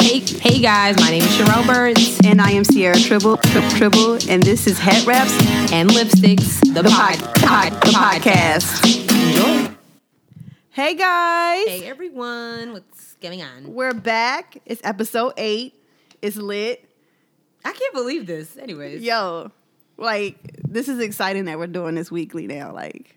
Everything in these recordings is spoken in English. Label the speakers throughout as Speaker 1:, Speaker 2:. Speaker 1: Hey guys, my name is Sharon Burns
Speaker 2: And I am Sierra Tribble, Tri- Tribble, and this is Head Wraps,
Speaker 1: and Lipsticks, the,
Speaker 2: the,
Speaker 1: pod,
Speaker 2: pod, pod, the podcast.
Speaker 1: Enjoy.
Speaker 2: Hey guys,
Speaker 1: Hey everyone, what's going on?
Speaker 2: we're back. It's episode eight. It's lit.
Speaker 1: I can't believe this. Anyways,
Speaker 2: Yo, like, this is exciting that we're doing this weekly now. Like,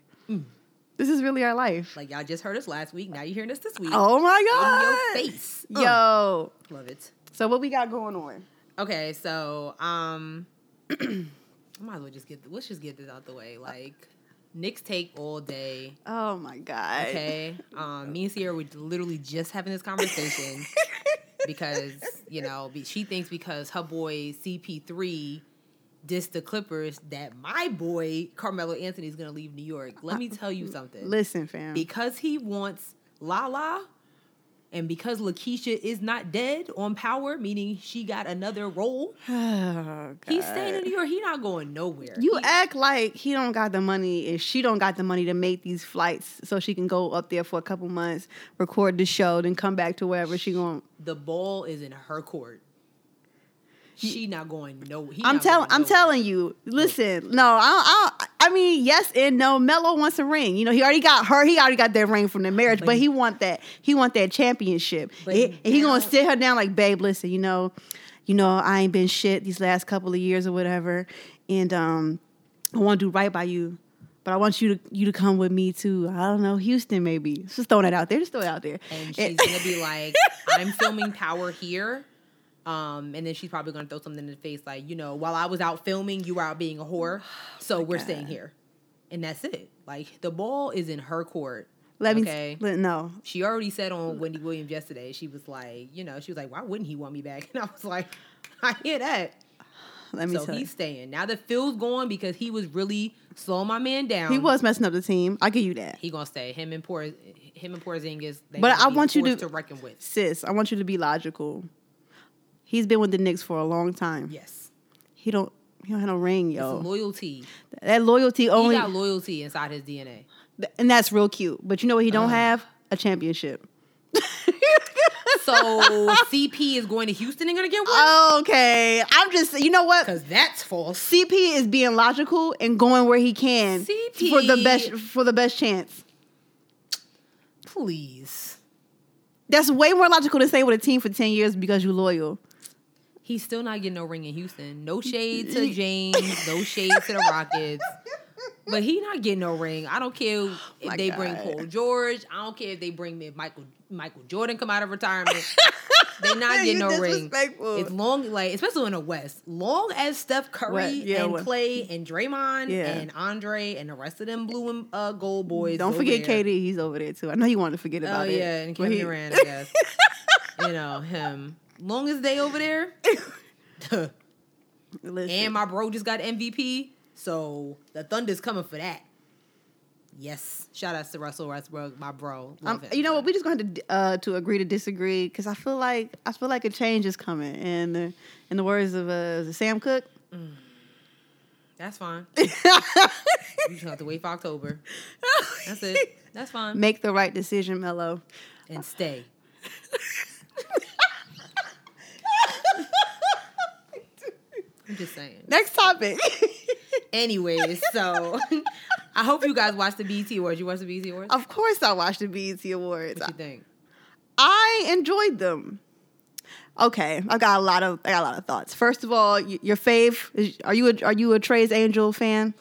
Speaker 2: this is really our life.
Speaker 1: Mm. like y'all just heard us last week. Now you're hearing us this week.
Speaker 2: Oh my
Speaker 1: in
Speaker 2: God.
Speaker 1: your face. Uh,
Speaker 2: Yo.
Speaker 1: love it.
Speaker 2: So, what we got going on?
Speaker 1: Okay, so um, I might as well just get let's just get this out the way. Like Nick's take all day.
Speaker 2: Oh my God.
Speaker 1: Okay, um, me and Sierra were literally just having this conversation. because you know be- she thinks because her boy CP3 dissed the Clippers that my boy Carmelo Anthony is going to leave New York. Let me tell you something.
Speaker 2: Listen, fam.
Speaker 1: Because he wants Lala and because Lakeisha is not dead on power, meaning she got another role,
Speaker 2: Oh,
Speaker 1: he's
Speaker 2: God.
Speaker 1: staying in New York. He's not going nowhere.
Speaker 2: You
Speaker 1: He-
Speaker 2: act like he don't got the money and she don't got the money to make these flights so she can go up there for a couple months, record the show, then come back to wherever she going.
Speaker 1: the ball is in her court. She not going no. he
Speaker 2: I'm
Speaker 1: not
Speaker 2: telling,
Speaker 1: going
Speaker 2: I'm
Speaker 1: nowhere.
Speaker 2: telling you. Listen, no, I, I, I mean, yes and no. Melo wants a ring. You know, he already got her. He already got that ring from the marriage, but,
Speaker 1: But-
Speaker 2: he want that. He want that championship.
Speaker 1: But
Speaker 2: And he, and he
Speaker 1: now-
Speaker 2: gonna sit her down like, babe, listen, you know, you know, I ain't been shit these last couple of years or whatever, and um, I want to do right by you. But I want you to you to come with me to I don't know Houston maybe Let's just throwing it out there just throw it out there
Speaker 1: and she's
Speaker 2: And-
Speaker 1: gonna be like, "I'm filming Power here," um, and then she's probably gonna throw something in the face like, you know, while I was out filming, you were out being a whore, so we're staying here, and that's it. Like the ball is in her court.
Speaker 2: let me
Speaker 1: okay.
Speaker 2: let, no
Speaker 1: she already said on Wendy Williams yesterday. She was like, you know, she was like, "Why wouldn't he want me back?" And I was like, "I hear that."
Speaker 2: let me
Speaker 1: so
Speaker 2: tell you
Speaker 1: he's staying. Now that Phil's gone because he was really slowing my man down.
Speaker 2: he was messing up the team I give you that
Speaker 1: He gonna stay. Him and poor him and Porzingis. they
Speaker 2: But
Speaker 1: gonna
Speaker 2: I
Speaker 1: be a
Speaker 2: want you
Speaker 1: force to
Speaker 2: to-
Speaker 1: reckon with.
Speaker 2: sis, I want you to be logical. He's been with the Knicks for a long time.
Speaker 1: Yes.
Speaker 2: He don't he don't have no ring,
Speaker 1: It's
Speaker 2: yo.
Speaker 1: loyalty.
Speaker 2: that loyalty Oh. only
Speaker 1: he got loyalty inside his DNA.
Speaker 2: th- and that's real cute. But you know what he
Speaker 1: Uh.
Speaker 2: don't have? A championship.
Speaker 1: So CP is going to Houston and gonna get
Speaker 2: Uh,
Speaker 1: one
Speaker 2: Okay. I'm just you know what?
Speaker 1: because that's false.
Speaker 2: CP is being logical and going where he can
Speaker 1: CP
Speaker 2: for the best for the best chance.
Speaker 1: Please,
Speaker 2: That's way more logical to stay with a team for 10 years because you're loyal.
Speaker 1: he's still not getting no ring in Houston. No shade to James. No shade to the Rockets. But he not getting no ring. I don't care if
Speaker 2: Oh my
Speaker 1: they bring
Speaker 2: God.
Speaker 1: Paul George. I don't care if they bring me Michael Michael Jordan come out of retirement. they not
Speaker 2: You
Speaker 1: getting no ring.
Speaker 2: disrespectful.
Speaker 1: It's long, like especially in the West. Long as Steph Curry
Speaker 2: Right, yeah,
Speaker 1: and
Speaker 2: well-
Speaker 1: Clay and Draymond
Speaker 2: Yeah.
Speaker 1: and Andre and the rest of them blue and uh, gold boys.
Speaker 2: Don't
Speaker 1: over
Speaker 2: forget
Speaker 1: there.
Speaker 2: KD, he's over there too. I know you wanted to forget
Speaker 1: Oh
Speaker 2: about it.
Speaker 1: yeah, and
Speaker 2: but
Speaker 1: Kevin
Speaker 2: he-
Speaker 1: Durant. I guess you know him. Long as they over there,
Speaker 2: Listen.
Speaker 1: and my bro just got MVP, so the Thunder's coming for that. Yes, shout outs to Russell Westbrook, my bro. Love
Speaker 2: Um,
Speaker 1: him.
Speaker 2: you know what? We just going to have to, uh, to agree to disagree because I feel like I feel like a change is coming. And uh, in the words of uh, is it Sam Cook,
Speaker 1: That's fine. you just have to wait for October. That's it. That's fine.
Speaker 2: make the right decision, Mello.
Speaker 1: and stay. I'm just saying.
Speaker 2: Next topic.
Speaker 1: Anyways, so I hope you guys watched the BT Awards. You watched the BT Awards?
Speaker 2: of course, I watched the BET Awards.
Speaker 1: What you think?
Speaker 2: I enjoyed them. Okay, I got a lot of I got a lot of thoughts. First of all, y- your fave is, are you a, are you a Trey's Angel fan?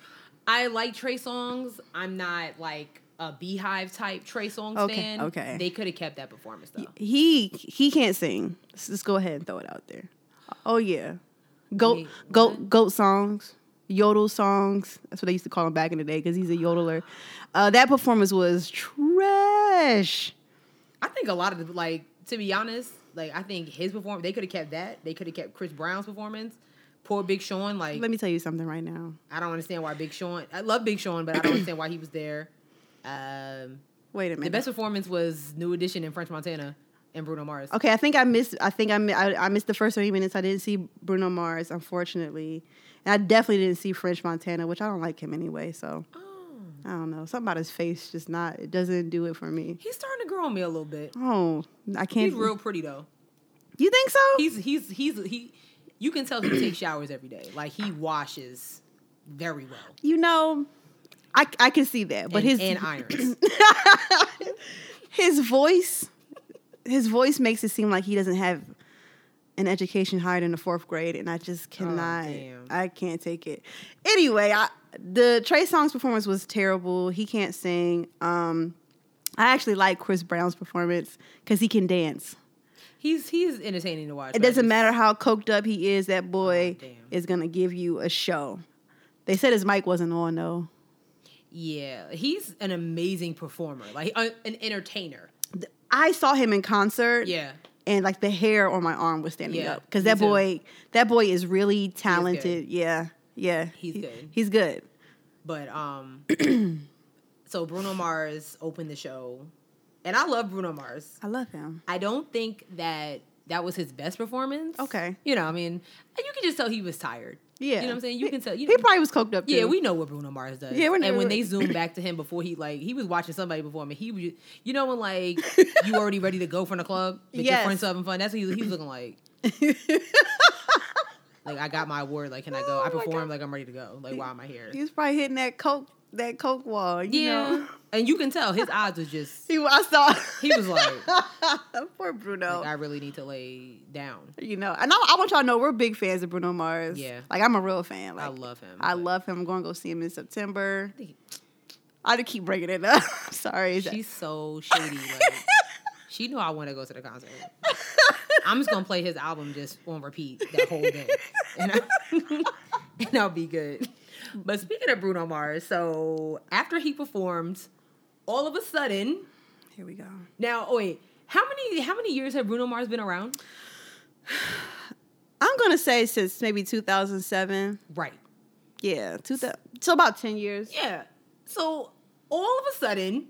Speaker 1: I like Trey songs. I'm not like a Beehive type Trey songs
Speaker 2: Okay,
Speaker 1: fan.
Speaker 2: okay.
Speaker 1: They could have kept that performance though.
Speaker 2: He he can't sing. Let's just go ahead and throw it out there. Oh yeah, goat
Speaker 1: Wait,
Speaker 2: goat goat songs, yodel songs. That's what they used to call him back in the day because he's a yodeler. Uh, that performance was trash.
Speaker 1: I think a lot of the like to be honest, like I think his performance they could have kept that. They could have kept Chris Brown's performance. Poor Big Sean, like
Speaker 2: Let me tell you something right now.
Speaker 1: I don't understand why Big Sean. I love Big Sean, but I don't understand why he was there. Um,
Speaker 2: Wait a
Speaker 1: the
Speaker 2: minute.
Speaker 1: best performance was New Edition in French Montana and Bruno Mars.
Speaker 2: okay, I think I missed. I think I, mi- I I missed the first thirty minutes. I didn't see Bruno Mars, unfortunately, and I definitely didn't see French Montana, which I don't like him anyway. So
Speaker 1: Oh,
Speaker 2: I don't know. Something about his face just not. It doesn't do it for me.
Speaker 1: he's starting to grow on me a little bit.
Speaker 2: Oh, I can't.
Speaker 1: He's real pretty though.
Speaker 2: You think so?
Speaker 1: He's he's he's he. You can tell he takes showers every day. Like he washes very well.
Speaker 2: you know, I I can see that, but
Speaker 1: and,
Speaker 2: his
Speaker 1: and irons.
Speaker 2: his voice his voice makes it seem like he doesn't have an education higher than the fourth grade and i just cannot
Speaker 1: Oh, damn.
Speaker 2: i can't take it anyway I, the trey songz performance was terrible he can't sing um i actually like chris brown's performance because he can dance
Speaker 1: he's he's entertaining to watch.
Speaker 2: it
Speaker 1: but I
Speaker 2: doesn't
Speaker 1: just-
Speaker 2: matter how coked up he is that boy
Speaker 1: Oh, damn.
Speaker 2: is gonna give you a show they said his mic wasn't on though
Speaker 1: Yeah, he's an amazing performer, like uh, an entertainer.
Speaker 2: i saw him in concert
Speaker 1: Yeah,
Speaker 2: and like the hair on my arm was standing
Speaker 1: Yeah,
Speaker 2: up because
Speaker 1: me
Speaker 2: that
Speaker 1: too.
Speaker 2: boy that boy is really talented yeah yeah
Speaker 1: He's good.
Speaker 2: he's good
Speaker 1: but um, so Bruno Mars opened the show, and I love Bruno Mars.
Speaker 2: i love him
Speaker 1: I don't think that that was his best performance.
Speaker 2: Okay.
Speaker 1: you know, I mean, you can just tell he was tired.
Speaker 2: yeah
Speaker 1: you know what I'm saying. You can tell. You
Speaker 2: he
Speaker 1: know-
Speaker 2: probably was coked up
Speaker 1: Yeah,
Speaker 2: too.
Speaker 1: we know what Bruno Mars does.
Speaker 2: Yeah, we know-
Speaker 1: and when they zoom back to him before he like he was watching somebody before him, and he was ju- you know when like you already ready to go from the club, but
Speaker 2: Yes.
Speaker 1: your friends having fun. That's what he was, he was looking like. like I got my award. Like can I go?
Speaker 2: Oh
Speaker 1: I
Speaker 2: my God.
Speaker 1: perform. Like I'm ready to go. Like why am I here?
Speaker 2: he was probably hitting that coke that coke wall you
Speaker 1: yeah,
Speaker 2: know
Speaker 1: and you can tell his eyes was just.
Speaker 2: he, i saw
Speaker 1: He was like,
Speaker 2: poor bruno
Speaker 1: like, I really need to lay down.
Speaker 2: you know and I, I want y'all to know we're big fans of bruno mars
Speaker 1: Yeah.
Speaker 2: like i'm a real fan like,
Speaker 1: I love him.
Speaker 2: I
Speaker 1: but
Speaker 2: love him. I'm going to go see him in September.
Speaker 1: think-
Speaker 2: I just keep bringing it up. Sorry. is that-
Speaker 1: She's so shady. Like she knew I want to go to the concert. I'm just gonna play his album just on repeat that whole day, and, I, and I'll be good. But speaking of Bruno Mars, so after he performed, all of a sudden,
Speaker 2: Here we go.
Speaker 1: now oh wait, how many how many years have Bruno Mars been around?
Speaker 2: I'm gonna say since maybe 2007.
Speaker 1: Right.
Speaker 2: Yeah, two thou- so about 10 years.
Speaker 1: Yeah. So all of a sudden,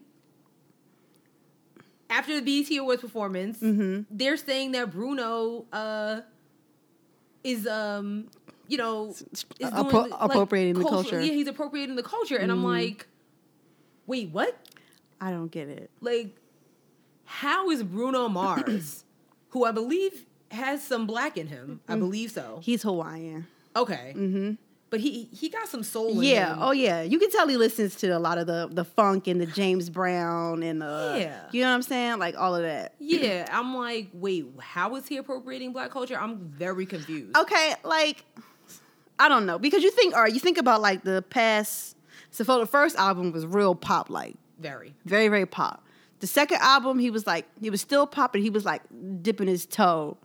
Speaker 1: after the BET Awards performance,
Speaker 2: Mm-hmm.
Speaker 1: they're saying that Bruno uh, is um you know is
Speaker 2: Appro- appropriating the
Speaker 1: cultural-
Speaker 2: culture. Mm-hmm.
Speaker 1: Yeah, he's appropriating the culture, and I'm like, wait, what?
Speaker 2: I don't get it.
Speaker 1: Like, how is Bruno Mars, who I believe has some black in him?
Speaker 2: Mm-hmm.
Speaker 1: I believe so.
Speaker 2: He's Hawaiian.
Speaker 1: Okay. Mm-hmm. But he he got some soul. In
Speaker 2: Yeah.
Speaker 1: him.
Speaker 2: Oh, yeah. You can tell he listens to a lot of the the funk and the James Brown and the
Speaker 1: Yeah.
Speaker 2: You know what I'm saying? Like all of that.
Speaker 1: Yeah, I'm like, wait, how is he appropriating black culture? I'm very confused.
Speaker 2: Okay. Like I don't know because you think all right. You think about like the past. So for the first album was real pop like.
Speaker 1: Very.
Speaker 2: very very pop. The second album, he was like he was still pop, but he was like dipping his toe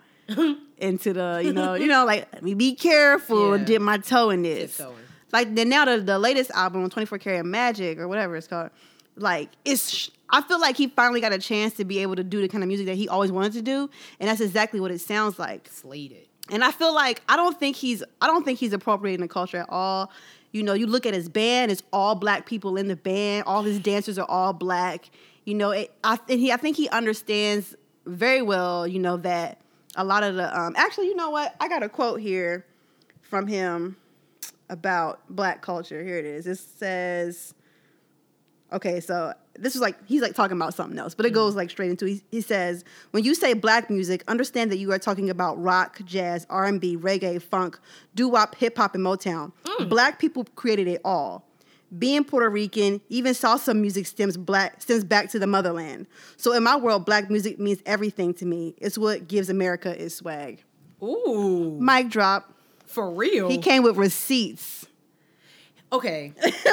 Speaker 2: into the you know you know like let me be careful and
Speaker 1: Yeah.
Speaker 2: dip my toe in this.
Speaker 1: Tiptoeing.
Speaker 2: Like then now the, the latest album, Twenty Four Karat Magic or whatever it's called, like it's sh- I feel like he finally got a chance to be able to do the kind of music that he always wanted to do, and that's exactly what it sounds like.
Speaker 1: Slayed it.
Speaker 2: And I feel like I don't think he's I don't think he's appropriating the culture at all. You know, you look at his band; it's all black people in the band. All his dancers are all black. You know, it, I and he I think he understands very well. You know that a lot of the um, actually, you know what? I got a quote here from him about black culture. Here it is. It says, okay, so this is like, he's like talking about something else, but it goes like straight into, he, he says, when you say black music, understand that you are talking about rock, jazz, R&B, reggae, funk, doo-wop, hip-hop, and Motown. Black people created it all. Being Puerto Rican, even salsa music stems black stems back to the motherland. So in my world, black music means everything to me. It's what gives America its swag.
Speaker 1: Ooh.
Speaker 2: Mic drop.
Speaker 1: For real.
Speaker 2: He came with receipts.
Speaker 1: Okay.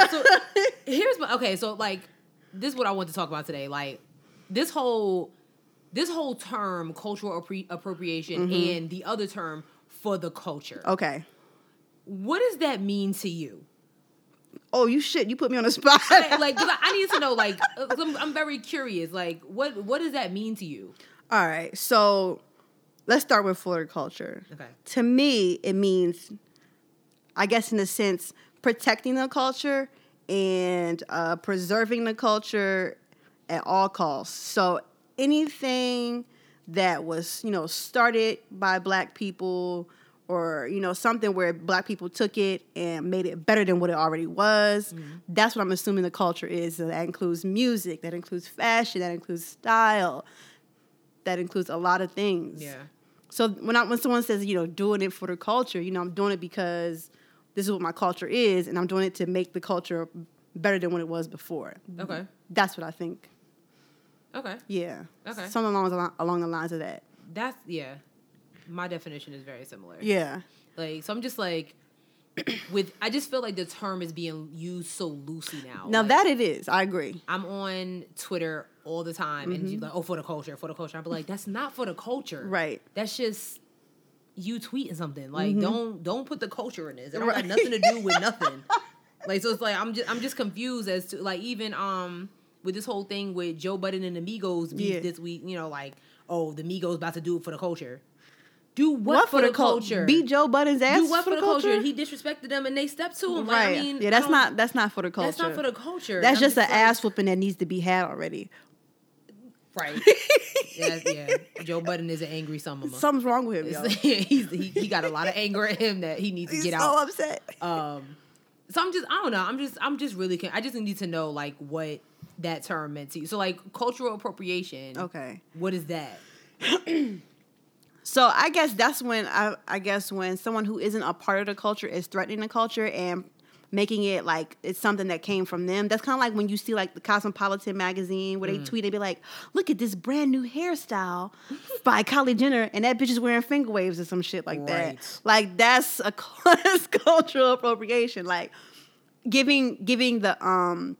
Speaker 1: So here's my okay, so like this is what I want to talk about today. Like this whole this whole term cultural appre- appropriation and the other term for the culture.
Speaker 2: Okay.
Speaker 1: What does that mean to you?
Speaker 2: Oh, you shit! You put me on the spot.
Speaker 1: Like, like 'cause I, I need to know. Like, i I'm, I'm very curious. Like, what what does that mean to you?
Speaker 2: All right, so let's start with Florida culture.
Speaker 1: Okay.
Speaker 2: To me, it means, I guess, in a sense, protecting the culture and uh, preserving the culture at all costs. So anything that was, you know, started by Black people or you know something where Black people took it and made it better than what it already was. That's what I'm assuming the culture is. So that includes music, that includes fashion, that includes style, that includes a lot of things.
Speaker 1: Yeah.
Speaker 2: So when I when someone says, you know, doing it for the culture, you know, I'm doing it because this is what my culture is, and I'm doing it to make the culture better than what it was before.
Speaker 1: Okay.
Speaker 2: That's what I think.
Speaker 1: Okay.
Speaker 2: Yeah.
Speaker 1: Okay.
Speaker 2: Something along the li- along the lines of that.
Speaker 1: That's yeah. My definition is very similar.
Speaker 2: Yeah.
Speaker 1: Like so I'm just like with I just feel like the term is being used so loosely now.
Speaker 2: Now
Speaker 1: Like,
Speaker 2: that it is, I agree.
Speaker 1: I'm on Twitter all the time and
Speaker 2: Mm-hmm.
Speaker 1: you like, oh for the culture, for the culture. I'm like, that's not for the culture.
Speaker 2: Right.
Speaker 1: That's just you tweeting something. Like don't don't put the culture in this. It don't
Speaker 2: Mm-hmm.
Speaker 1: got
Speaker 2: Right.
Speaker 1: nothing to do with nothing. like so it's like I'm just I'm just confused as to like even um with this whole thing with Joe Budden and the Migos beef
Speaker 2: Yeah.
Speaker 1: this week, you know, like, oh, the Migos about to do it for the culture. Do what, for, the
Speaker 2: cul-
Speaker 1: culture?
Speaker 2: Beat Joe Budden's ass.
Speaker 1: do what for, the culture? and He disrespected them and they stepped to him. Like,
Speaker 2: right.
Speaker 1: I mean,
Speaker 2: yeah,
Speaker 1: I
Speaker 2: that's
Speaker 1: don't-
Speaker 2: not that's not for the culture.
Speaker 1: That's not for the culture.
Speaker 2: That's
Speaker 1: I'm
Speaker 2: just an
Speaker 1: like-
Speaker 2: ass whooping that needs to be had already.
Speaker 1: Right. yeah, yeah. Joe Budden is an angry son of a-
Speaker 2: Something's wrong with him. Yo.
Speaker 1: He's, he, he got a lot of anger at him that he needs to
Speaker 2: He's
Speaker 1: get
Speaker 2: so
Speaker 1: out.
Speaker 2: upset.
Speaker 1: Um, so I'm just, I don't know. I'm just, I'm just really, con- I just need to know like what that term meant to you. So like cultural appropriation.
Speaker 2: Okay.
Speaker 1: What is that?
Speaker 2: So I guess that's when I, I guess when someone who isn't a part of the culture is threatening the culture and making it like it's something that came from them. That's kind of like when you see like the Cosmopolitan magazine where they tweet and be like, "Look at this brand new hairstyle by Kylie Jenner," and that bitch is wearing finger waves or some shit like
Speaker 1: Right.
Speaker 2: that. Like that's a that's cultural appropriation. Like giving giving the um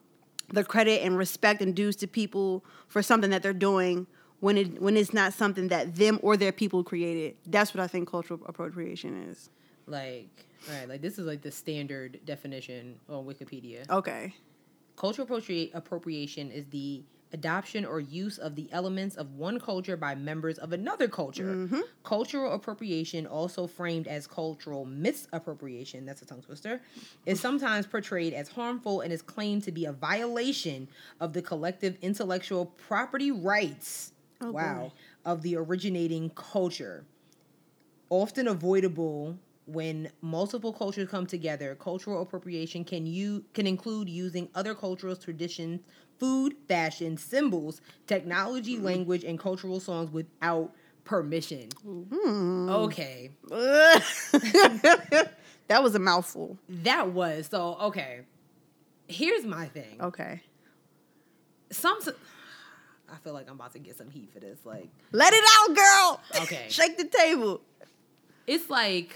Speaker 2: the credit and respect and dues to people for something that they're doing when it when it's not something that them or their people created. That's what I think cultural appropriation is.
Speaker 1: Like, all right, like this is like the standard definition on Wikipedia.
Speaker 2: Okay.
Speaker 1: Cultural appropri- appropriation is the adoption or use of the elements of one culture by members of another culture. Cultural appropriation, also framed as cultural misappropriation, that's a tongue twister, is sometimes portrayed as harmful and is claimed to be a violation of the collective intellectual property rights. wow. Of the originating culture often avoidable when multiple cultures come together. Cultural appropriation can you can include using other cultural traditions, food, fashion, symbols, technology, language, and cultural songs without permission. Okay,
Speaker 2: that was a mouthful.
Speaker 1: that was so. Okay, here's my thing.
Speaker 2: Okay.
Speaker 1: Some, I feel like I'm about to get some heat for this. Like
Speaker 2: Let it out, girl.
Speaker 1: Okay.
Speaker 2: Shake the table.
Speaker 1: it's like.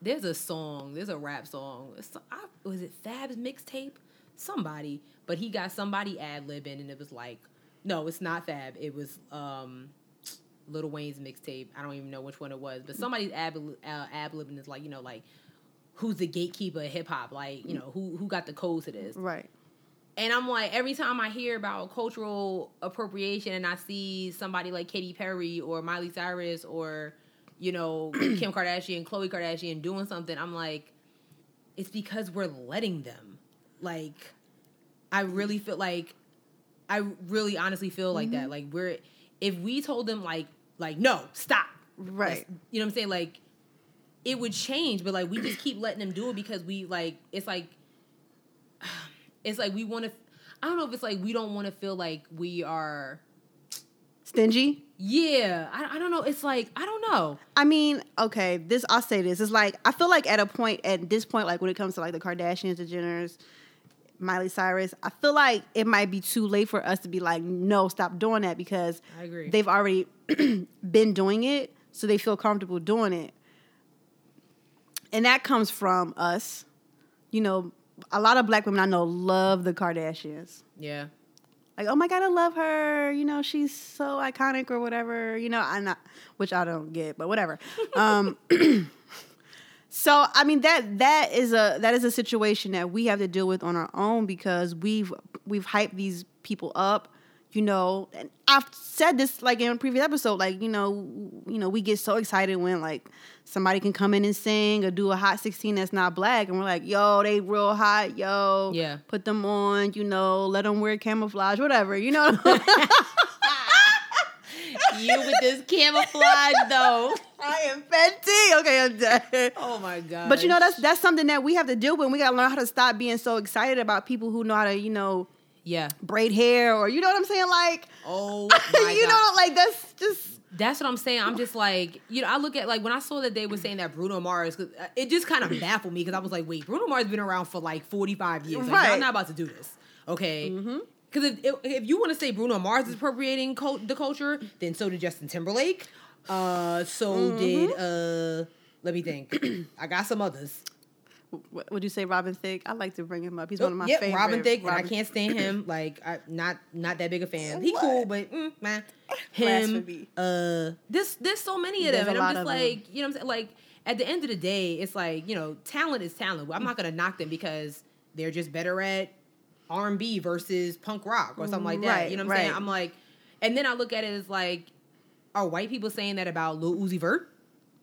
Speaker 1: There's a song, there's a rap song. It's- I- was it Fab's mixtape? Somebody, but he got somebody ad libbing, and it was like, no, it's not Fab. It was um, Little Wayne's mixtape. I don't even know which one it was, but somebody's ad uh, ad libbing is like, you know, like who's the gatekeeper of hip hop? Like, you know, who who got the codes to this?
Speaker 2: Right.
Speaker 1: And I'm like, every time I hear about cultural appropriation and I see somebody like Katy Perry or Miley Cyrus or, you know, Kim Kardashian, Khloe Kardashian doing something, I'm like, it's because we're letting them. Like, I really feel like, I really honestly feel like
Speaker 2: Mm-hmm.
Speaker 1: that. Like, we're, if we told them, like, like, no, stop.
Speaker 2: Right.
Speaker 1: You know what I'm saying? Like, it would change, but like, we just keep letting them do it because we, like, it's like, it's like we want to i don't know if it's like we don't want to feel like we are
Speaker 2: Stingy.
Speaker 1: yeah I, I don't know it's like i don't know
Speaker 2: I mean, okay, this I'll say this. It's like I feel like at a point at this point, like when it comes to like the Kardashians, the Jenners, Miley Cyrus, I feel like it might be too late for us to be like, no, stop doing that because
Speaker 1: I agree.
Speaker 2: they've already been doing it, so they feel comfortable doing it. And that comes from us. You know, a lot of black women I know love the Kardashians
Speaker 1: yeah
Speaker 2: like, oh my god, I love her. You know, she's so iconic or whatever. You know, I not which I don't get, but whatever. Um, so I mean that that is a that is a situation that we have to deal with on our own because we've we've hyped these people up. You know, and I've said this like in a previous episode, like you know, you know, we get so excited when like somebody can come in and sing or do a hot sixteen that's not black, and we're like, yo, they real hot, yo,
Speaker 1: Yeah.
Speaker 2: put them on, you know, let them wear camouflage, whatever, you know.
Speaker 1: you with this camouflage though
Speaker 2: I am Fenty. Okay, I'm done.
Speaker 1: oh my god
Speaker 2: But you know, that's that's something that we have to deal with. We gotta learn how to stop being so excited about people who know how to, you know,
Speaker 1: yeah
Speaker 2: braid hair or you know what I'm saying? Like
Speaker 1: oh my
Speaker 2: you
Speaker 1: god.
Speaker 2: know, like that's just
Speaker 1: That's what I'm saying. I'm just like, you know, I look at like when I saw that they were saying that Bruno Mars, 'cause, uh, it just kind of baffled me because I was like, wait, Bruno Mars been around for like 45 years. Like,
Speaker 2: Right.
Speaker 1: I'm not about to do this, okay? Because if, if if you want to say Bruno Mars is appropriating cul- the culture, then so did Justin Timberlake. Uh, so did uh, let me think. I got some others.
Speaker 2: What would you say, Robin Thicke? I like to bring him up. He's one of my
Speaker 1: Oh, Yep,
Speaker 2: favorite.
Speaker 1: Robin Thicke, and I can't stand him. Like, I not not that big a fan. He cool, but mm, man, him.
Speaker 2: Blasphemy.
Speaker 1: Uh, this there's so many of
Speaker 2: There's
Speaker 1: them, and
Speaker 2: a
Speaker 1: I'm
Speaker 2: lot
Speaker 1: just
Speaker 2: of
Speaker 1: like, you know, what I'm saying. Like at the end of the day, it's like you know, talent is talent. I'm not gonna knock them because they're just better at R and B versus punk rock or something like that.
Speaker 2: Right,
Speaker 1: you know what I'm saying?
Speaker 2: right.
Speaker 1: I'm like, and then I look at it as like, are white people saying that about Lil Uzi Vert?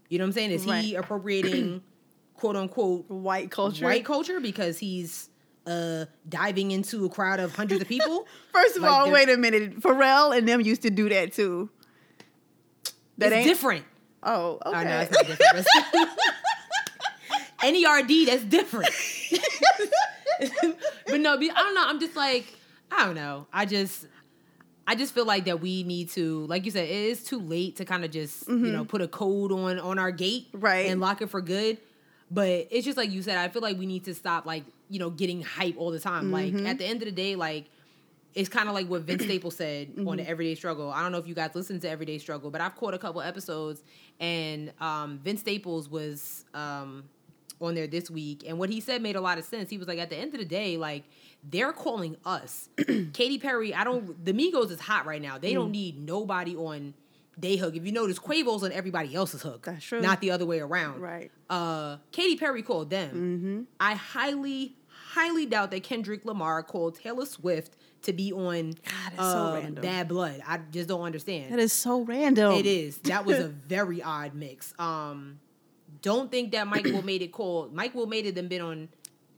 Speaker 1: You know what I'm saying? Is he
Speaker 2: Right.
Speaker 1: appropriating quote unquote
Speaker 2: White culture.
Speaker 1: white culture because he's uh diving into a crowd of hundreds of people.
Speaker 2: First of
Speaker 1: Like,
Speaker 2: all,
Speaker 1: they're-
Speaker 2: wait a minute. Pharrell and them used to do that too. That
Speaker 1: it's
Speaker 2: ain't
Speaker 1: different.
Speaker 2: Oh, okay.
Speaker 1: Oh no, it's not different. but- NERD, E that's different. but no, be- I don't know. I'm just like, I don't know. I just I just feel like that we need to, like you said, it is too late to kind of just, you know, put a code on on our gate
Speaker 2: Mm-hmm. Right.
Speaker 1: and lock it for good. But it's just like you said, I feel like we need to stop like, you know, getting hype all the time.
Speaker 2: Mm-hmm.
Speaker 1: Like at the end of the day, like it's kind of like what Vince Staples said on
Speaker 2: Mm-hmm.
Speaker 1: the Everyday Struggle. I don't know if you guys listen to Everyday Struggle, but I've caught a couple episodes, and um, Vince Staples was um, on there this week, and what he said made a lot of sense. He was like, at the end of the day, like they're calling us, Katy Perry. I don't. The Migos is hot right now. They
Speaker 2: Mm.
Speaker 1: don't need nobody on. They hook. If you notice, Quavo's on everybody else's hook.
Speaker 2: That's true.
Speaker 1: Not the other way around
Speaker 2: Right. Mm-hmm.
Speaker 1: uh Katy Perry called them. I highly, highly doubt that Kendrick Lamar called Taylor Swift to be on
Speaker 2: it's so
Speaker 1: uh,
Speaker 2: random.
Speaker 1: Bad Blood. I just don't understand.
Speaker 2: That is so random.
Speaker 1: It is. That was a very odd mix. Um, don't think that Mike Will made it called. Mike Will made it and been on.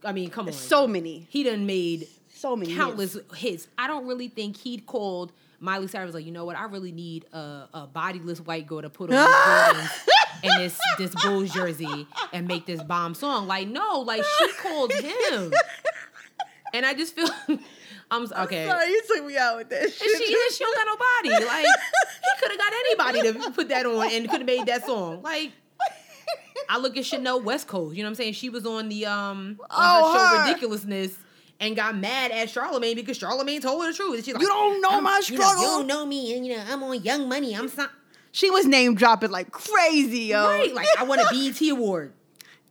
Speaker 1: I mean, come on.
Speaker 2: So many.
Speaker 1: he done made
Speaker 2: So many.
Speaker 1: countless hits. I don't really think he'd called Miley Cyrus like, you know what? I really need a, a bodiless white girl to put on these Jordans and this this Bulls jersey and make this bomb song. Like, no, like she called him, and I just feel I'm s- okay.
Speaker 2: Sorry, you took me out with that
Speaker 1: And she,
Speaker 2: shit.
Speaker 1: and she don't got no body. Like he could have got anybody to put that on and could have made that song. Like I look at Chanel West Coast. You know what I'm saying? She was on the um on
Speaker 2: Oh,
Speaker 1: her show
Speaker 2: her.
Speaker 1: Ridiculousness and got mad at Charlamagne because Charlamagne told her the truth. And she's like,
Speaker 2: You don't know
Speaker 1: "I'm-
Speaker 2: my
Speaker 1: you know, You,
Speaker 2: struggle."
Speaker 1: don't know me, and you know I'm on Young Money. I'm so-
Speaker 2: She was name dropping like crazy, yo.
Speaker 1: right. Like I want a BET award.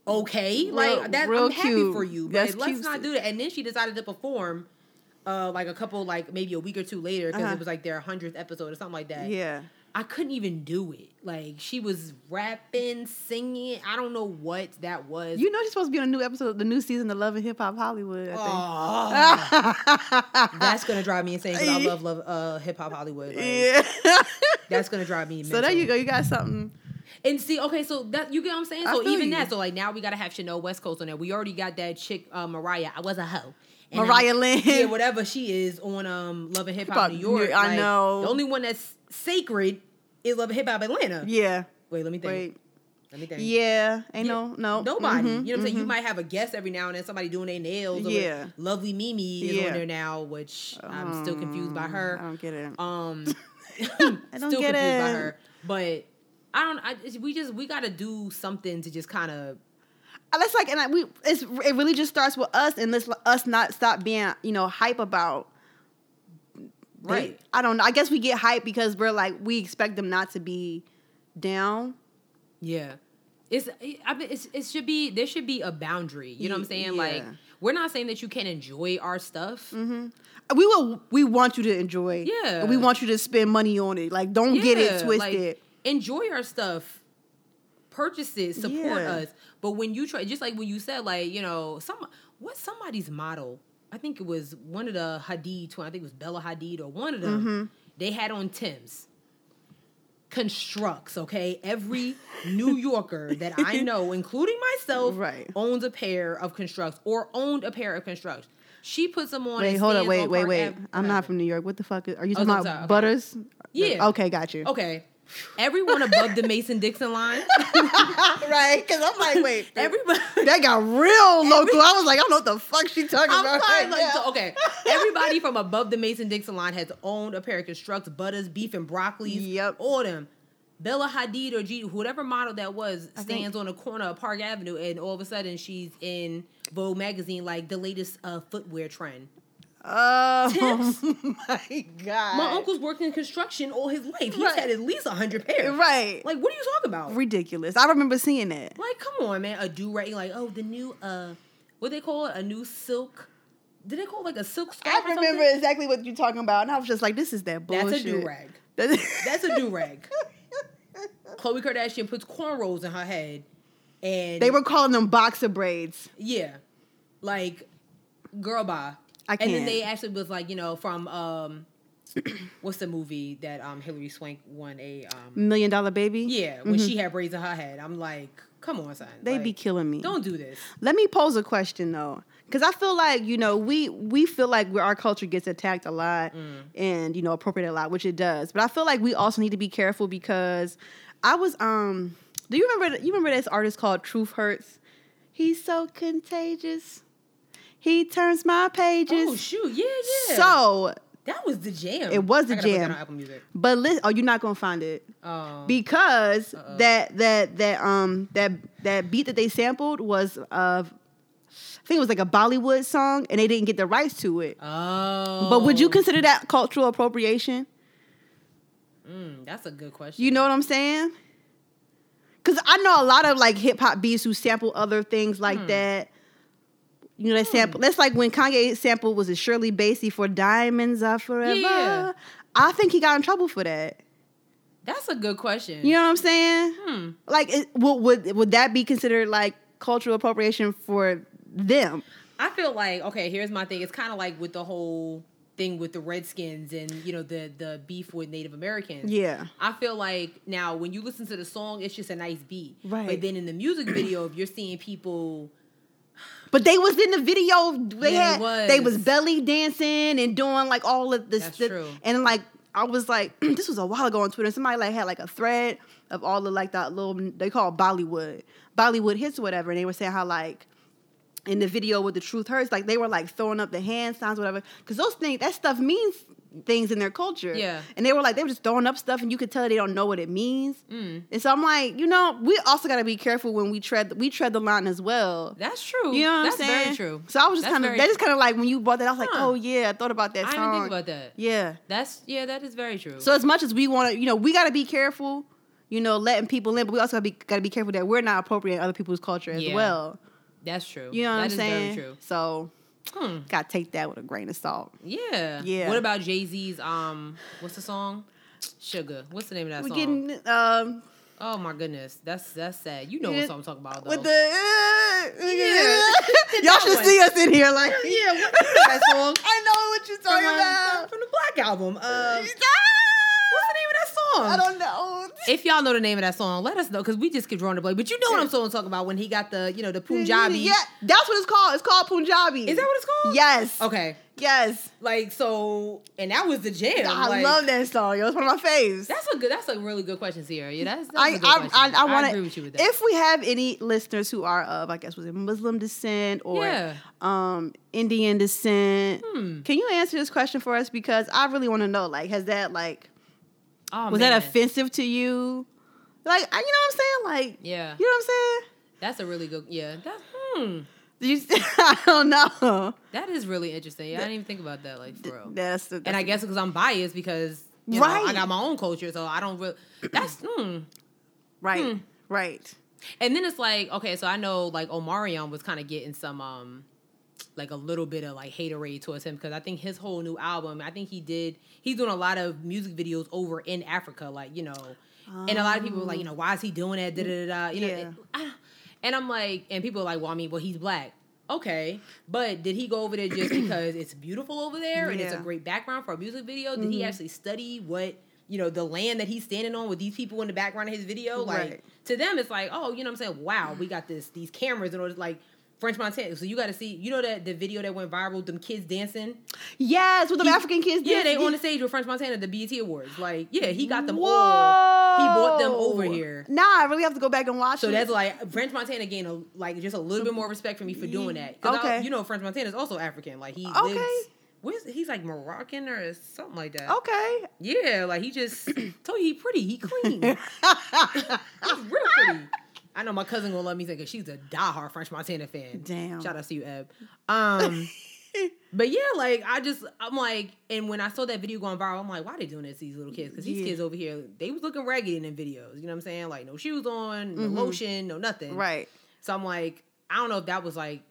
Speaker 1: Okay, like that.
Speaker 2: real
Speaker 1: I'm happy
Speaker 2: cute.
Speaker 1: for you, but
Speaker 2: That's
Speaker 1: let's
Speaker 2: cute,
Speaker 1: not
Speaker 2: sis.
Speaker 1: do that. And then she decided to perform. Uh, like a couple, like maybe a week or two later, because
Speaker 2: Uh-huh.
Speaker 1: it was like their hundredth episode or something like that.
Speaker 2: Yeah.
Speaker 1: I couldn't even do it. Like she was rapping, singing. I don't know what that was.
Speaker 2: You know she's supposed to be on a new episode of the new season of Love and Hip Hop Hollywood, I
Speaker 1: Oh,
Speaker 2: think.
Speaker 1: that's gonna drive me insane because I love love uh, hip hop Hollywood. Like,
Speaker 2: yeah.
Speaker 1: That's gonna drive me.
Speaker 2: so there you
Speaker 1: mental.
Speaker 2: go. You got something.
Speaker 1: And see, okay, so that you get what I'm saying.
Speaker 2: I
Speaker 1: So
Speaker 2: feel
Speaker 1: even
Speaker 2: you.
Speaker 1: that, so like now we gotta have Chanel West Coast on there. We already got that chick uh, Mariah. I was a hoe. I'm-
Speaker 2: Mariah Lynn.
Speaker 1: yeah, whatever she is on um Love and Hip Hop
Speaker 2: Hop
Speaker 1: New York.
Speaker 2: New- I
Speaker 1: like,
Speaker 2: know.
Speaker 1: The only one that's sacred is Love and Hip Hop Atlanta.
Speaker 2: Yeah.
Speaker 1: Wait, let me think.
Speaker 2: Wait.
Speaker 1: Let me think.
Speaker 2: Yeah. Ain't
Speaker 1: Yeah.
Speaker 2: no no
Speaker 1: Nobody.
Speaker 2: Mhm,
Speaker 1: You know what I'm saying? You
Speaker 2: mhm.
Speaker 1: might have a guest every now and then, somebody doing their nails. Or
Speaker 2: Yeah.
Speaker 1: Lovely Mimi is on
Speaker 2: Yeah.
Speaker 1: there now, which I'm still confused by
Speaker 2: Um, I
Speaker 1: her.
Speaker 2: don't get it.
Speaker 1: Um,
Speaker 2: I don't
Speaker 1: still confused
Speaker 2: get
Speaker 1: by
Speaker 2: it.
Speaker 1: her. But I don't. I, it's- we just we got to do something to just kind of.
Speaker 2: Uh, That's like, and I, we it's it really just starts with us, and let's let us not stop being you know hype about. the-
Speaker 1: Right.
Speaker 2: I don't know. I guess we get hype because we're like we expect them not to be down.
Speaker 1: Yeah. It's, I mean, it's it should be there should be a boundary. You know what I'm saying? Like
Speaker 2: Yeah.
Speaker 1: we're not saying that you can't enjoy our stuff.
Speaker 2: We will. We want you to enjoy. it.
Speaker 1: Yeah.
Speaker 2: And we want you to spend money on it. Like, don't get it
Speaker 1: Yeah,
Speaker 2: twisted.
Speaker 1: Like, enjoy our stuff. Purchase it, support
Speaker 2: Yeah.
Speaker 1: us. But when you try, just like when you said, like you know, some what's somebody's model? I think it was one of the Hadid twin. I think it was Bella Hadid or one of them.
Speaker 2: Mm-hmm.
Speaker 1: They had on Tim's constructs. Okay, every New Yorker that I know, including myself,
Speaker 2: Right.
Speaker 1: owns a pair of constructs or owned a pair of constructs. She puts them on.
Speaker 2: wait,
Speaker 1: and
Speaker 2: hold up.
Speaker 1: stands
Speaker 2: Wait,
Speaker 1: on
Speaker 2: wait,
Speaker 1: Park
Speaker 2: wait.
Speaker 1: Ave-
Speaker 2: I'm not
Speaker 1: Whatever.
Speaker 2: from New York. What the fuck? Is, are you
Speaker 1: Oh,
Speaker 2: talking
Speaker 1: I'm
Speaker 2: about
Speaker 1: sorry, okay.
Speaker 2: butters?
Speaker 1: Yeah. Oh,
Speaker 2: Okay, got you.
Speaker 1: Okay, everyone above the Mason Dixon line.
Speaker 2: right? Because I'm like, wait,
Speaker 1: Everybody,
Speaker 2: that got real local. I was like, I don't know what the fuck she talking
Speaker 1: I'm
Speaker 2: about.
Speaker 1: sorry,
Speaker 2: right
Speaker 1: like,
Speaker 2: now.
Speaker 1: so, okay. Everybody from above the Mason Dixon line has owned a pair of constructs, butters, beef, and broccolis.
Speaker 2: Yep.
Speaker 1: All them. Bella Hadid or G, whatever model that was, stands on the corner of Park Avenue, and all of a sudden she's in Vogue magazine, like the latest uh, footwear trend.
Speaker 2: Oh
Speaker 1: Tips?
Speaker 2: my god!
Speaker 1: My uncle's worked in construction all his life. He's
Speaker 2: Right.
Speaker 1: had at least hundred pairs.
Speaker 2: Right.
Speaker 1: Like, what are you talking about?
Speaker 2: Ridiculous. I remember seeing that.
Speaker 1: Like, come on, man. A do rag, like, oh, the new uh, what they call it, a new silk. Did they call it like a silk scarf?
Speaker 2: I
Speaker 1: or something?
Speaker 2: remember exactly what you're talking about, and I was just like, "This is that bullshit."
Speaker 1: That's a do rag. That's a do rag. Khloe Kardashian puts cornrows in her head, and
Speaker 2: they were calling them boxer braids.
Speaker 1: yeah, like girl bye.
Speaker 2: I
Speaker 1: And then
Speaker 2: can't.
Speaker 1: they actually was like, you know, from um, what's the movie that um Hillary Swank won a um
Speaker 2: Million dollar baby.
Speaker 1: yeah when she had braids in her head. I'm like, come on, son.
Speaker 2: Mm-hmm. They
Speaker 1: like,
Speaker 2: be killing me.
Speaker 1: Don't do this.
Speaker 2: Let me pose a question though, because I feel like you know we we feel like where our culture gets attacked a lot and you know appropriated a lot, which it does. But I feel like we also need to be careful because I was um. Do you remember you remember this artist called Truth Hurts? He's so contagious. He turns my pages.
Speaker 1: oh shoot, yeah, yeah.
Speaker 2: So,
Speaker 1: that was the jam.
Speaker 2: It was the
Speaker 1: I gotta put that
Speaker 2: jam.
Speaker 1: on Apple Music.
Speaker 2: but listen, oh, you're not gonna find it
Speaker 1: Um,
Speaker 2: because
Speaker 1: Uh-uh.
Speaker 2: that that that um that that beat that they sampled was of I think it was like a Bollywood song, and they didn't get the rights to it.
Speaker 1: oh,
Speaker 2: But would you consider that cultural appropriation?
Speaker 1: Mm, that's a good question.
Speaker 2: You know what I'm saying? Because I know a lot of like hip hop beats who sample other things like
Speaker 1: Hmm.
Speaker 2: that. You know, they sample. That's like when Kanye sampled was it Shirley Bassey for "Diamonds Are Forever."
Speaker 1: Yeah.
Speaker 2: I think he got in trouble for that.
Speaker 1: that's a good question.
Speaker 2: You know what I'm saying?
Speaker 1: Hmm.
Speaker 2: Like, it, would, would would that be considered like cultural appropriation for them?
Speaker 1: I feel like okay. Here's my thing. It's kind of like with the whole thing with the Redskins and you know the the beef with Native Americans.
Speaker 2: Yeah.
Speaker 1: I feel like now when you listen to the song, it's just a nice beat.
Speaker 2: Right.
Speaker 1: But then in the music video, if you're seeing people,
Speaker 2: But they was in the video. They
Speaker 1: Yeah,
Speaker 2: had
Speaker 1: they was.
Speaker 2: they was belly dancing and doing like all of this.
Speaker 1: That's
Speaker 2: the-
Speaker 1: true.
Speaker 2: And like I was like, this was a while ago on Twitter. Somebody like had like a thread of all the like that little they call it Bollywood Bollywood hits or whatever, and they were saying how like. In the video with the truth hurts, like they were like throwing up the hand signs, whatever, because those things, that stuff means things in their culture.
Speaker 1: Yeah.
Speaker 2: and they were like they were just throwing up stuff, and you could tell they don't know what it means.
Speaker 1: mm,
Speaker 2: And so I'm like, you know, we also got to be careful when we tread we tread the line as well.
Speaker 1: that's true.
Speaker 2: You know what
Speaker 1: that's
Speaker 2: I'm saying?
Speaker 1: very true.
Speaker 2: So I was just
Speaker 1: That's
Speaker 2: kind of
Speaker 1: very
Speaker 2: that is kind of like when you bought that, I was like,
Speaker 1: Huh.
Speaker 2: oh yeah, I thought about that
Speaker 1: I
Speaker 2: song.
Speaker 1: didn't think about that.
Speaker 2: yeah.
Speaker 1: That's yeah. That is very true.
Speaker 2: So as much as we want to, you know, we got to be careful, you know, letting people in, but we also got to be got to be careful that we're not appropriating other people's culture as
Speaker 1: Yeah.
Speaker 2: well.
Speaker 1: that's true.
Speaker 2: You know what
Speaker 1: That is
Speaker 2: I'm saying?
Speaker 1: Very true.
Speaker 2: So
Speaker 1: Hmm.
Speaker 2: got to take that with a grain of salt.
Speaker 1: Yeah.
Speaker 2: Yeah.
Speaker 1: What about Jay Z's um? What's the song? Sugar. What's the name of that
Speaker 2: We're
Speaker 1: song?
Speaker 2: getting um
Speaker 1: Oh my goodness, that's that's sad. You know
Speaker 2: Yeah.
Speaker 1: what song I'm talking about though.
Speaker 2: with the uh,
Speaker 1: Yeah.
Speaker 2: y'all should
Speaker 1: one.
Speaker 2: see us in here like
Speaker 1: yeah, what is that song?
Speaker 2: I know what you're
Speaker 1: from,
Speaker 2: talking
Speaker 1: um,
Speaker 2: about.
Speaker 1: from the Black album. Uh, what's
Speaker 2: Ah!
Speaker 1: the name of that song?
Speaker 2: I don't know.
Speaker 1: if y'all know the name of that song, let us know because we just keep drawing the blank. But you know what I'm talking about when he got the you know the Punjabi.
Speaker 2: Yeah, that's what it's called. It's called Punjabi.
Speaker 1: is that what it's called?
Speaker 2: Yes.
Speaker 1: Okay,
Speaker 2: Yes.
Speaker 1: like so, and that was the jam.
Speaker 2: I
Speaker 1: like,
Speaker 2: love that song. Yo, it's one of my faves.
Speaker 1: That's a good. That's a really good question, Sierra. Yeah, that's. that's a
Speaker 2: I,
Speaker 1: good
Speaker 2: I, I,
Speaker 1: question.
Speaker 2: I want
Speaker 1: agree with you with that.
Speaker 2: If we have any listeners who are of, I guess, was it Muslim descent or
Speaker 1: Yeah.
Speaker 2: um, Indian descent,
Speaker 1: Hmm.
Speaker 2: can you answer this question for us? Because I really want to know, like, has that, like,
Speaker 1: oh,
Speaker 2: was
Speaker 1: man.
Speaker 2: that offensive to you? Like, I, you know what I'm saying? Like,
Speaker 1: Yeah,
Speaker 2: you know what I'm saying?
Speaker 1: that's a really good. Yeah, that hmm,
Speaker 2: Did you, I don't know.
Speaker 1: that is really interesting. Yeah, I didn't even think about that. Like for real.
Speaker 2: That's the,
Speaker 1: and I guess because I'm biased because you know, I
Speaker 2: Right.
Speaker 1: got my own culture, so I don't really. That's mm.
Speaker 2: right,
Speaker 1: hmm.
Speaker 2: right.
Speaker 1: and then it's like okay, so I know like Omarion was kind of getting some um like a little bit of like haterade towards him because I think his whole new album, I think he did he's doing a lot of music videos over in Africa, like you know, and a lot of people were like you know why is he doing that da da da da you know,
Speaker 2: Yeah.
Speaker 1: it- ah. and I'm like and people are like well I mean well he's black. Okay, but did he go over there just because it's beautiful over there and it's a
Speaker 2: Yeah. Mm-hmm.
Speaker 1: great background for a music video? Did he actually study what you know the land that he's standing on with these people in the background of his video? Like
Speaker 2: Right.
Speaker 1: to them, it's like, oh, you know what I'm saying? Wow, we got this these cameras and all this like French Montana. So you got to see, you know that the video that went viral, them kids dancing.
Speaker 2: Yes, with the African kids.
Speaker 1: Yeah, they
Speaker 2: dancing.
Speaker 1: on the stage with French Montana, at the BET Awards. Like, yeah, he got them
Speaker 2: Whoa.
Speaker 1: all. He brought them over here.
Speaker 2: Nah, I really have to go back and watch.
Speaker 1: So
Speaker 2: it.
Speaker 1: that's like French Montana gained a, like just a little bit more respect for me for doing that. 'Cause I-
Speaker 2: Okay.
Speaker 1: you know French Montana is also African. Like he
Speaker 2: Okay.
Speaker 1: lives. Where's he's like Moroccan or something like that.
Speaker 2: Okay.
Speaker 1: Yeah, like he just told you he pretty, he clean. He's real pretty. I know my cousin gonna love me because she's a diehard French Montana fan.
Speaker 2: Damn.
Speaker 1: Shout out to you, Eb. Um, but yeah, like I just I'm like, and when I saw that video going viral, I'm like, why they doing this to these little kids? Because these
Speaker 2: Yeah.
Speaker 1: kids over here, they was looking raggedy in the videos. You know what I'm saying? Like no shoes on, no lotion, no nothing.
Speaker 2: Mm-hmm. Right.
Speaker 1: So I'm like, I don't know if that was like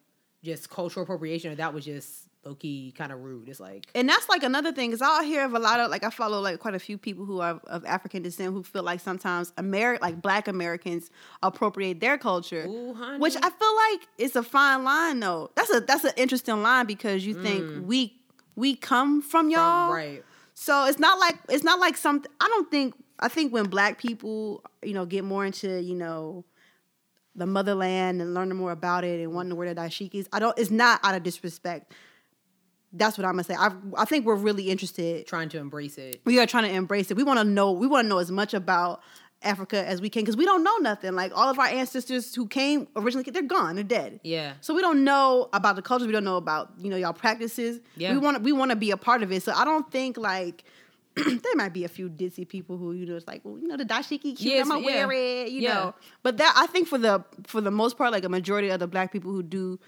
Speaker 1: just cultural appropriation or that was just low key kind of rude. It's like
Speaker 2: And that's like another thing because I'll hear of a lot of like I follow like quite a few people who are of African descent who feel like sometimes Ameri- like Black Americans appropriate their culture,
Speaker 1: Ooh, honey.
Speaker 2: which I feel like it's a fine line though. That's a that's an interesting line because you think we we come from y'all,
Speaker 1: right.
Speaker 2: So it's not like it's not like something. I don't think. I think when Black people, you know, get more into you know the motherland and learning more about it and wondering where the dashiki is, I don't. It's not out of disrespect. That's what I'm gonna say. I I think we're really interested.
Speaker 1: Trying to embrace it.
Speaker 2: We are trying to embrace it. We want to know. We want to know as much about Africa as we can because we don't know nothing. Like all of our ancestors who came originally, they're gone. They're dead.
Speaker 1: Yeah.
Speaker 2: So we don't know about the cultures. We don't know about you know y'all practices.
Speaker 1: Yeah.
Speaker 2: We want we want to be a part of it. So I don't think like there might be a few ditzy people who you know it's like well you know the dashiki cute
Speaker 1: Yes,
Speaker 2: I'm gonna
Speaker 1: yeah.
Speaker 2: wear it you
Speaker 1: Yeah.
Speaker 2: know. But that I think for the for the most part like a majority of the black people who do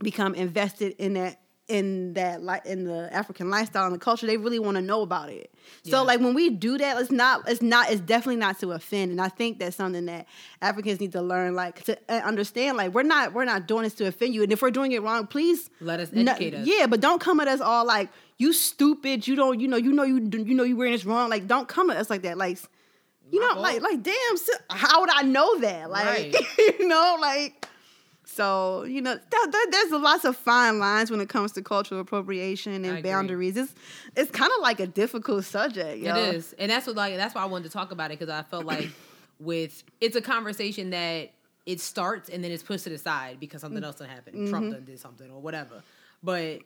Speaker 2: become invested in that in that like in the African lifestyle and the culture they really want to know about it.
Speaker 1: Yeah.
Speaker 2: So like when we do that it's not it's not it's definitely not to offend and I think that's something that Africans need to learn like to uh, understand like we're not we're not doing this to offend you and if we're doing it wrong please
Speaker 1: Let us
Speaker 2: no-
Speaker 1: educate us.
Speaker 2: Yeah, but don't come at us all like you stupid. You don't. You know. You know. You do- you know. You wearing this wrong. Like don't come at us like that. Like you
Speaker 1: My
Speaker 2: know.
Speaker 1: fault.
Speaker 2: Like like damn. si- How would I know that? Like
Speaker 1: Right.
Speaker 2: you know. Like so you know. That, that, there's lots of fine lines when it comes to cultural appropriation
Speaker 1: I
Speaker 2: and
Speaker 1: agree.
Speaker 2: boundaries. It's it's kind of like a difficult subject. Yo.
Speaker 1: It is, and that's what like that's why I wanted to talk about it because I felt like with it's a conversation that it starts and then it's pushed to the side because
Speaker 2: Mm.
Speaker 1: something else done happened.
Speaker 2: Mm-hmm.
Speaker 1: Trump done did something or whatever. But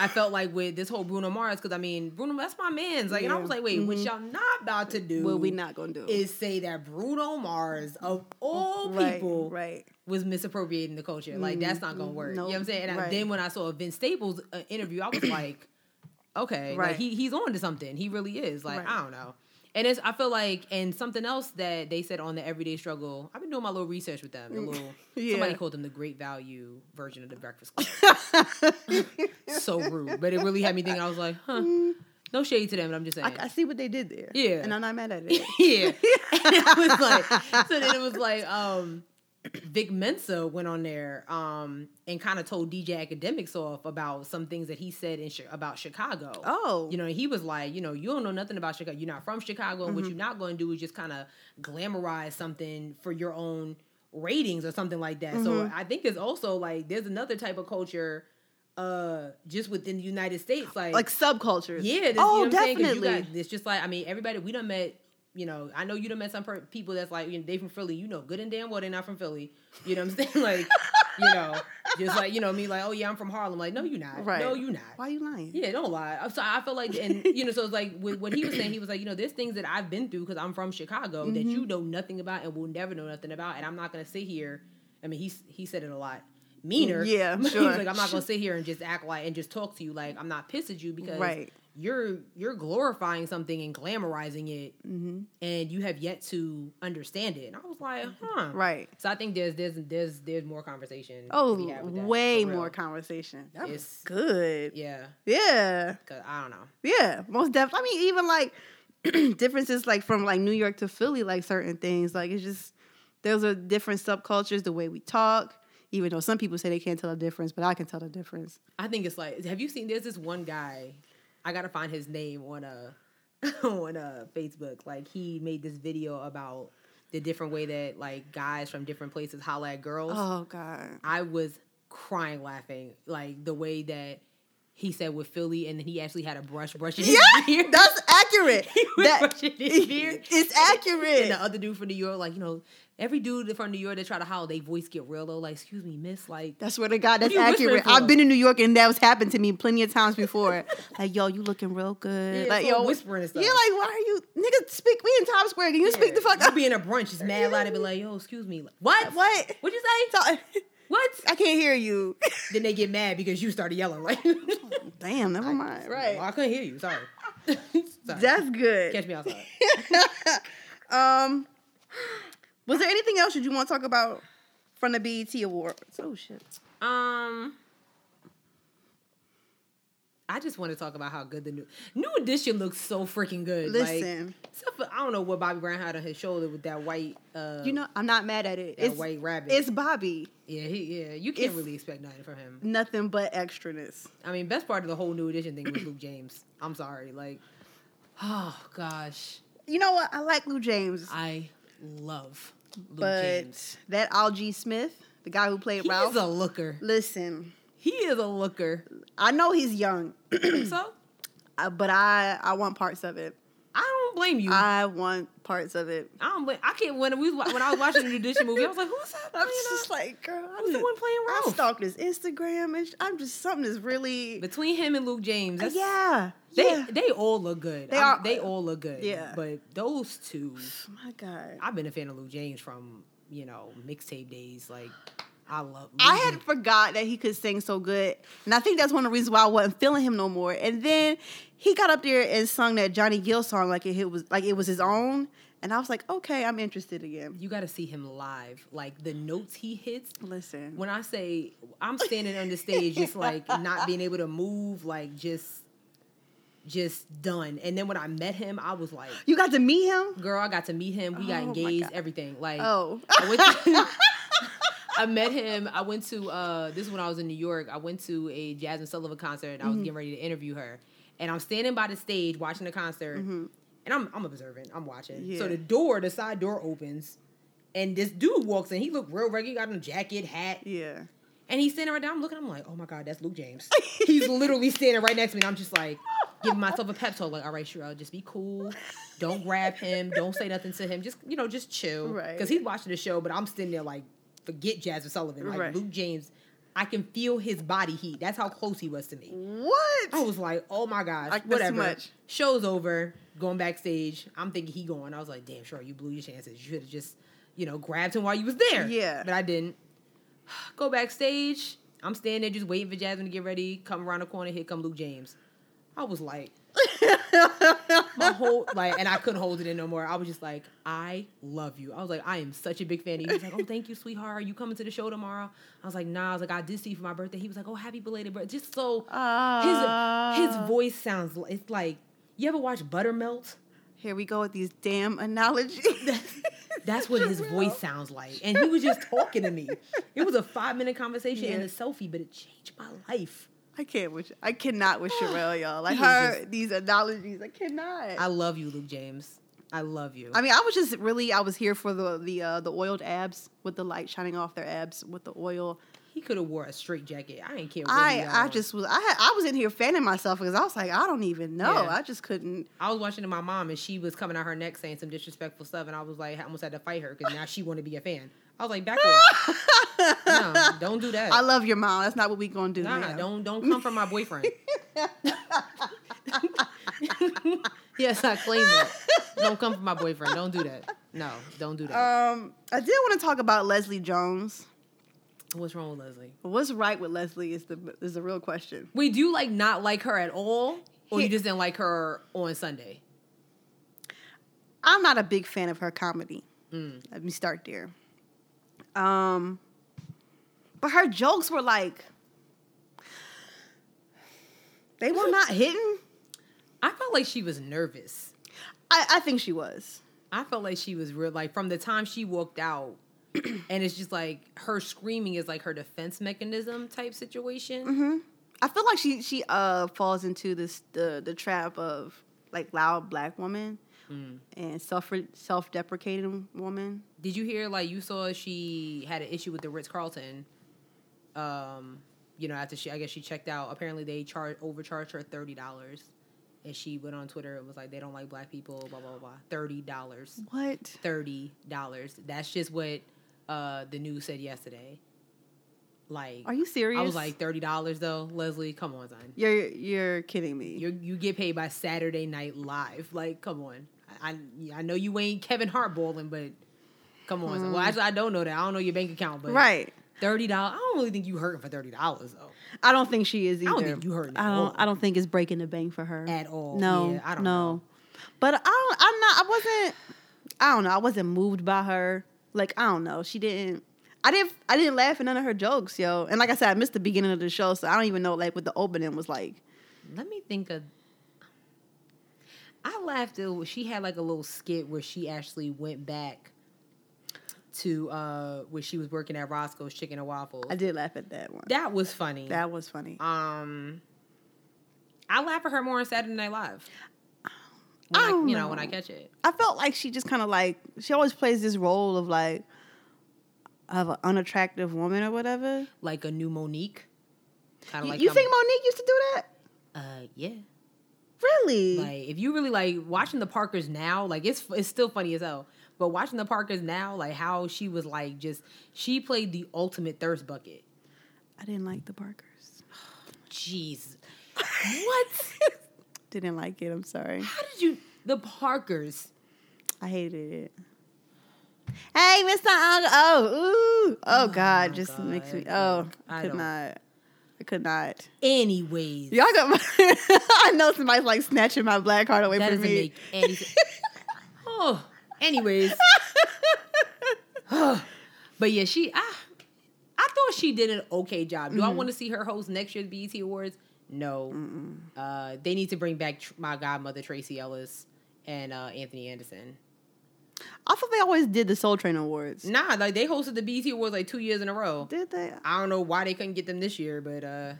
Speaker 1: I felt like with this whole Bruno Mars because I mean Bruno that's my man's like and I
Speaker 2: Yeah. Mm-hmm.
Speaker 1: was like wait what y'all not about to do
Speaker 2: What we not gonna do
Speaker 1: is say that Bruno Mars of all
Speaker 2: right,
Speaker 1: people
Speaker 2: Right.
Speaker 1: was misappropriating the culture. Like that's not gonna work. You know what I'm
Speaker 2: Mm, Nope.
Speaker 1: saying? And I-
Speaker 2: Right.
Speaker 1: then when I saw a Vince Staples uh, interview, I was like, okay, like
Speaker 2: Right.
Speaker 1: he he's on to something. He really is. Like
Speaker 2: Right.
Speaker 1: I don't know. And it's I feel like and something else that they said on the Everyday Struggle. I've been doing my little research with them. The little
Speaker 2: Mm. Yeah.
Speaker 1: somebody called them the Great Value version of the Breakfast Club. so rude, but it really had me thinking. I was like, huh. No shade to them. But I'm just saying.
Speaker 2: Mm. I, I see what they did there.
Speaker 1: Yeah.
Speaker 2: And I'm not mad at it.
Speaker 1: Yeah. And it was like so then it was like um Vic Mensa went on there um and kind of told DJ Academics off about some things that he said in Chi- about Chicago.
Speaker 2: Oh.
Speaker 1: You know, he was like, you know, you don't know nothing about Chicago. You're not from Chicago and what you're not going to do is just kind of glamorize something for your own ratings or something like that. So I think there's also like there's another type of culture uh just within the United States
Speaker 2: like subcultures.
Speaker 1: yeah, this,
Speaker 2: oh,
Speaker 1: you know what I'm saying? 'Cause you
Speaker 2: definitely.
Speaker 1: got- it's just like I mean, everybody we done met. You know, I know you done met some per- people that's like you know, they from Philly. You know, good and damn well they're not from Philly. You know what I'm saying? Like, you know, just like you know me, like oh yeah, I'm from Harlem. Like, no, you not.
Speaker 2: Right.
Speaker 1: No, you not.
Speaker 2: Why are you lying?
Speaker 1: Yeah, don't lie. I'm sorry. I feel like, and you know, so it's like with what he was saying, he was like, you know, there's things that I've been through because I'm from Chicago
Speaker 2: Mm-hmm.
Speaker 1: that you know nothing about and will never know nothing about, and I'm not gonna sit here. I mean, he he said it a lot meaner.
Speaker 2: Yeah,
Speaker 1: He was
Speaker 2: sure.
Speaker 1: like, I'm not gonna sit here and just act like and just talk to you like I'm not pissed at you because
Speaker 2: Right.
Speaker 1: you're you're glorifying something and glamorizing it,
Speaker 2: Mm-hmm.
Speaker 1: and you have yet to understand it. And I was like,
Speaker 2: Mm-hmm.
Speaker 1: huh,
Speaker 2: Right.
Speaker 1: So I think there's there's there's there's more conversation. to be
Speaker 2: Oh,
Speaker 1: had with that,
Speaker 2: way
Speaker 1: for real.
Speaker 2: more conversation. That was
Speaker 1: It's-
Speaker 2: good.
Speaker 1: Yeah,
Speaker 2: Yeah.
Speaker 1: because I don't know.
Speaker 2: Yeah. Most definitely. I mean, even like differences like from like New York to Philly, like certain things. Like it's just those are different subcultures, the way we talk. Even though some people say they can't tell the difference, but I can tell the difference.
Speaker 1: I think it's like, have you seen? There's this one guy. I gotta find his name on a on a Facebook. Like he made this video about the different way that like guys from different places holla at girls.
Speaker 2: Oh God.
Speaker 1: I was crying laughing, like the way that he said with Philly, and then he actually had a brush brushing his
Speaker 2: Yeah,
Speaker 1: beard.
Speaker 2: that's accurate.
Speaker 1: was
Speaker 2: that,
Speaker 1: brushing his beard.
Speaker 2: it's
Speaker 1: And the
Speaker 2: accurate.
Speaker 1: other dude from New York, like you know, every dude from New York that try to holler, they voice get real low. Like, excuse me, miss. Like,
Speaker 2: That's swear to
Speaker 1: What
Speaker 2: God, that's
Speaker 1: are you whispering
Speaker 2: accurate.
Speaker 1: for?
Speaker 2: I've been in New York and that was happened to me plenty of times before. like, yo, you looking real good.
Speaker 1: Yeah,
Speaker 2: like,
Speaker 1: so
Speaker 2: yo,
Speaker 1: whispering and stuff.
Speaker 2: Yeah, like, why are you, nigga? Speak. We in Times Square. Can you speak the fuck
Speaker 1: You
Speaker 2: up?
Speaker 1: Be in a brunch, it's mad loud. They be like, yo, excuse me. Like, what?
Speaker 2: What?
Speaker 1: What you say?
Speaker 2: So-
Speaker 1: What?
Speaker 2: I can't hear you.
Speaker 1: Then they get mad because you started yelling. Like,
Speaker 2: Damn, never mind.
Speaker 1: Well, I couldn't hear you. Sorry. Sorry.
Speaker 2: That's good.
Speaker 1: Catch me outside.
Speaker 2: um, was there anything else that you want to talk about from the BET Awards? Oh shit.
Speaker 1: Um, I just want to talk about how good the new New Edition looks. So freaking good.
Speaker 2: Listen,
Speaker 1: like, except for, I don't know what Bobby Brown had on his shoulder with that white. Uh,
Speaker 2: you know I'm not mad at it.
Speaker 1: that
Speaker 2: It's
Speaker 1: white rabbit.
Speaker 2: it's Bobby.
Speaker 1: yeah, he, yeah. You can't
Speaker 2: it's-
Speaker 1: really expect nothing from him.
Speaker 2: Nothing but extraness.
Speaker 1: I mean, best part of the whole New Edition thing was Luke James. I'm sorry. Like, oh gosh,
Speaker 2: You know what? I like Lou James,
Speaker 1: I love Luke
Speaker 2: but
Speaker 1: James.
Speaker 2: that Algie Smith, the guy who played
Speaker 1: He's
Speaker 2: Ralph.
Speaker 1: a looker.
Speaker 2: listen,
Speaker 1: He is a looker.
Speaker 2: I know he's young,
Speaker 1: so
Speaker 2: uh, but I I want parts of it.
Speaker 1: I don't blame you. I,
Speaker 2: I want parts of it.
Speaker 1: don't. Blame, I can't. When we was wa- when I was watching the New Edition movie, I was like, who's that? playing
Speaker 2: I'm
Speaker 1: us?
Speaker 2: just Oh. like, girl, I'm
Speaker 1: Who's the one playing
Speaker 2: I
Speaker 1: Ralph?
Speaker 2: stalked his Instagram and sh- I'm just something is really uh,
Speaker 1: Between him and Luke James, that's-
Speaker 2: yeah.
Speaker 1: they
Speaker 2: yeah.
Speaker 1: they all look good. They
Speaker 2: They are-
Speaker 1: They all look good.
Speaker 2: yeah.
Speaker 1: But those two,
Speaker 2: Oh my god.
Speaker 1: I've been a fan of Luke James from you know mixtape days. Like I love.
Speaker 2: I
Speaker 1: Luke
Speaker 2: had forgot that he could sing so good, and I think that's one of the reasons why I wasn't feeling him no more. And then he got up there and sung that Johnny Gill song like it, it was like it was his own, and I was like, okay, I'm interested again.
Speaker 1: You got to see him live. Like the notes he hits.
Speaker 2: Listen,
Speaker 1: When I say I'm standing on the stage, just like not being able to move, like just, just done. And then when I met him, I was like,
Speaker 2: you got to meet him.
Speaker 1: girl, I got to meet him. We got
Speaker 2: Oh my
Speaker 1: engaged.
Speaker 2: God.
Speaker 1: Everything. Like,
Speaker 2: Oh,
Speaker 1: I went. To, I met him. I went to uh, this is when I was in New York. I went to a Jasmine Sullivan concert. and I
Speaker 2: Mm-hmm.
Speaker 1: was getting ready to interview her, and I'm standing by the stage watching the concert, and I'm I'm observing. I'm watching.
Speaker 2: Mm-hmm. Yeah.
Speaker 1: So the door, the side door opens, and this dude walks in. He looked real regular. He got on a jacket, hat,
Speaker 2: yeah.
Speaker 1: and he's standing right there. I'm looking. I'm like, oh my god, that's Luke James. he's literally standing right next to me. And I'm just like giving myself a pep talk. Like, all right, Sherelle, just be cool. Don't grab him. Don't say nothing to him. Just you know, just chill.
Speaker 2: Right.
Speaker 1: Because he's watching the show, but I'm sitting there like, forget Jasmine Sullivan. Like
Speaker 2: Right.
Speaker 1: Luke James, I can feel his body heat. That's how close he was to me.
Speaker 2: What?
Speaker 1: I was like, oh my gosh,
Speaker 2: Like, that's too
Speaker 1: whatever.
Speaker 2: much.
Speaker 1: Show's over. Going backstage, I'm thinking he going. I was like, damn, sure, you blew your chances. You should have just, you know, grabbed him while you was there.
Speaker 2: Yeah.
Speaker 1: but I didn't. Go backstage. I'm standing there just waiting for Jasmine to get ready. Come around the corner. Here come Luke James. I was like, my whole like, and I couldn't hold it in no more. I was just like, I love you. I was like, I am such a big fan of you. He was like, Oh, thank you, sweetheart. you coming to the show tomorrow? I was like, Nah. I was like, I did see you for my birthday. He was like, Oh, happy belated birthday. Just so his his
Speaker 2: Ah.
Speaker 1: voice sounds li- it's like you ever watch Buttermelt?
Speaker 2: Here we go with these damn analogies.
Speaker 1: That's what his voice sounds like. And he was just talking to me. It was a five minute conversation and a
Speaker 2: Yeah.
Speaker 1: selfie, but it changed my life.
Speaker 2: I can't with I cannot with Sherelle, y'all. Like
Speaker 1: He is
Speaker 2: her these analogies, I cannot.
Speaker 1: I
Speaker 2: I,
Speaker 1: love you, Luke James. I love you.
Speaker 2: mean, I was just really I was here for the the uh, the oiled abs with the light shining off their abs with the oil.
Speaker 1: he could have wore a straight jacket. I didn't care. What he
Speaker 2: I
Speaker 1: had
Speaker 2: I
Speaker 1: on.
Speaker 2: just was I had, I was in here fanning myself because I was like I don't even know.
Speaker 1: Yeah.
Speaker 2: I just couldn't.
Speaker 1: I was watching to my mom and she was coming out her neck saying some disrespectful stuff, and I was like, I almost had to fight her because now she want to be a fan. I was like, back off. no, don't do that.
Speaker 2: I love your mom. That's not what we gonna do.
Speaker 1: Nah,
Speaker 2: ma'am.
Speaker 1: don't don't come from my boyfriend. yes, I claim that. Don't come from my boyfriend. Don't do that. No, don't do that.
Speaker 2: Um, I did want to talk about Leslie Jones.
Speaker 1: What's wrong with Leslie?
Speaker 2: What's right with Leslie is the is the real question.
Speaker 1: Wait, do you like not like her at all, or you
Speaker 2: He-
Speaker 1: just didn't like her on Sunday?
Speaker 2: I'm not a big fan of her comedy.
Speaker 1: Mm.
Speaker 2: Let me start there. Um, but her jokes were like they were not hitting.
Speaker 1: I felt like she was nervous.
Speaker 2: I, I think she was.
Speaker 1: I felt like she was real. Like from the time she walked out, and it's just like her screaming is like her defense mechanism type
Speaker 2: Mm-hmm.
Speaker 1: situation.
Speaker 2: I feel like she she uh falls into this the the trap of like loud black woman
Speaker 1: Hmm.
Speaker 2: and self self deprecating woman.
Speaker 1: Did you hear like you saw she had an issue with the Ritz Carlton? Um, you know, after she I guess she checked out. Apparently they charged overcharged her thirty dollars. And she went on Twitter and was like, They don't like black people, blah blah blah. blah. Thirty dollars.
Speaker 2: What?
Speaker 1: Thirty dollars. That's just what uh the news said yesterday. Like
Speaker 2: Are you serious?
Speaker 1: I was like, thirty dollars though, Leslie, come on, son.
Speaker 2: you're you're kidding me.
Speaker 1: You you get paid by Saturday Night Live. Like, come on. I I, I know Mm. you ain't Kevin Hart bowling, but come on. son. Well, actually, I don't know that. I don't know your bank account, but
Speaker 2: right.
Speaker 1: Thirty dollars. I don't really think you hurting for thirty dollars though.
Speaker 2: I don't think she is either.
Speaker 1: don't think you hurting
Speaker 2: I
Speaker 1: at
Speaker 2: don't.
Speaker 1: all.
Speaker 2: I don't think it's breaking the bank for her
Speaker 1: At all.
Speaker 2: No,
Speaker 1: Yeah, I don't
Speaker 2: no.
Speaker 1: know.
Speaker 2: But I don't. I'm not. I wasn't. I don't know. I wasn't moved by her. Like I don't know. She didn't. I didn't. I didn't laugh at none of her jokes, yo. And like I said, I missed the beginning of the show, so I don't even know like what the opening was like.
Speaker 1: Let me think of. I laughed. It was, she had like a little skit where she actually went back to uh where she was working at Roscoe's Chicken and Waffles.
Speaker 2: I did laugh at that one.
Speaker 1: That was funny.
Speaker 2: That was funny.
Speaker 1: um, I laugh at her more on Saturday Night Live.
Speaker 2: I
Speaker 1: When I,
Speaker 2: don't
Speaker 1: you know when I
Speaker 2: know.
Speaker 1: catch it.
Speaker 2: I felt like she just kind of like she always plays this role of like of an unattractive woman or whatever.
Speaker 1: Like a new Monique. Kind
Speaker 2: You, you think Monique used to do that?
Speaker 1: Uh, yeah.
Speaker 2: Really?
Speaker 1: Like if you really like watching the Parkers now, like it's it's still funny as hell. But watching the Parkers now, like how she was like just she played the ultimate thirst bucket.
Speaker 2: I didn't like the Parkers.
Speaker 1: Jeez, what?
Speaker 2: Didn't like it. I'm sorry.
Speaker 1: How did you the Parkers?
Speaker 2: I hated it. Hey, Mr. Uncle. Oh, ooh. Oh, God.
Speaker 1: my
Speaker 2: Just makes me.
Speaker 1: God.
Speaker 2: Oh,
Speaker 1: I
Speaker 2: I could
Speaker 1: don't-
Speaker 2: not. I could not.
Speaker 1: Anyways,
Speaker 2: Y'all got my. I know somebody's like snatching my black heart away
Speaker 1: that
Speaker 2: from
Speaker 1: doesn't
Speaker 2: me.
Speaker 1: make any. oh, anyways, but yeah, she. I, I thought she did an okay job. Do I want to see her host next year's BET Awards? No. Uh, they need to bring back tr- my godmother Tracy Ellis and uh, Anthony Anderson.
Speaker 2: I thought they always did the Soul Train Awards.
Speaker 1: Nah, like they hosted the BET Awards like two years in a row.
Speaker 2: Did they?
Speaker 1: I don't know why they couldn't get them this year, but uh,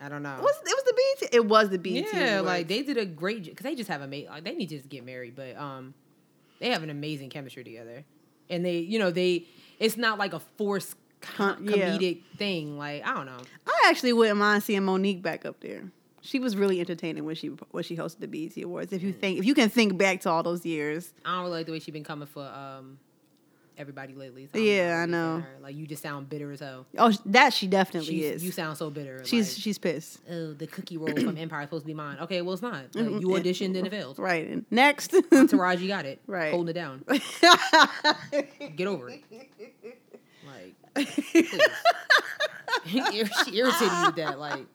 Speaker 1: I don't know.
Speaker 2: Was, it was the BET. It was the BET.
Speaker 1: yeah,
Speaker 2: Awards.
Speaker 1: like they did a great because they just have amazing. Like, they need to just get married, but um, they have an amazing chemistry together, and they, you know, they. It's not like a forced co-
Speaker 2: Con- yeah.
Speaker 1: comedic thing. Like I don't know.
Speaker 2: I actually wouldn't mind seeing Monique back up there. She was really entertaining when she when she hosted the BET Awards. If you think if you can think back to all those years,
Speaker 1: I don't really like the way she's been coming for um everybody lately. so don't
Speaker 2: Yeah,
Speaker 1: really
Speaker 2: I know.
Speaker 1: feeling her. Like you just sound bitter as hell.
Speaker 2: oh that she definitely
Speaker 1: She's-
Speaker 2: is.
Speaker 1: You sound so bitter.
Speaker 2: she's
Speaker 1: like,
Speaker 2: she's pissed.
Speaker 1: oh, the cookie roll from Empire is supposed to be mine. Okay, well it's not. Like, you auditioned and it failed.
Speaker 2: Right. And next.
Speaker 1: Taraji got it.
Speaker 2: Right.
Speaker 1: Holding it down. Get over it. Like Ir- she irritated me with that. Like,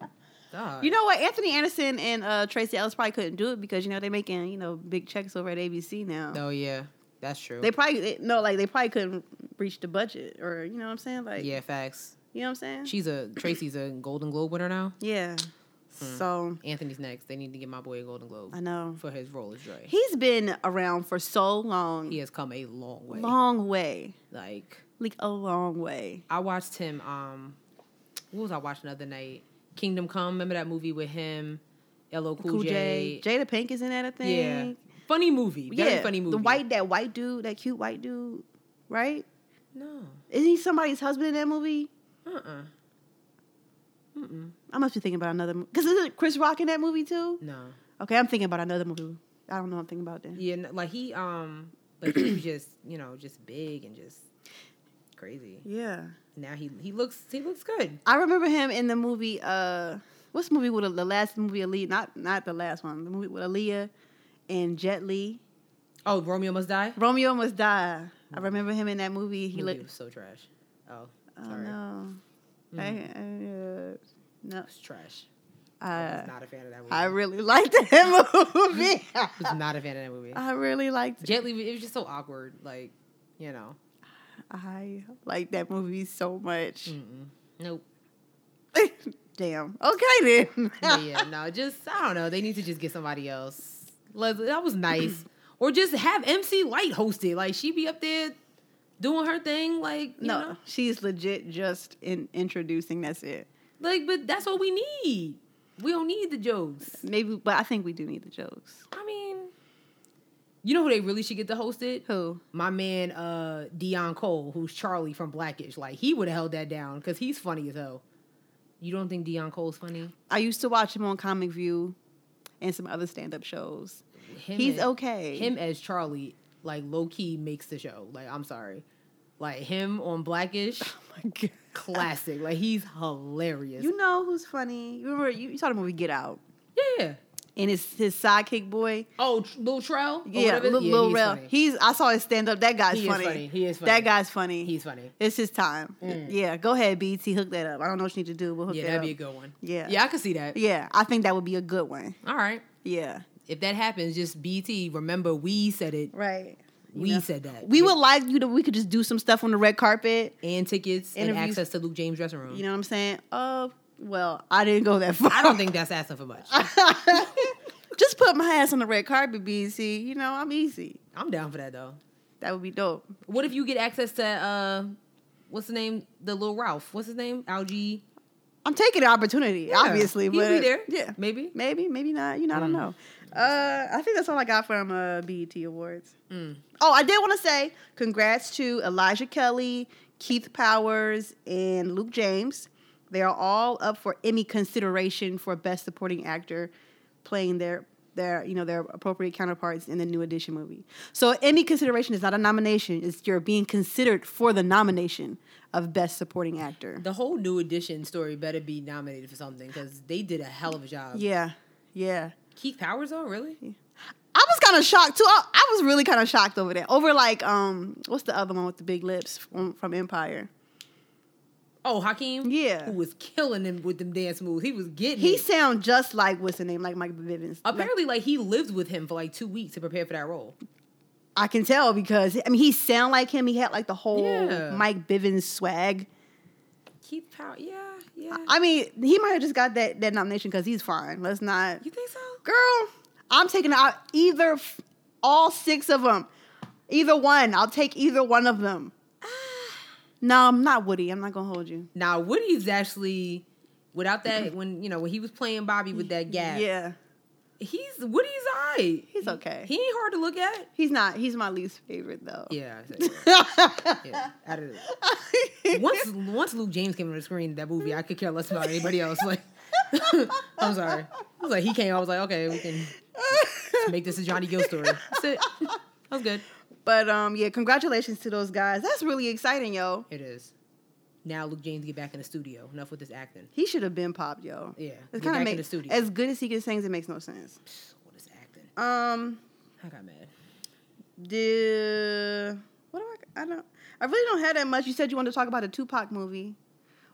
Speaker 1: God.
Speaker 2: you know what? Anthony Anderson and uh, Tracy Ellis probably couldn't do it because you know they're making you know big checks over at ABC now.
Speaker 1: Oh yeah, that's true.
Speaker 2: They probably they, no like they probably couldn't reach the budget or you know what I'm saying like
Speaker 1: yeah, facts.
Speaker 2: you know what I'm saying
Speaker 1: She's a Tracy's a Golden Globe winner now.
Speaker 2: yeah.
Speaker 1: Mm.
Speaker 2: So
Speaker 1: Anthony's next. They need to get my boy a Golden Globe
Speaker 2: I know
Speaker 1: for his role as Dre.
Speaker 2: he's been around for so long,
Speaker 1: He has come a long way.
Speaker 2: long way,
Speaker 1: Like
Speaker 2: like a long way.
Speaker 1: I watched him. Um, what was I watching the other night? Kingdom Come. Remember that movie with him, LL Cool,
Speaker 2: Cool
Speaker 1: J.
Speaker 2: J, Jada Pink is in that I
Speaker 1: Yeah,
Speaker 2: think.
Speaker 1: funny movie. Very funny movie.
Speaker 2: The white that white dude, that cute white dude, right?
Speaker 1: No.
Speaker 2: Isn't he somebody's husband in that movie?
Speaker 1: Uh. uh Mm.
Speaker 2: I must be thinking about another movie. Because isn't Chris Rock in that movie too?
Speaker 1: No.
Speaker 2: Okay, I'm thinking about another movie. I don't know what I'm thinking about then.
Speaker 1: Yeah, no, like he um but he was just, you know, just big and just crazy.
Speaker 2: Yeah.
Speaker 1: Now he he looks he looks good.
Speaker 2: I remember him in the movie, uh what's the movie with the last movie Aaliyah? Not not the last one. The movie with Aaliyah and Jet Li.
Speaker 1: Oh, Romeo must die?
Speaker 2: Romeo Must Die. I remember him in that movie. He
Speaker 1: He
Speaker 2: looked
Speaker 1: was so trash. Oh,
Speaker 2: Oh
Speaker 1: sorry. Mm-hmm.
Speaker 2: no. I, I, uh, no.
Speaker 1: It's trash. Uh, I
Speaker 2: I
Speaker 1: was not a fan of that movie.
Speaker 2: I really liked that movie.
Speaker 1: was not a fan of that movie.
Speaker 2: I really liked it.
Speaker 1: Jet Li, it was just so awkward, like, you know.
Speaker 2: I like that movie so much.
Speaker 1: Mm-mm. Nope.
Speaker 2: Damn. Okay then.
Speaker 1: But Mm. yeah, no, just I don't know. They need to just get somebody else. Leslie, that was nice. or just have MC Light host it. Like she be up there doing her thing, like you
Speaker 2: no,
Speaker 1: know?
Speaker 2: she's legit just in introducing. That's it.
Speaker 1: Like, but that's what we need. We don't need the jokes.
Speaker 2: Maybe, but I think we do need the jokes.
Speaker 1: I mean, you know who they really should get to host it?
Speaker 2: Who?
Speaker 1: My man, uh, Dion Cole, who's Charlie from Blackish. Like, he would have held that down because he's funny as hell. You don't think Dion Cole's funny?
Speaker 2: I used to watch him on Comic View and some other stand up shows.
Speaker 1: Him
Speaker 2: He's
Speaker 1: as-
Speaker 2: okay.
Speaker 1: Him as Charlie, like, low key makes the show. Like, I'm sorry. Like, him on Blackish,
Speaker 2: Oh my God.
Speaker 1: classic. Like, he's hilarious.
Speaker 2: You know who's funny? You remember you, you saw the movie Get Out.
Speaker 1: yeah.
Speaker 2: and his his sidekick boy.
Speaker 1: Oh, Tr- Lil Trell? Or
Speaker 2: Yeah,
Speaker 1: whatever?
Speaker 2: Lil,
Speaker 1: Yeah,
Speaker 2: Lil
Speaker 1: he's
Speaker 2: Rel.
Speaker 1: funny.
Speaker 2: He's I saw his stand up. That guy's
Speaker 1: He is
Speaker 2: funny.
Speaker 1: funny. He is funny.
Speaker 2: That guy's funny.
Speaker 1: He's funny.
Speaker 2: It's his time. Yeah, go ahead, BT. Hook that up. I don't know what you need to do, but hook
Speaker 1: Mm. Yeah,
Speaker 2: that
Speaker 1: that'd
Speaker 2: up.
Speaker 1: be a good one.
Speaker 2: Yeah.
Speaker 1: Yeah, I could see that.
Speaker 2: yeah, I think that would be a good one.
Speaker 1: All right.
Speaker 2: Yeah.
Speaker 1: If that happens, just BT, remember we said it.
Speaker 2: Right.
Speaker 1: We said that.
Speaker 2: We would like you to. We could just do some stuff on the red carpet.
Speaker 1: and tickets and
Speaker 2: Interviews.
Speaker 1: access to Luke James dressing room.
Speaker 2: You know what I'm saying? Uh, well, I didn't go that far.
Speaker 1: I don't think that's asking for much.
Speaker 2: just put my ass on the red carpet, BT. You know, I'm easy.
Speaker 1: I'm down for that though.
Speaker 2: That would be dope.
Speaker 1: What if you get access to uh what's the name? The little Ralph. What's his name? Algie.
Speaker 2: I'm taking the opportunity, obviously.
Speaker 1: He'll
Speaker 2: but
Speaker 1: be there.
Speaker 2: Yeah.
Speaker 1: Maybe.
Speaker 2: Maybe, maybe not. You know, I don't know. Uh, I think that's all I got from uh, BET Awards. Oh, I did want to say congrats to Elijah Kelly, Keith Powers, and Luke James. They are all up for Emmy consideration for Best Supporting Actor, playing their their you know their appropriate counterparts in the New Edition movie. So Emmy consideration is not a nomination; it's you're being considered for the nomination of Best Supporting Actor.
Speaker 1: The whole new edition story better be nominated for something because they did a hell of a job.
Speaker 2: Yeah, yeah.
Speaker 1: Keith Powers though, really?
Speaker 2: I was kind of shocked too. I, I was really kind of shocked over that. Over like um, what's the other one with the big lips from, from Empire?
Speaker 1: Oh, Hakeem.
Speaker 2: Yeah.
Speaker 1: Who was killing him with them dance moves? He was getting.
Speaker 2: He
Speaker 1: it.
Speaker 2: sound just like what's the name? Like Mike Bivins. Like,
Speaker 1: Mm-hmm. apparently like he lived with him for like two weeks to prepare for that role.
Speaker 2: I can tell because I mean he sound like him. He had like the whole
Speaker 1: Yeah.
Speaker 2: Mike Bivins swag.
Speaker 1: Keith Powers. Yeah. Yeah.
Speaker 2: I mean he might have just got that that nomination because he's fine. Let's not.
Speaker 1: you think so?
Speaker 2: Girl, I'm taking out either f- all six of them. Either one. I'll take either one of them.
Speaker 1: Ah.
Speaker 2: no, I'm not Woody. I'm not gonna hold you.
Speaker 1: Now Woody's actually without that when you know when he was playing Bobby with that gap.
Speaker 2: Mm-hmm. Yeah.
Speaker 1: He's Woody's alright.
Speaker 2: He's okay.
Speaker 1: He ain't hard to look at.
Speaker 2: He's not. He's my least favorite though.
Speaker 1: Yeah. I said- yeah out of the- once once Luke James came on the screen in that movie, I could care less about anybody else. Like, I'm sorry. I was like, he came. I was like, okay, we can let's make this a Johnny Gill story. That's it. That was good.
Speaker 2: but um, yeah, congratulations to those guys. That's really exciting, yo.
Speaker 1: It is. Now Luke James get back in the studio. Enough with this acting.
Speaker 2: He should have been popped, yo.
Speaker 1: Yeah, get
Speaker 2: it's kind
Speaker 1: back
Speaker 2: of
Speaker 1: in
Speaker 2: make
Speaker 1: the studio.
Speaker 2: as good as he can sing. It makes no sense.
Speaker 1: What is acting?
Speaker 2: Um,
Speaker 1: I got mad.
Speaker 2: the what do I? I don't. I really don't have that much. You said you wanted to talk about a Tupac movie,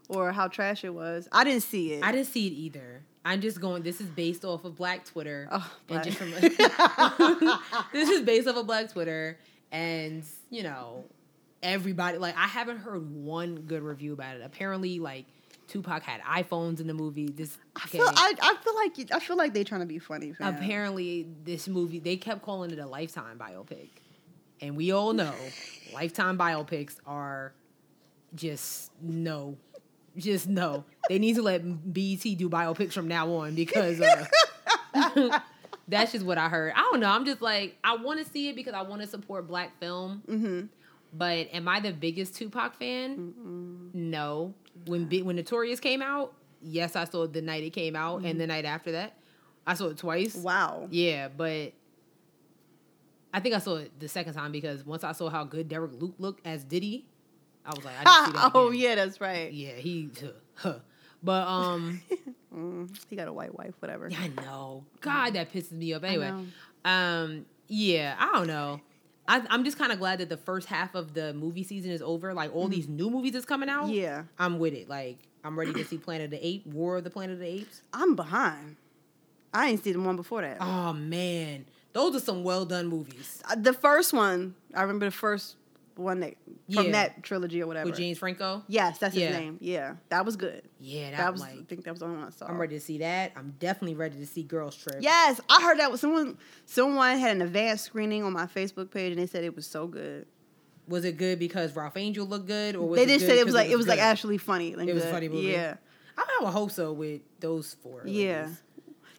Speaker 2: or how trash it was. I didn't see it.
Speaker 1: I didn't see it either. I'm just going. This is based off of Black Twitter,
Speaker 2: Oh,
Speaker 1: and just from
Speaker 2: Black.
Speaker 1: this is based off of Black Twitter, and you know, everybody like I haven't heard one good review about it. Apparently, like Tupac had iPhones in the movie. This
Speaker 2: I feel. I, I feel like. you- I feel like they trying to be funny. fam.
Speaker 1: apparently this movie they kept calling it a lifetime biopic, and we all know lifetime biopics are just no, just no. They need to let BET do biopics from now on because. Uh, that's just what I heard. I don't know. I'm just like I want to see it because I want to support black film. But am I the biggest Tupac fan? No. When Bi- when Notorious came out, yes, I saw it the night it came out and the night after that. I saw it twice.
Speaker 2: Wow.
Speaker 1: Yeah, but I think I saw it the second time because once I saw how good Derek Luke looked as Diddy, I was like, I didn't see that.
Speaker 2: oh
Speaker 1: again.
Speaker 2: yeah, that's right.
Speaker 1: Yeah, he huh. But um
Speaker 2: He got a white wife. Whatever.
Speaker 1: I know. God, that pisses me up. Anyway,
Speaker 2: know.
Speaker 1: um, yeah, I don't know. I, I'm just kind of glad that the first half of the movie season is over. Like all these new movies is coming out.
Speaker 2: Mm. Yeah.
Speaker 1: I'm with it. Like I'm ready to see Planet of the Apes, War of the Planet of the Apes.
Speaker 2: I'm behind. I ain't seen the one before that.
Speaker 1: Oh man, those are some well done movies
Speaker 2: Uh, the first one, I remember the first one that from
Speaker 1: Yeah.
Speaker 2: that trilogy or whatever.
Speaker 1: with James Franco.
Speaker 2: Yes, that's his
Speaker 1: Yeah.
Speaker 2: name. Yeah, that was good.
Speaker 1: Yeah, that,
Speaker 2: that was.
Speaker 1: like
Speaker 2: I think that was the only one I saw.
Speaker 1: I'm ready to see that. I'm definitely ready to see Girls Trip.
Speaker 2: Yes, I heard that was someone. Someone had an advanced screening on my Facebook page, and they said it was so good.
Speaker 1: Was it good because Ralph Angel looked good, or Oh, was
Speaker 2: they
Speaker 1: it
Speaker 2: just
Speaker 1: good
Speaker 2: said it
Speaker 1: 'cause
Speaker 2: was like it was, like
Speaker 1: good?
Speaker 2: actually funny. Like
Speaker 1: It was a
Speaker 2: good.
Speaker 1: funny movie.
Speaker 2: Yeah,
Speaker 1: I mean, I would hope so with those four.
Speaker 2: yeah.
Speaker 1: ladies.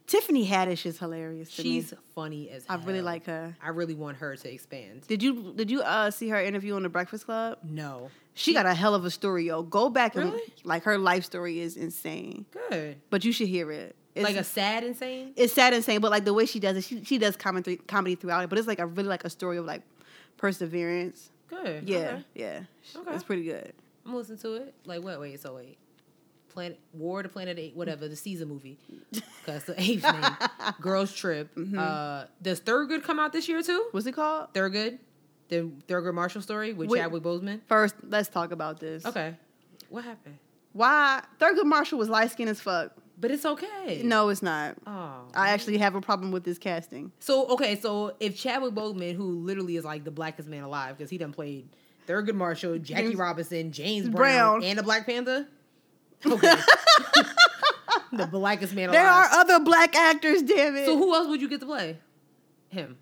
Speaker 2: Tiffany Haddish is hilarious. To
Speaker 1: She's
Speaker 2: me.
Speaker 1: funny as
Speaker 2: I
Speaker 1: hell.
Speaker 2: really like her.
Speaker 1: I really want her to expand.
Speaker 2: Did you did you uh, see her interview on the Breakfast Club?
Speaker 1: No.
Speaker 2: She got a hell of a story, yo. Go back and
Speaker 1: Really?
Speaker 2: like her life story is insane,
Speaker 1: Good.
Speaker 2: but you should hear it. It's,
Speaker 1: like a sad insane?
Speaker 2: it's sad and insane, but like the way she does it, she she does comedy comedy throughout it. But it's like a really like a story of like perseverance.
Speaker 1: Good.
Speaker 2: Yeah,
Speaker 1: Okay.
Speaker 2: yeah,
Speaker 1: Okay.
Speaker 2: it's pretty good.
Speaker 1: I'm listening to it. Like what? Wait, so wait. Planet War to Planet Eight, whatever the Caesar movie, because the eighth name, Girls Trip.
Speaker 2: Mm-hmm.
Speaker 1: Uh, does Thurgood come out this year too?
Speaker 2: What's it called?
Speaker 1: Thurgood, the Thurgood Marshall story with
Speaker 2: Wait.
Speaker 1: Chadwick Boseman.
Speaker 2: First, let's talk about this.
Speaker 1: Okay, what happened?
Speaker 2: Why Thurgood Marshall was light skinned as fuck?
Speaker 1: But it's okay.
Speaker 2: No, it's not.
Speaker 1: Oh.
Speaker 2: I actually have a problem with this casting.
Speaker 1: So okay, so if Chadwick Boseman, who literally is like the blackest man alive, because he done played Thurgood Marshall, Jackie
Speaker 2: James-
Speaker 1: Robinson, James Brown,
Speaker 2: Brown.
Speaker 1: and the Black Panther. Okay. the blackest man
Speaker 2: There are
Speaker 1: alive.
Speaker 2: other black actors, damn it.
Speaker 1: so who else would you get to play? Him.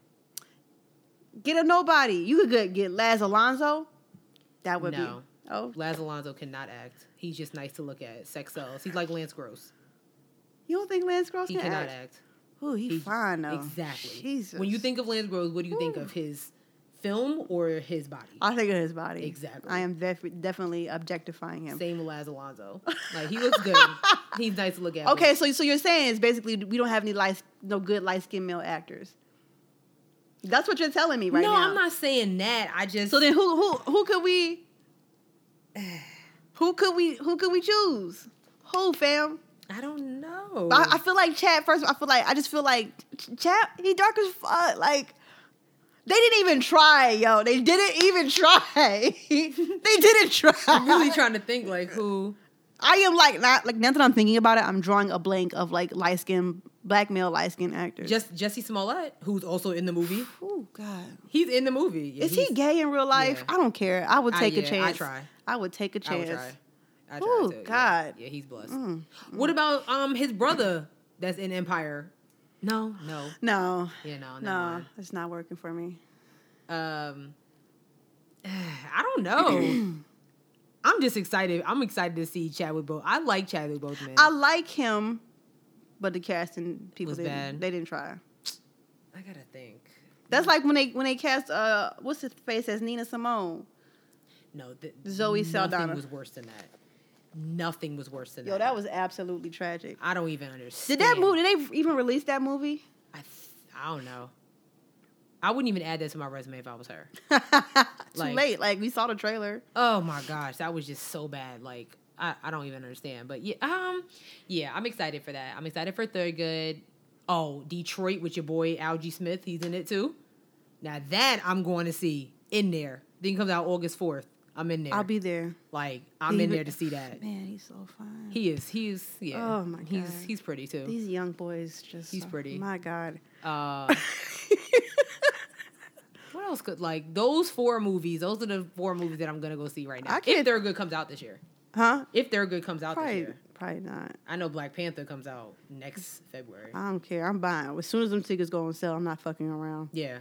Speaker 2: get a nobody. You could get, get Laz Alonso. That would
Speaker 1: No.
Speaker 2: be oh.
Speaker 1: Laz Alonso cannot act. He's just nice to look at. Sex sells. He's like Lance Gross.
Speaker 2: You don't think Lance Gross
Speaker 1: He
Speaker 2: can
Speaker 1: cannot
Speaker 2: act?
Speaker 1: act.
Speaker 2: Ooh, he,
Speaker 1: He-
Speaker 2: fine though.
Speaker 1: Exactly.
Speaker 2: Jesus.
Speaker 1: When you think of Lance Gross, what do you think
Speaker 2: Whew.
Speaker 1: of his film or his body?
Speaker 2: I think of his body.
Speaker 1: Exactly.
Speaker 2: I am def- definitely objectifying him.
Speaker 1: Same with Laz Alonso. Like he looks good. He's nice to look at. but
Speaker 2: Okay, so so you're saying is basically we don't have any light, no good light skinned male actors. That's what you're telling me right
Speaker 1: no,
Speaker 2: now.
Speaker 1: I'm not saying that. I just
Speaker 2: So then who who who could we who could we who could we choose? Who fam?
Speaker 1: I don't know.
Speaker 2: I, I feel like Chad. First, I feel like I just feel like Ch- Chad. He dark as fuck. Like they didn't even try, yo. They didn't even try. they didn't try.
Speaker 1: am really trying to think like who.
Speaker 2: I am like not like now that I'm thinking about it, I'm drawing a blank of like light skinned black male light skinned actors.
Speaker 1: Just Jesse Smollett, who's also in the movie.
Speaker 2: oh god.
Speaker 1: He's in the movie. Yeah,
Speaker 2: Is he
Speaker 1: he's-
Speaker 2: gay in real life?
Speaker 1: yeah.
Speaker 2: I don't care. I would
Speaker 1: I-
Speaker 2: take
Speaker 1: yeah,
Speaker 2: a
Speaker 1: I
Speaker 2: chance.
Speaker 1: try.
Speaker 2: I would take a
Speaker 1: I would
Speaker 2: chance.
Speaker 1: try. I try
Speaker 2: Ooh,
Speaker 1: too, yeah.
Speaker 2: God.
Speaker 1: Yeah. he's blessed. What about um his brother that's in Empire? No, no,
Speaker 2: No,
Speaker 1: yeah, no,
Speaker 2: no,
Speaker 1: no.
Speaker 2: it's not working for me.
Speaker 1: Um, I don't know. I'm just excited. I'm excited to see Chadwick Boseman. I like Chadwick Boseman.
Speaker 2: I like him, but the casting people
Speaker 1: Was
Speaker 2: didn't.
Speaker 1: bad.
Speaker 2: They didn't try.
Speaker 1: I gotta think.
Speaker 2: That's like when they when they cast uh what's his face as Nina Simone.
Speaker 1: No, th-
Speaker 2: Zoe Saldana.
Speaker 1: Nothing was worse than that. Nothing was worse than
Speaker 2: Yo, that was absolutely tragic.
Speaker 1: I don't even understand.
Speaker 2: Did that movie? Did they even release that movie?
Speaker 1: I, th- I don't know. I wouldn't even add that to my resume if I was her.
Speaker 2: Too
Speaker 1: Like-
Speaker 2: late. Like we saw the trailer.
Speaker 1: Oh my gosh, that was just so bad. Like I, I don't even understand. But yeah, um, yeah, I'm excited for that. I'm excited for Thurgood. Oh, Detroit with your boy Algie Smith. He's in it too. Now that I'm going to see in there. Then comes out August 4th. I'm in there.
Speaker 2: I'll be there.
Speaker 1: like I'm
Speaker 2: He
Speaker 1: in
Speaker 2: re-
Speaker 1: there to see that.
Speaker 2: Man, he's so fine.
Speaker 1: He is. He is. Yeah.
Speaker 2: Oh, my
Speaker 1: He's
Speaker 2: God.
Speaker 1: he's pretty too.
Speaker 2: These young boys just.
Speaker 1: He's pretty.
Speaker 2: My God.
Speaker 1: Uh, what else could like those four movies? Those are the four movies that I'm gonna go see right now.
Speaker 2: I
Speaker 1: If
Speaker 2: can't-
Speaker 1: They're Good comes out this year,
Speaker 2: huh?
Speaker 1: if They're Good comes out this
Speaker 2: Probably,
Speaker 1: year,
Speaker 2: probably not.
Speaker 1: I know Black Panther comes out next February.
Speaker 2: I don't care. I'm buying. As soon as them tickets go on sale, I'm not fucking around.
Speaker 1: yeah,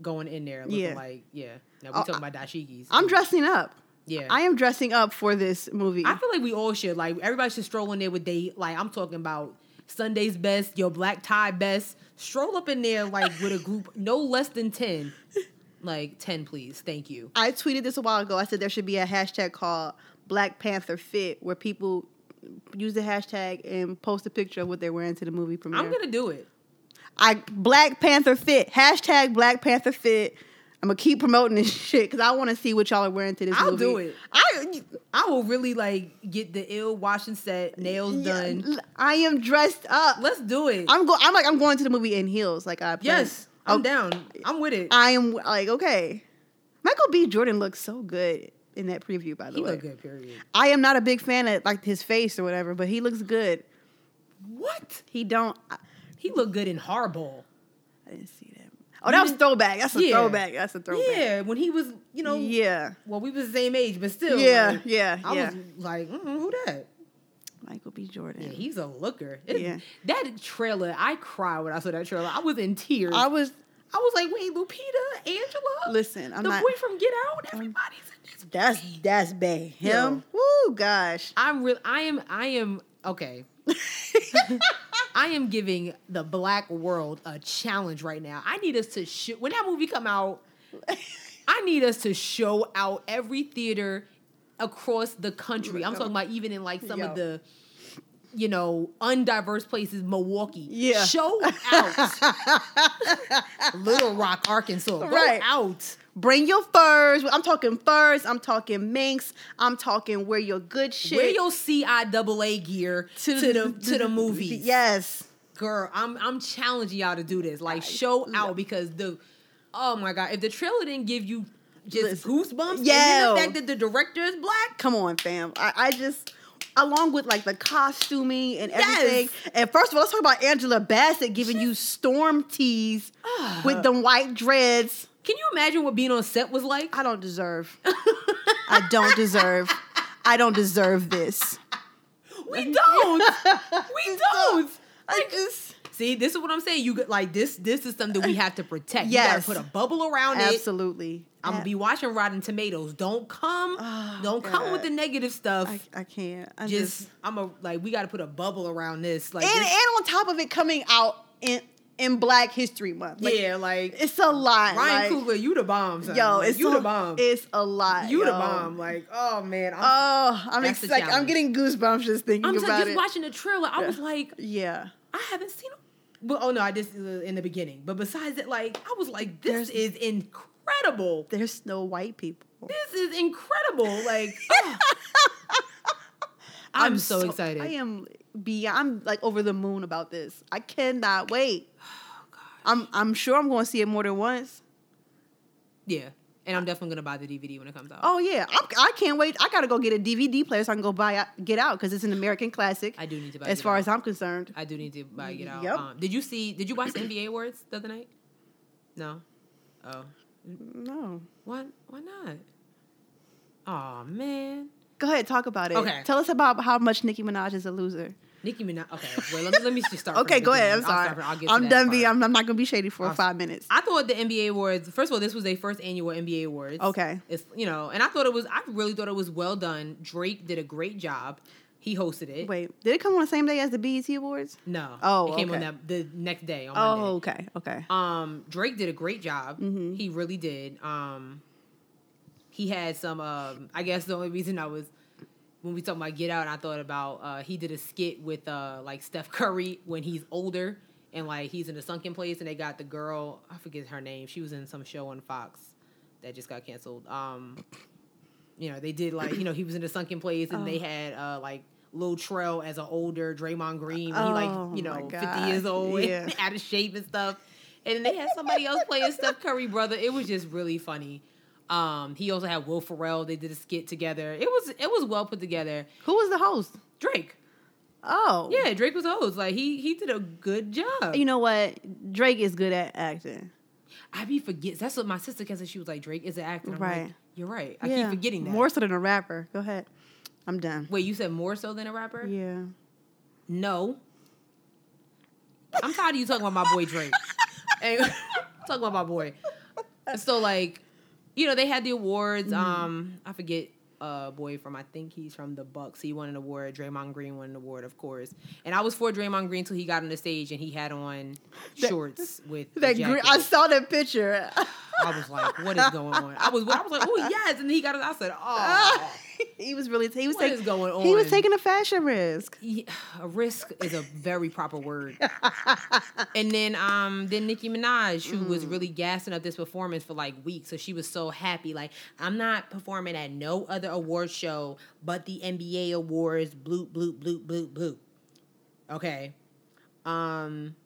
Speaker 1: going in there looking
Speaker 2: Yeah.
Speaker 1: like yeah. Now we
Speaker 2: Oh,
Speaker 1: talking about dashikis.
Speaker 2: I'm dressing up.
Speaker 1: yeah.
Speaker 2: I am dressing up for this movie.
Speaker 1: I feel like we all should. Like everybody should stroll in there with they like I'm talking about Sunday's best, your black tie best. Stroll up in there like with a group no less than ten. Like ten, please. Thank you.
Speaker 2: I tweeted this a while ago. I said there should be a hashtag called Black Panther Fit where people use the hashtag and post a picture of what they're wearing to the movie premiere.
Speaker 1: I'm gonna do it.
Speaker 2: I Black Panther Fit hashtag Black Panther Fit. I'm gonna keep promoting this shit because I want to see what y'all are wearing to this
Speaker 1: I'll
Speaker 2: movie.
Speaker 1: do it.
Speaker 2: I
Speaker 1: I will really like get the ill wash and set nails done.
Speaker 2: yeah, I am dressed up.
Speaker 1: Let's do it.
Speaker 2: I'm go. I'm like I'm going to the movie in heels. Like I planned.
Speaker 1: yes, I'm
Speaker 2: Oh,
Speaker 1: down. I'm with it.
Speaker 2: I am like okay. Michael B. Jordan looks so good in that preview. By the
Speaker 1: he
Speaker 2: way,
Speaker 1: look good. Period.
Speaker 2: I am not a big fan of like his face or whatever, but he looks good.
Speaker 1: What?
Speaker 2: He don't. I,
Speaker 1: He look good in hardball.
Speaker 2: I didn't see that. Oh, that was
Speaker 1: didn't-
Speaker 2: throwback. That's a
Speaker 1: Yeah.
Speaker 2: throwback. That's a throwback.
Speaker 1: Yeah, when he was, you know,
Speaker 2: yeah,
Speaker 1: Well, we was the same age, but still.
Speaker 2: yeah,
Speaker 1: like,
Speaker 2: yeah,
Speaker 1: I
Speaker 2: yeah.
Speaker 1: was like, mm, who that?
Speaker 2: Michael B. Jordan.
Speaker 1: Yeah, he's a looker. It-
Speaker 2: Yeah.
Speaker 1: That trailer, I cried when I saw that trailer. I was in tears.
Speaker 2: I
Speaker 1: I,
Speaker 2: was
Speaker 1: was like, wait, Lupita, Angela,
Speaker 2: listen. I'm
Speaker 1: the
Speaker 2: not. Um,
Speaker 1: boy from Get Out, everybody's in this.
Speaker 2: That's
Speaker 1: movie.
Speaker 2: that's bad. Him. Woo, gosh.
Speaker 1: I'm real. I am. I am. Okay. I am giving the black world a challenge right now. I need us to show when that movie come out. I need us to show out every theater across the country. I'm talking about even in like some
Speaker 2: Yo.
Speaker 1: of the you know undiverse places, Milwaukee.
Speaker 2: Yeah.
Speaker 1: show out. Little Rock, Arkansas. Go
Speaker 2: Right.
Speaker 1: out.
Speaker 2: Bring your furs. I'm talking furs. I'm talking minks. I'm talking wear your good shit
Speaker 1: Wear your CIAA gear to, the to the movies.
Speaker 2: Yes.
Speaker 1: girl, I'm I'm challenging y'all to do this. Like show out because the oh my god, if the trailer didn't give you just
Speaker 2: Listen.
Speaker 1: goosebumps, yeah,
Speaker 2: Yo.
Speaker 1: the fact that the director is black,
Speaker 2: Come on, fam. I, I just, along with like the costuming and
Speaker 1: Yes.
Speaker 2: everything. And first of all, let's talk about Angela Bassett giving you storm tees
Speaker 1: Ah.
Speaker 2: with them white dreads.
Speaker 1: can you imagine what being on set was like?
Speaker 2: I don't deserve. I don't deserve. I don't deserve this.
Speaker 1: We don't, we don't.
Speaker 2: I just
Speaker 1: See, this is what I'm saying. You got- like this. This is something we have to protect.
Speaker 2: Yes.
Speaker 1: You gotta put a bubble around it.
Speaker 2: absolutely.
Speaker 1: I'm gonna be watching Rotten Tomatoes. Don't come,
Speaker 2: Oh,
Speaker 1: don't come with the
Speaker 2: God.
Speaker 1: negative stuff.
Speaker 2: I, I can't. I
Speaker 1: just,
Speaker 2: just,
Speaker 1: I'm a like we gotta put a bubble around this. Like,
Speaker 2: and and
Speaker 1: this-
Speaker 2: on top of it coming out in in Black History Month. Like,
Speaker 1: yeah, like
Speaker 2: it's a lot.
Speaker 1: Ryan
Speaker 2: like,
Speaker 1: Coogler, you the bomb, son.
Speaker 2: Yo,
Speaker 1: Like,
Speaker 2: it's
Speaker 1: you
Speaker 2: a,
Speaker 1: the bomb.
Speaker 2: It's a lot.
Speaker 1: You the
Speaker 2: yo.
Speaker 1: bomb. Like, oh man, I'm,
Speaker 2: Oh, I'm
Speaker 1: That's the
Speaker 2: ex- like I'm
Speaker 1: challenge.
Speaker 2: getting goosebumps just thinking
Speaker 1: I'm just
Speaker 2: about
Speaker 1: just
Speaker 2: it.
Speaker 1: watching the trailer. I was like,
Speaker 2: yeah.
Speaker 1: I haven't seen. But oh no, I just uh, in the beginning. But besides it, like I was like, this
Speaker 2: There's-
Speaker 1: is incredible.
Speaker 2: There's no white people.
Speaker 1: This is incredible. Like, oh. I'm, so, excited.
Speaker 2: I am beyond I'm like over the moon about this. I cannot wait.
Speaker 1: Oh,
Speaker 2: I'm I'm sure I'm going to see it more than once.
Speaker 1: Yeah, and I'm definitely gonna buy the DVD when it comes out.
Speaker 2: Oh yeah, I'm, I can't wait. I gotta go get a DVD player so I can go buy out, Get Out because it's an American classic.
Speaker 1: I do need to buy.
Speaker 2: as
Speaker 1: Get
Speaker 2: far
Speaker 1: Out.
Speaker 2: as I'm concerned,
Speaker 1: I do need to buy it out.
Speaker 2: Yep.
Speaker 1: Um, did you see? Did you watch the NBA awards the other night? No. Oh,
Speaker 2: no.
Speaker 1: why? Why not? Oh man.
Speaker 2: Go ahead, talk about it.
Speaker 1: Okay.
Speaker 2: Tell us about how much Nicki Minaj is a loser.
Speaker 1: Nicki Minaj. Okay, well, let me let me just start. from
Speaker 2: Okay,
Speaker 1: the
Speaker 2: go ahead. I'm
Speaker 1: beginning. I'll start
Speaker 2: sorry.
Speaker 1: from- I'll get to
Speaker 2: I'm
Speaker 1: that
Speaker 2: done. Be.
Speaker 1: part.
Speaker 2: I'm, I'm not gonna be shady for
Speaker 1: I'll-
Speaker 2: five minutes.
Speaker 1: I thought the NBA awards. First of all, this was their first annual NBA awards.
Speaker 2: Okay.
Speaker 1: it's you know, and I thought it was. I really thought it was well done. Drake did a great job. He hosted it.
Speaker 2: Wait, did it come on the same day as the BET Awards?
Speaker 1: No.
Speaker 2: Oh,
Speaker 1: it came on
Speaker 2: okay.
Speaker 1: that the next day on Monday.
Speaker 2: Oh, okay, okay.
Speaker 1: Um, Drake did a great job.
Speaker 2: Mhm.
Speaker 1: He really did. Um, he had some. Um, I guess the only reason I was when we talked about Get Out, I thought about uh, he did a skit with uh, like Steph Curry when he's older and like he's in a sunken place, and they got the girl. I forget her name. She was in some show on Fox that just got canceled. Um, you know, they did like you know he was in a sunken place, and
Speaker 2: Oh.
Speaker 1: they had uh, like. Lil Trell as an older Draymond Green, when he
Speaker 2: Oh,
Speaker 1: like you
Speaker 2: my
Speaker 1: know fifty
Speaker 2: God.
Speaker 1: years old,
Speaker 2: Yeah.
Speaker 1: out of shape and stuff. And then they had somebody else playing Steph Curry brother. It was just really funny. Um, he also had Will Ferrell. They did a skit together. It was it was well put together.
Speaker 2: Who was the host?
Speaker 1: Drake,
Speaker 2: Oh,
Speaker 1: yeah, Drake was host. Like he he did a good job.
Speaker 2: You know what? Drake is good at acting.
Speaker 1: I be forgets. That's what my sister said. She was like, Drake is an actor. I'm like,
Speaker 2: Right.
Speaker 1: You're right. I
Speaker 2: Yeah.
Speaker 1: keep forgetting that.
Speaker 2: More so than a rapper. Go ahead. I'm done.
Speaker 1: Wait, you said more so than a rapper?
Speaker 2: Yeah.
Speaker 1: No. I'm tired of you talking about my boy Drake. Hey, talk about my boy. So like, you know, they had the awards.
Speaker 2: Mm-hmm.
Speaker 1: Um, I forget uh boy from I think he's from the Bucks. He won an award. Draymond Green won an award, of course. And I was for Draymond Green till he got on the stage and he had on
Speaker 2: That-
Speaker 1: shorts with the
Speaker 2: That gre-
Speaker 1: jacket.
Speaker 2: I saw that picture.
Speaker 1: I was like, what is going on? I was I was like, oh yes, and then he got it. I said, oh,
Speaker 2: he was really he was
Speaker 1: what is
Speaker 2: taking
Speaker 1: going on?
Speaker 2: he was taking a fashion risk.
Speaker 1: Yeah, a risk is a very proper word. and then um then Nicki Minaj, who was really gassing up this performance for like weeks, so she was so happy. Like, I'm not performing at no other award show but the NBA awards, bloop, bloop, bloop, bloop, bloop. Okay. Um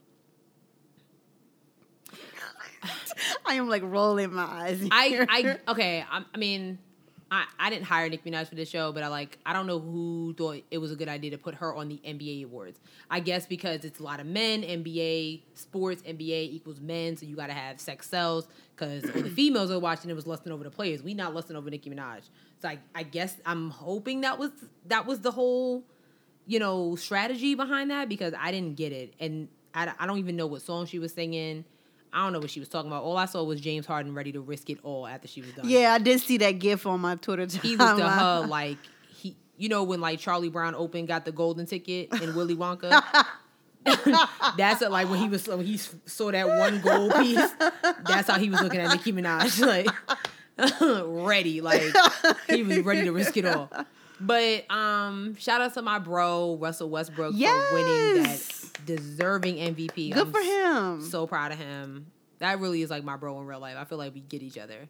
Speaker 2: I am like rolling my eyes. here.
Speaker 1: I I okay, I, I mean I, I didn't hire Nicki Minaj for this show, but I like I don't know who thought it was a good idea to put her on the NBA awards. I guess because it's a lot of men, NBA sports, NBA equals men, so you got to have sex cells. Because the females are watching, it was lusting over the players. We not lusting over Nicki Minaj. So I, I guess I'm hoping that was that was the whole you know strategy behind that because I didn't get it, and I, I don't even know what song she was singing. I don't know what she was talking about. All I saw was James Harden ready to risk it all after she was done
Speaker 2: yeah, I did see that gif on my Twitter.
Speaker 1: he was to her
Speaker 2: timeline.
Speaker 1: like he you know when like Charlie Brown open got the golden ticket and Willy Wonka. that's it, like when he was when he s- saw that one gold piece. That's how he was looking at Nicki Minaj, like ready, like he was ready to risk it all. But um, shout out to my bro Russell Westbrook for winning
Speaker 2: Yes.
Speaker 1: that deserving MVP.
Speaker 2: Good
Speaker 1: I'm
Speaker 2: for him.
Speaker 1: so proud of him. That really is like my bro in real life. I feel like we get each other.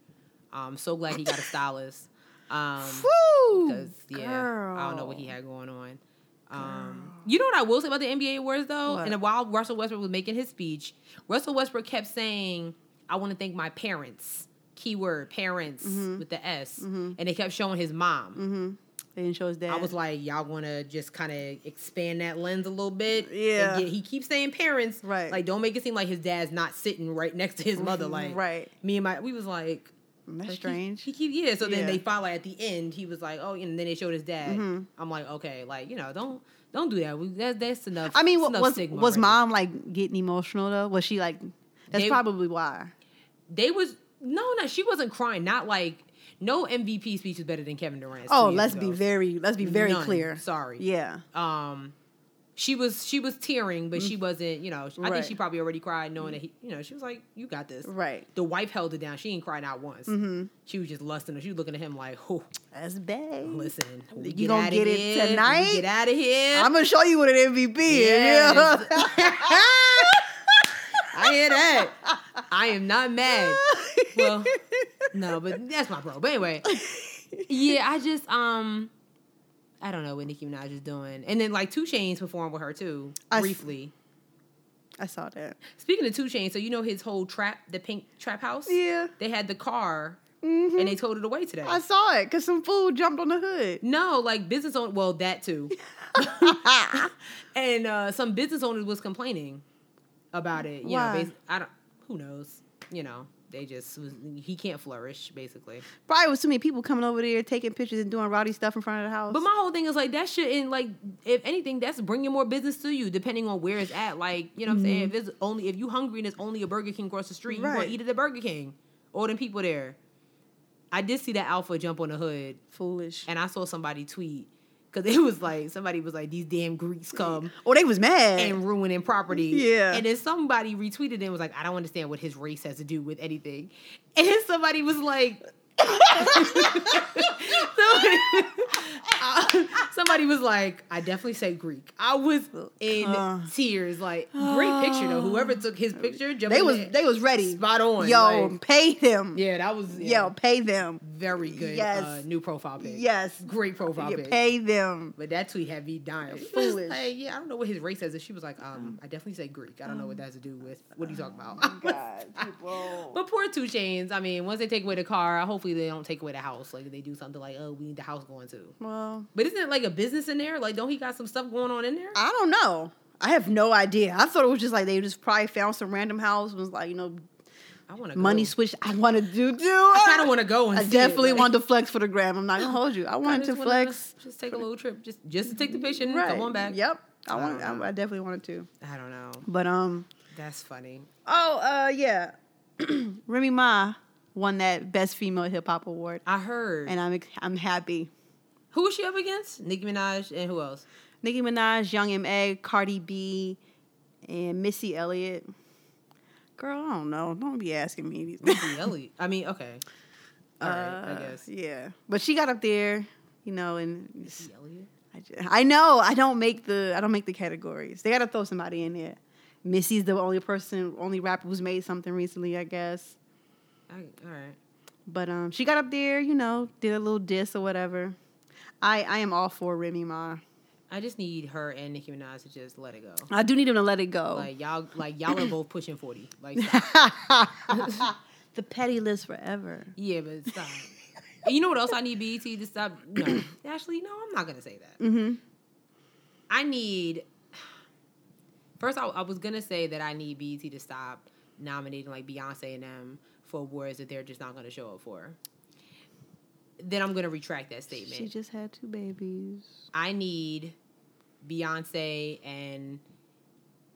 Speaker 1: I'm so glad he got a stylist. Um,
Speaker 2: Woo,
Speaker 1: because yeah, I don't know what he had going on. Um, you know what I will say about the NBA awards though,
Speaker 2: What?
Speaker 1: and while Russell Westbrook was making his speech, Russell Westbrook kept saying, "I want to thank my parents." Keyword parents with the S, and they kept showing his mom.
Speaker 2: Mm-hmm. They didn't show his dad.
Speaker 1: I was like, y'all want to just kind of expand that lens a little bit. And
Speaker 2: Yeah.
Speaker 1: yet he keeps saying parents.
Speaker 2: Right.
Speaker 1: Like, don't make it seem like his dad's not sitting right next to his mother. Like,
Speaker 2: Mm-hmm. Right.
Speaker 1: Me and my, we was like,
Speaker 2: that's
Speaker 1: like, he-
Speaker 2: strange.
Speaker 1: He, keep yeah. So then
Speaker 2: Yeah. Mm-hmm.
Speaker 1: they finally at the end, he was like, oh, and then they showed his dad. I'm like, okay, like you know, don't don't do that. We, that that's enough.
Speaker 2: I mean,
Speaker 1: it's
Speaker 2: wa-
Speaker 1: enough
Speaker 2: was
Speaker 1: stigma
Speaker 2: was
Speaker 1: right now.
Speaker 2: mom like getting emotional though? Was she like? That's
Speaker 1: They-
Speaker 2: probably why.
Speaker 1: They was no, no. She wasn't crying. Not like no MVP speech is better than Kevin Durant's.
Speaker 2: Oh,
Speaker 1: two years
Speaker 2: let's
Speaker 1: ago.
Speaker 2: be very let's be very
Speaker 1: None.
Speaker 2: clear.
Speaker 1: Sorry.
Speaker 2: Yeah.
Speaker 1: um she was she was tearing but she wasn't you know i
Speaker 2: Mm. Right.
Speaker 1: think she probably already cried knowing that he you know she was like you got this
Speaker 2: Right. Mm-hmm.
Speaker 1: the wife held it down she ain't cried out once she was just lusting her. she was looking at him like oh
Speaker 2: That's bad.
Speaker 1: listen when we
Speaker 2: You gonna
Speaker 1: outta
Speaker 2: get it
Speaker 1: here, when we
Speaker 2: tonight?
Speaker 1: get out of here
Speaker 2: I'm gonna show you what an MVP is.
Speaker 1: i hear that i am not mad well no but that's my bro but anyway yeah i just um I don't know what Nicki Minaj is doing, and then like Two Chains performed with her too
Speaker 2: I s-
Speaker 1: briefly.
Speaker 2: I saw that.
Speaker 1: Speaking of Two Chains, so you know his whole trap, the pink trap house.
Speaker 2: Yeah.
Speaker 1: They had the car
Speaker 2: Mhm.
Speaker 1: and they towed it away today.
Speaker 2: I saw it because some fool jumped on the hood.
Speaker 1: no, like business own. Well, that too. and uh, some business owners was complaining about it. You
Speaker 2: Why?
Speaker 1: know, bas- I don't. Who knows? You know, they just was, he can't flourish basically.
Speaker 2: Probably was too many people coming over there taking pictures and doing rowdy stuff in front of the house.
Speaker 1: But my whole thing is like that shit, and like if anything, that's bringing more business to you, depending on where it's at. Like you know, what I'm saying if it's only if you hungry and it's only a Burger King across the street, you
Speaker 2: Right.
Speaker 1: gonna eat at a Burger King or them people there. I did see that alpha jump on the hood,
Speaker 2: foolish.
Speaker 1: and I saw somebody tweet because it was like somebody was like these damn Greeks come
Speaker 2: Oh, they was mad.
Speaker 1: and ruining property.
Speaker 2: Yeah.
Speaker 1: And then somebody retweeted it and was like, I don't understand what his race has to do with anything. And then somebody was like, somebody, uh, somebody was like, I definitely say Greek. I was in
Speaker 2: Uh.
Speaker 1: tears. Like, great picture though. Whoever took his picture,
Speaker 2: they
Speaker 1: jumping
Speaker 2: was
Speaker 1: in,
Speaker 2: they was ready.
Speaker 1: spot on.
Speaker 2: Yo,
Speaker 1: like,
Speaker 2: pay them.
Speaker 1: yeah, that was yeah,
Speaker 2: Yo, pay them.
Speaker 1: very good
Speaker 2: Yes.
Speaker 1: uh, new profile pic.
Speaker 2: Yes.
Speaker 1: Great profile
Speaker 2: Yeah,
Speaker 1: pic.
Speaker 2: pay them.
Speaker 1: But that tweet had me dying. She was
Speaker 2: Foolish. Mm.
Speaker 1: like, yeah, I don't know what his race is. And she was like, um, I definitely say Greek. I don't know what that has to do with. What are you talking about?
Speaker 2: God, people.
Speaker 1: but poor Two Chains. I mean, once they take away the car, hopefully they don't take away the house. Like they do something like, oh, we need the house going too.
Speaker 2: Well,
Speaker 1: But isn't it like a business in there? Like, don't he got some stuff going on in there?
Speaker 2: I don't know. I have no idea. I thought it was just like they just probably found some random house and was like, you know,
Speaker 1: I want to
Speaker 2: money switch. I want to do too.
Speaker 1: oh. I kind of want to go and
Speaker 2: I
Speaker 1: see it,
Speaker 2: definitely
Speaker 1: like-
Speaker 2: wanted to flex for the gram. I'm not gonna hold you. I
Speaker 1: I
Speaker 2: wanted to
Speaker 1: just wanna
Speaker 2: flex.
Speaker 1: Just take a little trip, just just to take the picture and
Speaker 2: Right.
Speaker 1: come on back. Uh-huh.
Speaker 2: Yep. I
Speaker 1: I
Speaker 2: want.
Speaker 1: don't know.
Speaker 2: I, I definitely wanted to.
Speaker 1: I don't know.
Speaker 2: But um.
Speaker 1: That's funny.
Speaker 2: Oh uh yeah. Remy Ma won that best female hip hop award,
Speaker 1: I heard.
Speaker 2: and I'm ex- I'm happy.
Speaker 1: who was she up against? Nicki Minaj and who else?
Speaker 2: Nicki Minaj, Young M.A., Cardi B, and Missy Elliott. Girl, I don't know. Don't be asking me these.
Speaker 1: Missy Elliott. I mean, okay. All right, I
Speaker 2: Uh,
Speaker 1: guess.
Speaker 2: Yeah, but she got up there, you know, and
Speaker 1: Missy Elliott.
Speaker 2: I, ju- I know I don't make the I don't make the categories. They gotta throw somebody in there. Missy's the only person, only rapper who's made something recently, I guess.
Speaker 1: I, all right.
Speaker 2: But um, she got up there, you know, did a little diss or whatever. I I am all for Remy Ma.
Speaker 1: I just need her and Nicki Minaj to just let it go.
Speaker 2: I do need him to let it go.
Speaker 1: Like y'all, like y'all are both pushing forty. Like, stop.
Speaker 2: the petty list forever.
Speaker 1: yeah, but stop. And you know what else I need BET to stop? No, actually, no, I'm not gonna say that.
Speaker 2: Mm-hmm.
Speaker 1: I need. First, I, I was gonna say that I need BET to stop nominating like Beyonce and them for awards that they're just not gonna show up for. Then I'm gonna retract that statement.
Speaker 2: She just had two babies.
Speaker 1: I need Beyonce and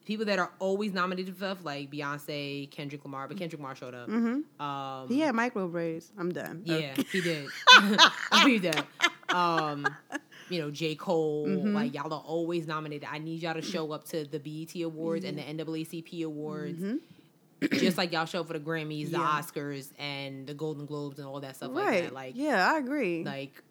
Speaker 1: people that are always nominated for stuff like Beyonce, Kendrick Lamar, but Kendrick Lamar showed up.
Speaker 2: Mm-hmm.
Speaker 1: Um,
Speaker 2: He had micro braids. I'm done.
Speaker 1: yeah, he did. I believe that. Um, you know, J. Cole,
Speaker 2: Mhm.
Speaker 1: like y'all are always nominated. I need y'all to show up to the BET Awards
Speaker 2: Mm-hmm.
Speaker 1: and the NAACP Awards,
Speaker 2: Mhm.
Speaker 1: just like y'all show up for the Grammys, the
Speaker 2: Yeah.
Speaker 1: Oscars, and the Golden Globes, and all that stuff
Speaker 2: right.
Speaker 1: like that. Like,
Speaker 2: yeah, I agree.
Speaker 1: like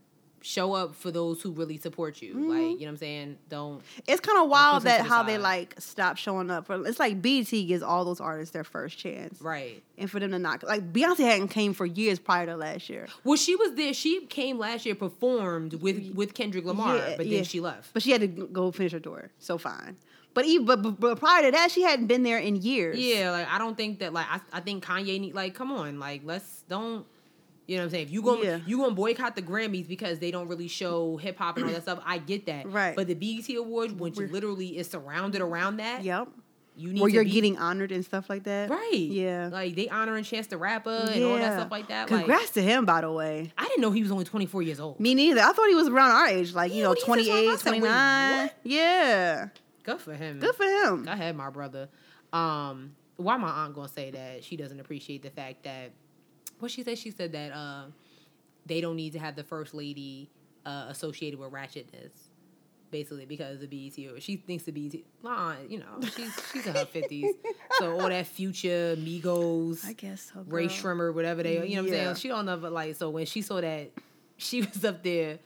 Speaker 1: show up for those who really support you.
Speaker 2: Mm-hmm.
Speaker 1: Like, you know what I'm saying? Don't
Speaker 2: It's kind of wild
Speaker 1: push them to
Speaker 2: that
Speaker 1: the
Speaker 2: how they
Speaker 1: side.
Speaker 2: like stop showing up. For, it's like BT gives all those artists their first chance,
Speaker 1: right.
Speaker 2: and for them to not like Beyonce hadn't came for years prior to last year,
Speaker 1: Well, she was there. She came last year, performed with with Kendrick Lamar,
Speaker 2: Yeah,
Speaker 1: but then
Speaker 2: yeah.
Speaker 1: she left.
Speaker 2: but she had to go finish her tour. So fine, but even but, but, but prior to that, she hadn't been there in years.
Speaker 1: Yeah, like I don't think that like I, I think Kanye need like come on like let's don't you know what I'm saying if you gonna
Speaker 2: Yeah.
Speaker 1: you gonna boycott the Grammys because they don't really show hip hop and all that stuff I get that
Speaker 2: Right.
Speaker 1: but the BET Awards when you
Speaker 2: We're-
Speaker 1: literally is surrounded around that
Speaker 2: Yep.
Speaker 1: you need
Speaker 2: Where
Speaker 1: to
Speaker 2: you're
Speaker 1: be-
Speaker 2: getting honored and stuff like that.
Speaker 1: right
Speaker 2: Yeah.
Speaker 1: like they honoring Chance the Rapper and all that
Speaker 2: Yeah.
Speaker 1: stuff like that
Speaker 2: Congrats
Speaker 1: like
Speaker 2: to him, by the way.
Speaker 1: I didn't know he was only 24 years old
Speaker 2: Me neither. I thought he was around our age, like, you
Speaker 1: Yeah,
Speaker 2: know,
Speaker 1: when he said
Speaker 2: 28,
Speaker 1: something, I said, wait,
Speaker 2: 29.
Speaker 1: what?
Speaker 2: Yeah.
Speaker 1: good for him
Speaker 2: Good for him.
Speaker 1: I had my brother. Um, why my aunt gonna say that she doesn't appreciate the fact that what she said? She said that uh, they don't need to have the first lady uh, associated with ratchetness, basically because the BET. or She thinks the BET. My aunt, you know, she's she's in her fifties, so all that future Migos,
Speaker 2: I guess so.
Speaker 1: Ray
Speaker 2: girl.
Speaker 1: Shrimmer, whatever they, you know what I'm
Speaker 2: Yeah.
Speaker 1: saying? She don't know, but like, so when she saw that she was up there,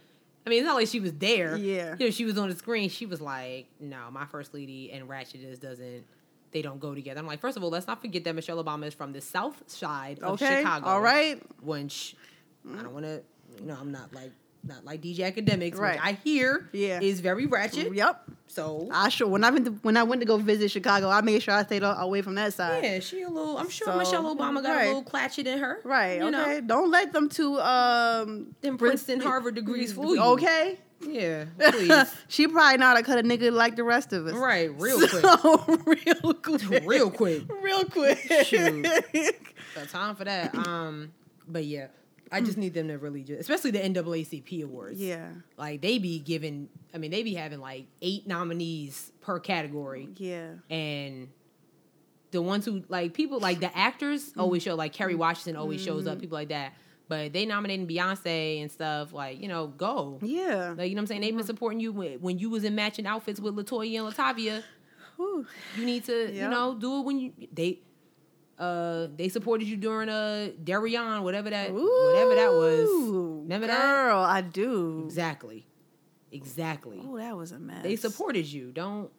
Speaker 1: I mean, it's not like she was there.
Speaker 2: Yeah.
Speaker 1: You know, she was on the screen. She was like, no, my first lady and Ratchetness doesn't, they don't go together. I'm like, first of all, let's not forget that Michelle Obama is from the south side of
Speaker 2: Okay.
Speaker 1: Chicago.
Speaker 2: All right. Mm.
Speaker 1: Which I don't want to, you know, I'm not like, not like DJ Academics,
Speaker 2: Right.
Speaker 1: which I hear
Speaker 2: Yeah.
Speaker 1: is very ratchet.
Speaker 2: Yep.
Speaker 1: So,
Speaker 2: I sure when I went to, when I went to go visit Chicago, I made sure I stayed a- away from that side.
Speaker 1: yeah, she a little, I'm sure
Speaker 2: So-
Speaker 1: Michelle Obama got
Speaker 2: Right.
Speaker 1: a little clatchet in her.
Speaker 2: Right.
Speaker 1: You know,
Speaker 2: okay. Don't let them two um
Speaker 1: them
Speaker 2: Brit-
Speaker 1: Princeton, Harvard degrees fool you.
Speaker 2: Okay.
Speaker 1: Yeah, please.
Speaker 2: she probably know how to cut a nigga like the rest of us.
Speaker 1: right, real quick.
Speaker 2: So, real quick.
Speaker 1: Real quick.
Speaker 2: Real quick.
Speaker 1: Shoot. So time for that. Um, but yeah, I just need them to really just, especially the NAACP awards.
Speaker 2: yeah.
Speaker 1: like they be giving. I mean, they be having like eight nominees per category,
Speaker 2: Yeah.
Speaker 1: and the ones who like people like the actors always show like Kerry Washington always shows
Speaker 2: Mm-hmm.
Speaker 1: up, people like that. But they nominating Beyonce and stuff like you know go.
Speaker 2: Yeah.
Speaker 1: Like, you know what I'm saying? They've been supporting you when, when you was in matching outfits with Latoya and Latavia.
Speaker 2: Whew.
Speaker 1: You need to,
Speaker 2: Yeah.
Speaker 1: you know, do it when you they uh they supported you during uh Darion, whatever that whatever that was.
Speaker 2: Ooh,
Speaker 1: Remember
Speaker 2: girl,
Speaker 1: that?
Speaker 2: I do.
Speaker 1: Exactly. Exactly.
Speaker 2: Oh, that was a mess.
Speaker 1: They supported you. Don't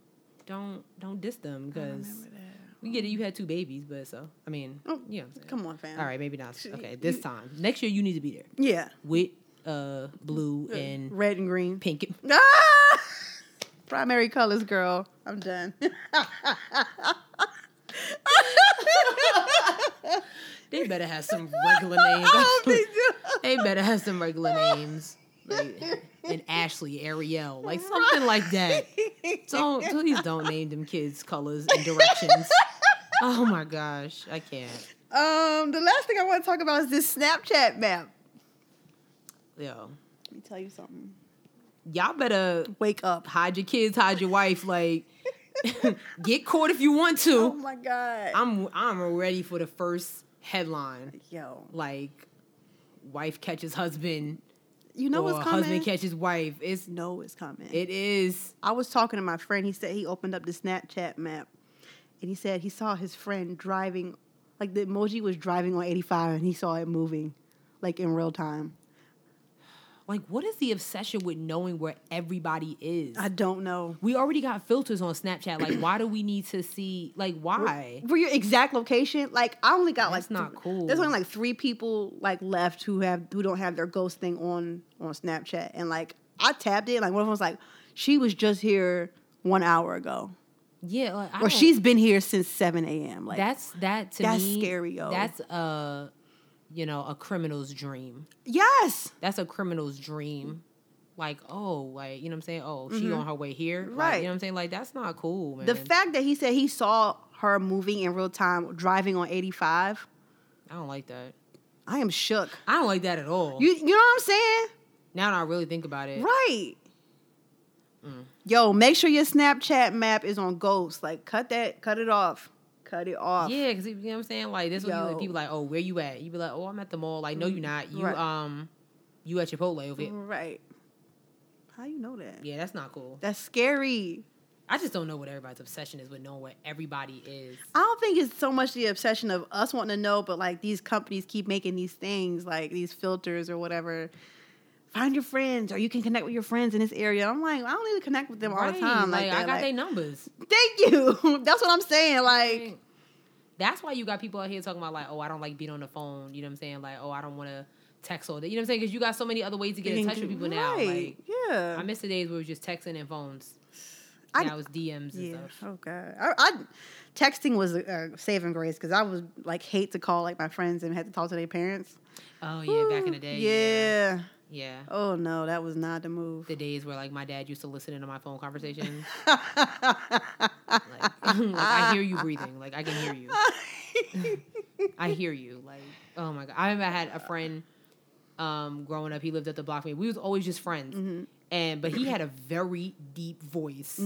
Speaker 1: don't don't diss them
Speaker 2: I
Speaker 1: because
Speaker 2: remember that.
Speaker 1: we get it. You had two babies, but so I mean,
Speaker 2: Oh,
Speaker 1: yeah. I'm saying.
Speaker 2: Come on, fam.
Speaker 1: All right, maybe not.
Speaker 2: She-
Speaker 1: Okay,
Speaker 2: you-
Speaker 1: this time next year you need to be there
Speaker 2: Yeah.
Speaker 1: with uh blue and
Speaker 2: Red and green.
Speaker 1: pink.
Speaker 2: Ah! Primary colors, girl. I'm done.
Speaker 1: They better have some regular names.
Speaker 2: I don't think so.
Speaker 1: They better have some regular names. Like an Ashley, Ariel, like something like that. Don't please don't name them kids colors and directions. Oh my gosh, I can't.
Speaker 2: Um, the last thing I want to talk about is this Snapchat map.
Speaker 1: Yo,
Speaker 2: Let me tell you something.
Speaker 1: y'all better
Speaker 2: Wake up.
Speaker 1: hide your kids, hide your wife. Like, get caught if you want
Speaker 2: Oh
Speaker 1: to.
Speaker 2: my god.
Speaker 1: I'm I'm ready for the first headline.
Speaker 2: Yo.
Speaker 1: Like, wife catches husband,
Speaker 2: You know
Speaker 1: or
Speaker 2: what's coming?
Speaker 1: husband catches wife. It's
Speaker 2: know it's coming.
Speaker 1: it is
Speaker 2: I was talking to my friend. He said he opened up the Snapchat map and he said he saw his friend driving, like the emoji was driving on 85 and he saw it moving, like in real time.
Speaker 1: Like, what is the obsession with knowing where everybody is?
Speaker 2: I don't know.
Speaker 1: we already got filters on Snapchat. Like, why do we need to see? Like, why?
Speaker 2: For your exact location, like I only got
Speaker 1: That's
Speaker 2: like
Speaker 1: not cool.
Speaker 2: There's only like three people like left who have who don't have their ghost thing on on Snapchat. And like I tapped it, like one of them was like, she was just here one hour ago,
Speaker 1: Yeah, like, I
Speaker 2: or
Speaker 1: don't-
Speaker 2: she's been here since 7 a.m. Like
Speaker 1: Oh. that's that to
Speaker 2: That's
Speaker 1: me.
Speaker 2: scary, yo.
Speaker 1: That's a you know a criminal's dream.
Speaker 2: yes,
Speaker 1: That's a criminal's dream. Like, oh, like you know what I'm saying? Oh, she on her way here, Like,
Speaker 2: Mm-hmm. Right.
Speaker 1: you know what I'm saying? Like, that's not cool, man.
Speaker 2: The fact that he said he saw her moving in real time, driving on 85,
Speaker 1: I don't like that.
Speaker 2: I am shook.
Speaker 1: I don't like that at all.
Speaker 2: You, you know what I'm saying?
Speaker 1: now that I really think about it,
Speaker 2: Right.
Speaker 1: Mm.
Speaker 2: Yo, make sure your Snapchat map is on ghost. Like, cut that, cut it off. Cut it off.
Speaker 1: Yeah, because you know what I'm saying. Like this, when you,
Speaker 2: Yo. Mm-hmm.
Speaker 1: like, people like, oh, where you at? You be like, oh, I'm at the mall. Like, no, you not. You
Speaker 2: Right. Mm-hmm.
Speaker 1: um, you at Chipotle over here.
Speaker 2: Right. How you know that?
Speaker 1: Yeah, that's not cool.
Speaker 2: That's scary.
Speaker 1: I just don't know what everybody's obsession is with knowing where everybody is.
Speaker 2: I don't think it's so much the obsession of us wanting to know, but like these companies keep making these things, like these filters or whatever. find your friends or you can connect with your friends in this area. I'm like, I don't even connect with them all the
Speaker 1: Right,
Speaker 2: time
Speaker 1: I
Speaker 2: like, that.
Speaker 1: got
Speaker 2: Like,
Speaker 1: their numbers.
Speaker 2: Thank you. That's what I'm saying. Like,
Speaker 1: Right. That's why you got people out here talking about like, oh, I don't like being on the phone. You know what I'm saying? Like, oh, I don't want to text all day. You know what I'm saying? Because you got so many other ways to get in touch with people now.
Speaker 2: Right.
Speaker 1: Like,
Speaker 2: yeah.
Speaker 1: I miss the days where it was just texting and phones.
Speaker 2: I-
Speaker 1: now it's DMs and
Speaker 2: Yeah.
Speaker 1: stuff.
Speaker 2: Oh god. I, I texting was a, a saving grace because I was like hate to call like my friends and had to talk to their parents.
Speaker 1: Oh yeah, back in the
Speaker 2: Ooh,
Speaker 1: day.
Speaker 2: Yeah.
Speaker 1: Yeah.
Speaker 2: Oh no, that was not the move.
Speaker 1: The days where like my dad used to listen into my phone conversations. like, like, I
Speaker 2: I
Speaker 1: hear you breathing. Like I can hear you. I hear you. Like oh my god. I remember I had a friend um growing up. He lived up the block from me. We was always just friends.
Speaker 2: Mm. Mm-hmm,
Speaker 1: And but he had a very deep voice.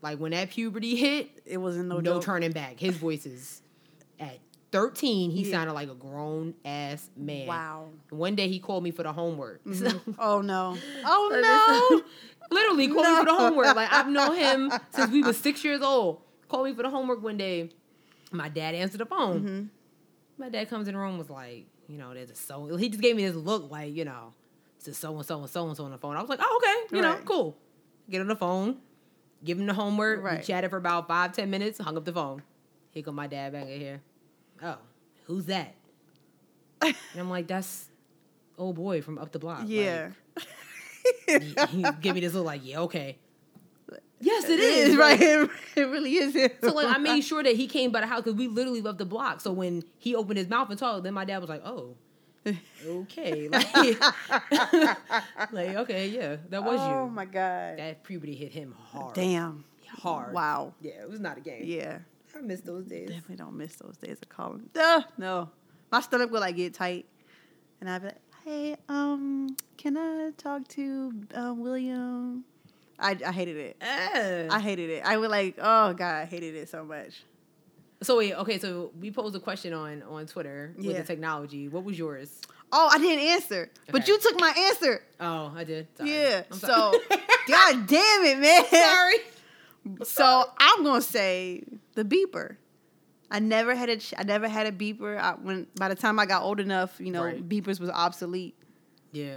Speaker 1: Like when that puberty hit,
Speaker 2: mm-hmm. it wasn't Mm. no,
Speaker 1: no,
Speaker 2: joke.
Speaker 1: turning back. His voice is at 13, he
Speaker 2: Yeah.
Speaker 1: sounded like a grown ass man.
Speaker 2: Wow.
Speaker 1: One day he called me for the homework. So-
Speaker 2: Oh no. Oh no.
Speaker 1: Literally called me for the
Speaker 2: No.
Speaker 1: homework. Like I've known him since we was six years old. Called me for the homework one day. My dad answered the
Speaker 2: Mm-hmm.
Speaker 1: phone. My dad comes in the room was like, you know, there's a so. He just gave me this look like, you know, it's a so and so and so and so on the phone. I was like, oh okay, you know,
Speaker 2: Right.
Speaker 1: cool. Get on the phone. Give him the homework. We
Speaker 2: Right.
Speaker 1: chatted for about five ten minutes. Hung up the phone. Here come my dad back in here. Oh, who's that? And I'm like, that's old boy from up the block. Like,
Speaker 2: yeah.
Speaker 1: he, he give me this look like, yeah, okay. Yes,
Speaker 2: It is right. It, really is. Him.
Speaker 1: So like, I made sure that he came by the house because we literally loved the block. So when he opened his mouth and talked, then my dad was like, oh, okay, like, like, okay, yeah, that was
Speaker 2: oh
Speaker 1: you.
Speaker 2: my god.
Speaker 1: That puberty hit him hard,
Speaker 2: Damn.
Speaker 1: hard.
Speaker 2: Wow.
Speaker 1: Yeah, it was not a game.
Speaker 2: Yeah.
Speaker 1: I miss those days.
Speaker 2: Definitely don't miss those days of calling. Duh, no, my stomach will like get tight, and I'd be like, "Hey, um, can I talk to um, William?" I, I hated it.
Speaker 1: Eh.
Speaker 2: I hated it. I would like, oh god, I hated it so much.
Speaker 1: so wait, okay, so we posed a question on on Twitter with
Speaker 2: Yeah.
Speaker 1: the technology. What was yours?
Speaker 2: Oh, I didn't answer, but
Speaker 1: Okay.
Speaker 2: you took my answer.
Speaker 1: Oh, I did. Sorry.
Speaker 2: Yeah.
Speaker 1: I'm
Speaker 2: So,
Speaker 1: sorry.
Speaker 2: god damn it, man.
Speaker 1: sorry.
Speaker 2: So I'm gonna say the beeper. I never had a ch- I never had a beeper. I, when by the time I got old enough, you know,
Speaker 1: Right.
Speaker 2: beepers was obsolete.
Speaker 1: Yeah.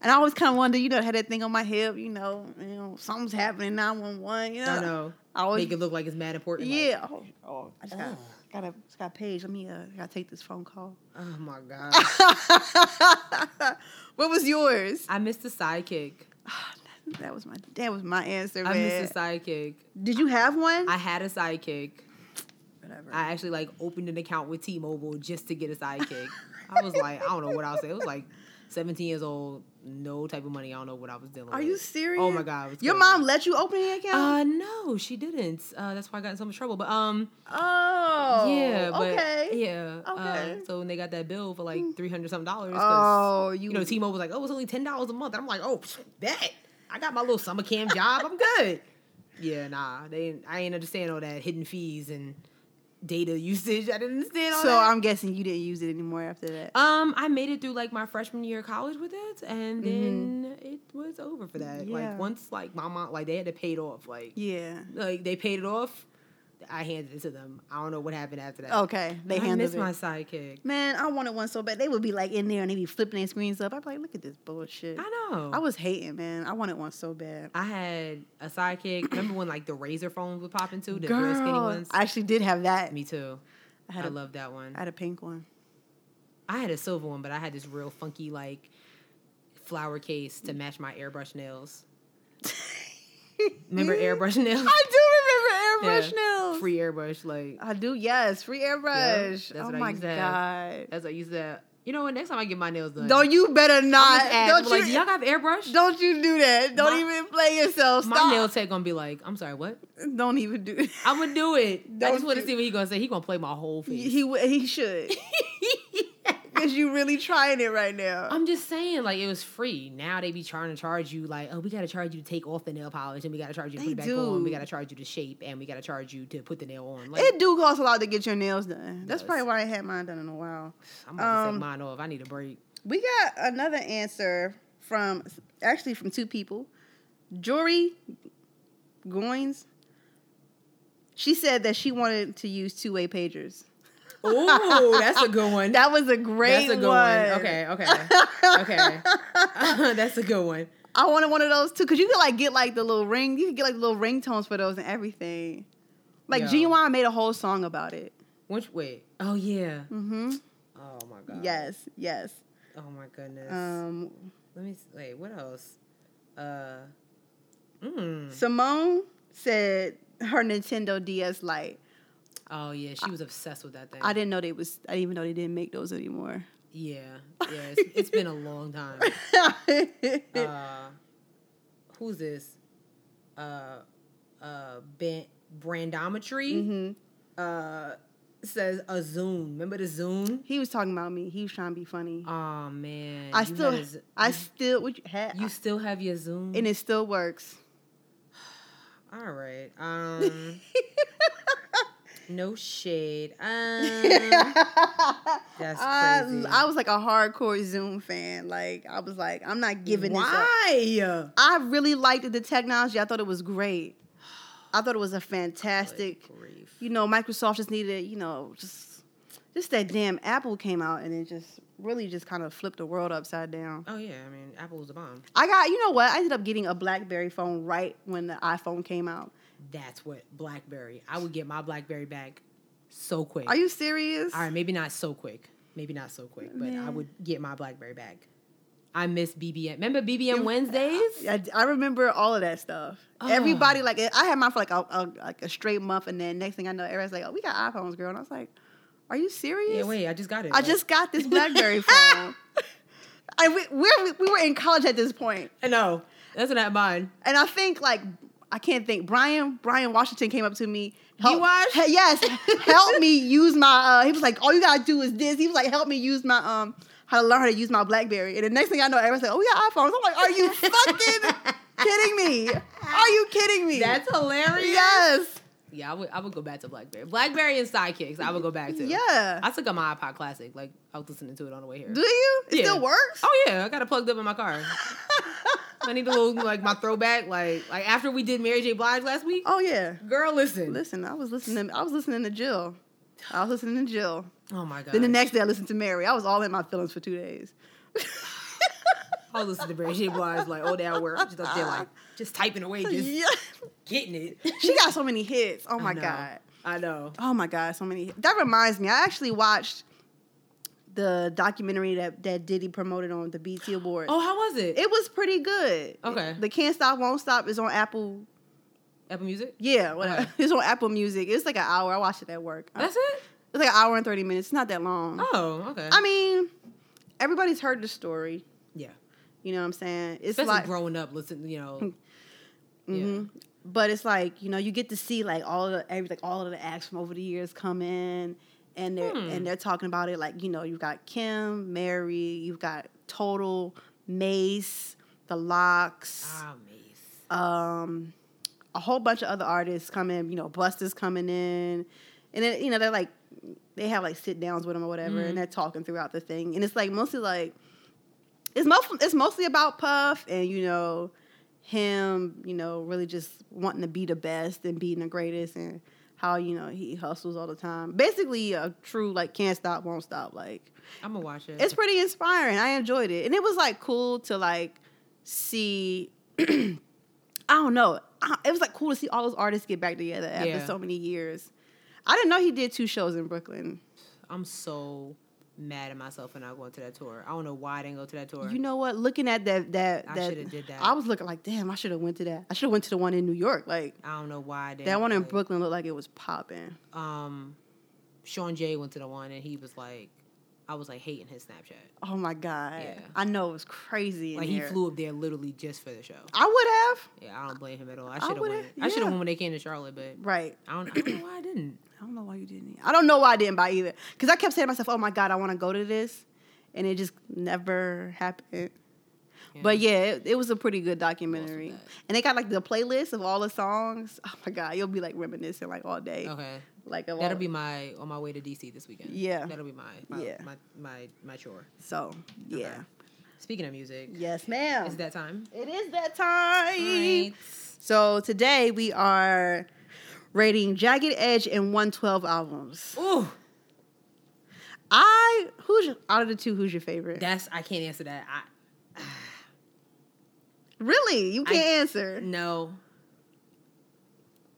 Speaker 2: And I always kind of wonder, you know, had that thing on my hip, you know, you know, something's happening, 911, Oh, you know.
Speaker 1: I know.
Speaker 2: I always,
Speaker 1: Make it look like it's mad important. like,
Speaker 2: yeah. oh, oh, I just got,
Speaker 1: Oh.
Speaker 2: got, a, just got a page. Let me, uh, I gotta take this phone call.
Speaker 1: oh my god.
Speaker 2: what was yours?
Speaker 1: I missed the sidekick.
Speaker 2: That was my, that was my answer,
Speaker 1: I
Speaker 2: man.
Speaker 1: missed the sidekick.
Speaker 2: Did you have one?
Speaker 1: I had a sidekick.
Speaker 2: Whatever.
Speaker 1: I actually like opened an account with T-Mobile just to get a sidekick. I was like, I don't know what I was saying. It was like 17 years old, no type of money. I don't know what I was dealing
Speaker 2: Are
Speaker 1: with.
Speaker 2: you serious?
Speaker 1: Oh my god. it was
Speaker 2: Your
Speaker 1: crazy.
Speaker 2: mom let you open the account?
Speaker 1: Uh no, she didn't. Uh, that's why I got in so much trouble. But um,
Speaker 2: oh.
Speaker 1: yeah, but
Speaker 2: okay.
Speaker 1: yeah.
Speaker 2: Okay. Hmm.
Speaker 1: Uh, so when they got that bill for like three hundred something dollars, 'cause-
Speaker 2: Oh, you,
Speaker 1: you know, T Mobile was like, oh, it's only ten dollars a month. And I'm like, oh, bet. I got my little summer camp job. I'm good. Yeah, nah. They ain't- I ain't understand all that hidden fees and data usage. I didn't understand all
Speaker 2: so um,
Speaker 1: that.
Speaker 2: I'm guessing you didn't use it anymore after that.
Speaker 1: um, I made it through like my freshman year of college with it, and
Speaker 2: Mhm.
Speaker 1: then it was over for that.
Speaker 2: Yeah.
Speaker 1: Like once, like my mom, like they had to pay it off. Like,
Speaker 2: yeah.
Speaker 1: like they paid it off. I handed it to them. I don't know what happened after that.
Speaker 2: Okay. Oh, They
Speaker 1: I
Speaker 2: handled
Speaker 1: miss
Speaker 2: it.
Speaker 1: my sidekick.
Speaker 2: Man, I wanted one so bad. They would be like in there and they be flipping their screens up. I'd be like, look at this bullshit.
Speaker 1: I know.
Speaker 2: I was hating, man. I wanted one so bad.
Speaker 1: I had a sidekick. Remember when like the razor phones would pop into the very skinny ones?
Speaker 2: I actually did have that.
Speaker 1: Me too.
Speaker 2: I
Speaker 1: I,
Speaker 2: had, a I
Speaker 1: love that one.
Speaker 2: had a pink one.
Speaker 1: I had a silver one, but I had this real funky like flower case to match my airbrush nails. Remember airbrush nails?
Speaker 2: I do
Speaker 1: Yeah. Free airbrush, like
Speaker 2: I do, yes. Free airbrush.
Speaker 1: that's what
Speaker 2: oh
Speaker 1: I
Speaker 2: my
Speaker 1: used to have.
Speaker 2: God.
Speaker 1: as I used to. You know what? Next time I get my nails done,
Speaker 2: Don't you better
Speaker 1: I'm
Speaker 2: not.
Speaker 1: gonna ask, I'm
Speaker 2: Don't
Speaker 1: like,
Speaker 2: you,
Speaker 1: y'all got airbrush?
Speaker 2: don't you do that. Don't
Speaker 1: My-
Speaker 2: even play yourself. Stop.
Speaker 1: my nail tech gonna be like, I'm sorry, what?
Speaker 2: Don't even do
Speaker 1: I'm gonna do it. I
Speaker 2: Don't
Speaker 1: just want to
Speaker 2: you-
Speaker 1: see what he gonna say. He gonna play my whole
Speaker 2: He,
Speaker 1: face.
Speaker 2: he w- he should. Because you really trying it right now.
Speaker 1: I'm just saying, like it was free. Now they be trying to charge you, like, oh, we gotta charge you to take off the nail polish, and we gotta charge you to put
Speaker 2: They
Speaker 1: it back on, we
Speaker 2: do.
Speaker 1: gotta charge you to shape, and we gotta charge you to put the nail on. Like,
Speaker 2: It do cost a lot to get your nails done. That's
Speaker 1: does.
Speaker 2: probably why I had mine done in a while.
Speaker 1: I'm about to
Speaker 2: um,
Speaker 1: take mine off. I need a break.
Speaker 2: We got another answer from actually from two people. Jory Goins. She said that she wanted to use two way pagers.
Speaker 1: Ooh, that's a good one.
Speaker 2: That was a great
Speaker 1: That's a good
Speaker 2: one.
Speaker 1: one. Okay, okay, okay. that's a good one.
Speaker 2: I wanted one of those too, cause you could like get like the little ring. You could get like little ringtones for those and everything. Like
Speaker 1: Yeah.
Speaker 2: Genuine made a whole song about it.
Speaker 1: Which wait? Oh yeah.
Speaker 2: Mm-hmm.
Speaker 1: Oh my god.
Speaker 2: Yes, yes.
Speaker 1: Oh my goodness.
Speaker 2: Um,
Speaker 1: Let me s- wait. What else? Uh. Mm.
Speaker 2: Simone said her Nintendo DS Lite.
Speaker 1: Oh yeah, she was obsessed with that thing.
Speaker 2: I didn't know they was. I didn't even know they didn't make those anymore.
Speaker 1: Yeah, yeah. It's, it's been a long time. Uh, who's this? Uh, uh, ben, brandometry.
Speaker 2: hmm
Speaker 1: Uh, says a Zoom. Remember the Zoom?
Speaker 2: He was talking about me. He was trying to be funny.
Speaker 1: Oh man,
Speaker 2: I
Speaker 1: you had
Speaker 2: still,
Speaker 1: a Z-
Speaker 2: I still, what you had,
Speaker 1: you still have your Zoom.
Speaker 2: and it still works.
Speaker 1: All right. Um, no shade. Um, that's
Speaker 2: I,
Speaker 1: crazy.
Speaker 2: I was like a hardcore Zoom fan. Like I was like, I'm not giving this up.
Speaker 1: Why?
Speaker 2: I really liked the technology. I thought it was great. I thought it was a fantastic.
Speaker 1: Good grief.
Speaker 2: You know, Microsoft just needed, you know, just just that damn Apple came out and it just really just kind of flipped the world upside down.
Speaker 1: Oh yeah, I mean Apple was the bomb.
Speaker 2: I got, you know what? I ended up getting a BlackBerry phone right when the iPhone came out.
Speaker 1: That's what BlackBerry. I would get my BlackBerry back so quick.
Speaker 2: Are you serious?
Speaker 1: All right, maybe not so quick. Maybe not so quick, but I
Speaker 2: Man.
Speaker 1: would get my BlackBerry back. I miss BBM. Remember BBM Wednesdays?
Speaker 2: I, I remember all of that stuff.
Speaker 1: Oh.
Speaker 2: Everybody like I had mine for like a, a like a straight month, and then next thing I know, everybody's like, "Oh, we got iPhones, girl." And I was like, "Are you serious?"
Speaker 1: Yeah, wait, I just got it.
Speaker 2: I
Speaker 1: Like-
Speaker 2: just got this BlackBerry phone. I we, we're, we were in college at this point,
Speaker 1: I know. That's not mine.
Speaker 2: and I think like I can't think. Brian Brian Washington came up to me.
Speaker 1: Wash?
Speaker 2: he- yes, help me use my. Uh, he was like, all you gotta do is this. He was like, help me use my um how to learn how to use my BlackBerry. And the next thing I know, everyone's like, oh, we got iPhones. I'm like, are you fucking kidding me? Are you kidding me?
Speaker 1: That's hilarious.
Speaker 2: yes,
Speaker 1: Yeah, I would I would go back to Blackberry. Blackberry and sidekicks, I would go back to.
Speaker 2: yeah.
Speaker 1: I took up my iPod classic. Like I was listening to it on the way here.
Speaker 2: do you? It
Speaker 1: Yeah.
Speaker 2: still works.
Speaker 1: Oh yeah, I got it plugged up in my car. I need a little like my throwback, like like after we did Mary J. Blige last week.
Speaker 2: oh yeah.
Speaker 1: Girl, listen.
Speaker 2: Listen, I was listening. I was listening to Jill. I was listening to Jill.
Speaker 1: Oh my god.
Speaker 2: Then the next day, I listened to Mary. I was all in my feelings for two days.
Speaker 1: I was listening to Mary J. Blige like all day at work. I'm Just up there like just typing away, just
Speaker 2: Yeah.
Speaker 1: getting it.
Speaker 2: she got so many hits. Oh my
Speaker 1: know.
Speaker 2: god.
Speaker 1: I know.
Speaker 2: Oh my god, so many. That reminds me. I actually watched the documentary that that Diddy promoted on the BT Awards.
Speaker 1: Oh, how was it?
Speaker 2: It was pretty good.
Speaker 1: Okay.
Speaker 2: The Can't Stop Won't Stop is on Apple.
Speaker 1: Apple Music.
Speaker 2: Yeah, whatever.
Speaker 1: Okay.
Speaker 2: It's on Apple Music. It's like an hour. I watched it at work.
Speaker 1: That's it.
Speaker 2: It's like an hour and thirty minutes. It's not that long.
Speaker 1: Oh, okay.
Speaker 2: I mean, everybody's heard the story.
Speaker 1: yeah,
Speaker 2: You know what I'm saying? It's
Speaker 1: especially
Speaker 2: like Mm.
Speaker 1: growing up, listen, you know.
Speaker 2: Mhm.
Speaker 1: Yeah.
Speaker 2: But it's like you know you get to see like all of the, every like all of the acts from over the years come in, and they're
Speaker 1: Hmm.
Speaker 2: and they're talking about it like you know you've got Kim, Mary, you've got Total, Mace, The Locks,
Speaker 1: Ah, Mace.
Speaker 2: um, a whole bunch of other artists come in. You know Busta's coming in, and then you know they're like they have like sit downs with them or whatever,
Speaker 1: Mhm.
Speaker 2: and they're talking throughout the thing, and it's like mostly like it's mostly it's mostly about Puff and you know him, you know, really just wanting to be the best and being the greatest and how, you know, he hustles all the time. Basically a true like can't stop, won't stop. Like
Speaker 1: I'm gonna watch it.
Speaker 2: it's pretty inspiring. I enjoyed it. And it was like cool to like see I don't know. I- It was like cool to see all those artists get back together after
Speaker 1: Yeah.
Speaker 2: so many years. I didn't know he did two shows in Brooklyn.
Speaker 1: I'm so mad at myself for not going to that tour. I don't know why I didn't go to that tour.
Speaker 2: You know what? Looking at that that
Speaker 1: I
Speaker 2: that
Speaker 1: shoulda did that.
Speaker 2: I was looking like, damn, I should have went to that. I should have went to the one in New York. Like
Speaker 1: I don't know why I didn't.
Speaker 2: that one in
Speaker 1: like,
Speaker 2: Brooklyn looked like it was popping.
Speaker 1: Um, Sean Jay went to the one and he was like, I was like hating his Snapchat.
Speaker 2: Oh my god!
Speaker 1: Yeah.
Speaker 2: I know it was crazy. In
Speaker 1: Like he
Speaker 2: here.
Speaker 1: flew up there literally just for the show.
Speaker 2: I would
Speaker 1: Yeah, I don't blame him at all. I should have
Speaker 2: would've-
Speaker 1: went. I should have
Speaker 2: yeah.
Speaker 1: went when they came to Charlotte, but
Speaker 2: have. Right.
Speaker 1: I don't, I don't know why I didn't.
Speaker 2: I don't know why you didn't. e-, I don't know why I didn't buy either. Because I kept saying to myself, "Oh my god, I want to go to this," and it just never happened. But yeah, it, it was a pretty good documentary,
Speaker 1: that.
Speaker 2: and they got like the playlist of all the songs. Oh my god, you'll be like reminiscing like all day.
Speaker 1: Okay.
Speaker 2: Like of all,
Speaker 1: Oh, That'll be my on my way to DC this weekend.
Speaker 2: Yeah.
Speaker 1: That'll be my my
Speaker 2: Yeah.
Speaker 1: my, my, my chore.
Speaker 2: so yeah.
Speaker 1: Speaking of music,
Speaker 2: Yes, ma'am.
Speaker 1: is that time?
Speaker 2: it is that time.
Speaker 1: Right.
Speaker 2: So today we are rating Jagged Edge and 112 albums.
Speaker 1: Ooh.
Speaker 2: Wait, who's your, out of the two? Who's your favorite?
Speaker 1: That's I can't answer that. I
Speaker 2: really, you can't answer.
Speaker 1: no.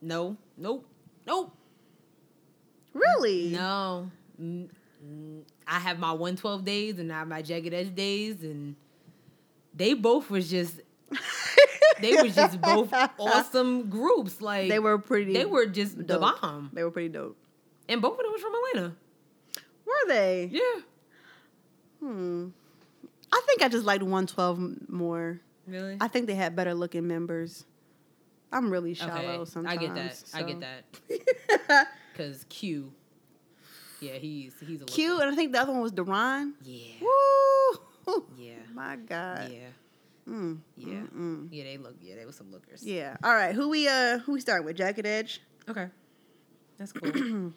Speaker 1: No. Nope. Nope.
Speaker 2: Really,
Speaker 1: No. Mm, mm, I have my 112 days and I have my jagged edge days and they both was just they were just both awesome groups. Like
Speaker 2: They were pretty.
Speaker 1: they were just the
Speaker 2: dope.
Speaker 1: bomb.
Speaker 2: They were pretty dope.
Speaker 1: And both of them was from Atlanta.
Speaker 2: Were they?
Speaker 1: Yeah.
Speaker 2: Hmm. I think I just liked 112 m- more.
Speaker 1: Really?
Speaker 2: I think they had better looking members. I'm really shallow sometimes.
Speaker 1: I get that. I get that.
Speaker 2: that.
Speaker 1: Cause Q. Yeah, he's he's a
Speaker 2: Cute, and I think the other one was Deron.
Speaker 1: Yeah.
Speaker 2: Woo!
Speaker 1: Yeah.
Speaker 2: My God.
Speaker 1: Yeah.
Speaker 2: Mm.
Speaker 1: Yeah.
Speaker 2: Mm-mm.
Speaker 1: Yeah, they look yeah, they were some lookers.
Speaker 2: Yeah. All right. Who we uh who we start with? Jacket Edge.
Speaker 1: Okay. That's cool.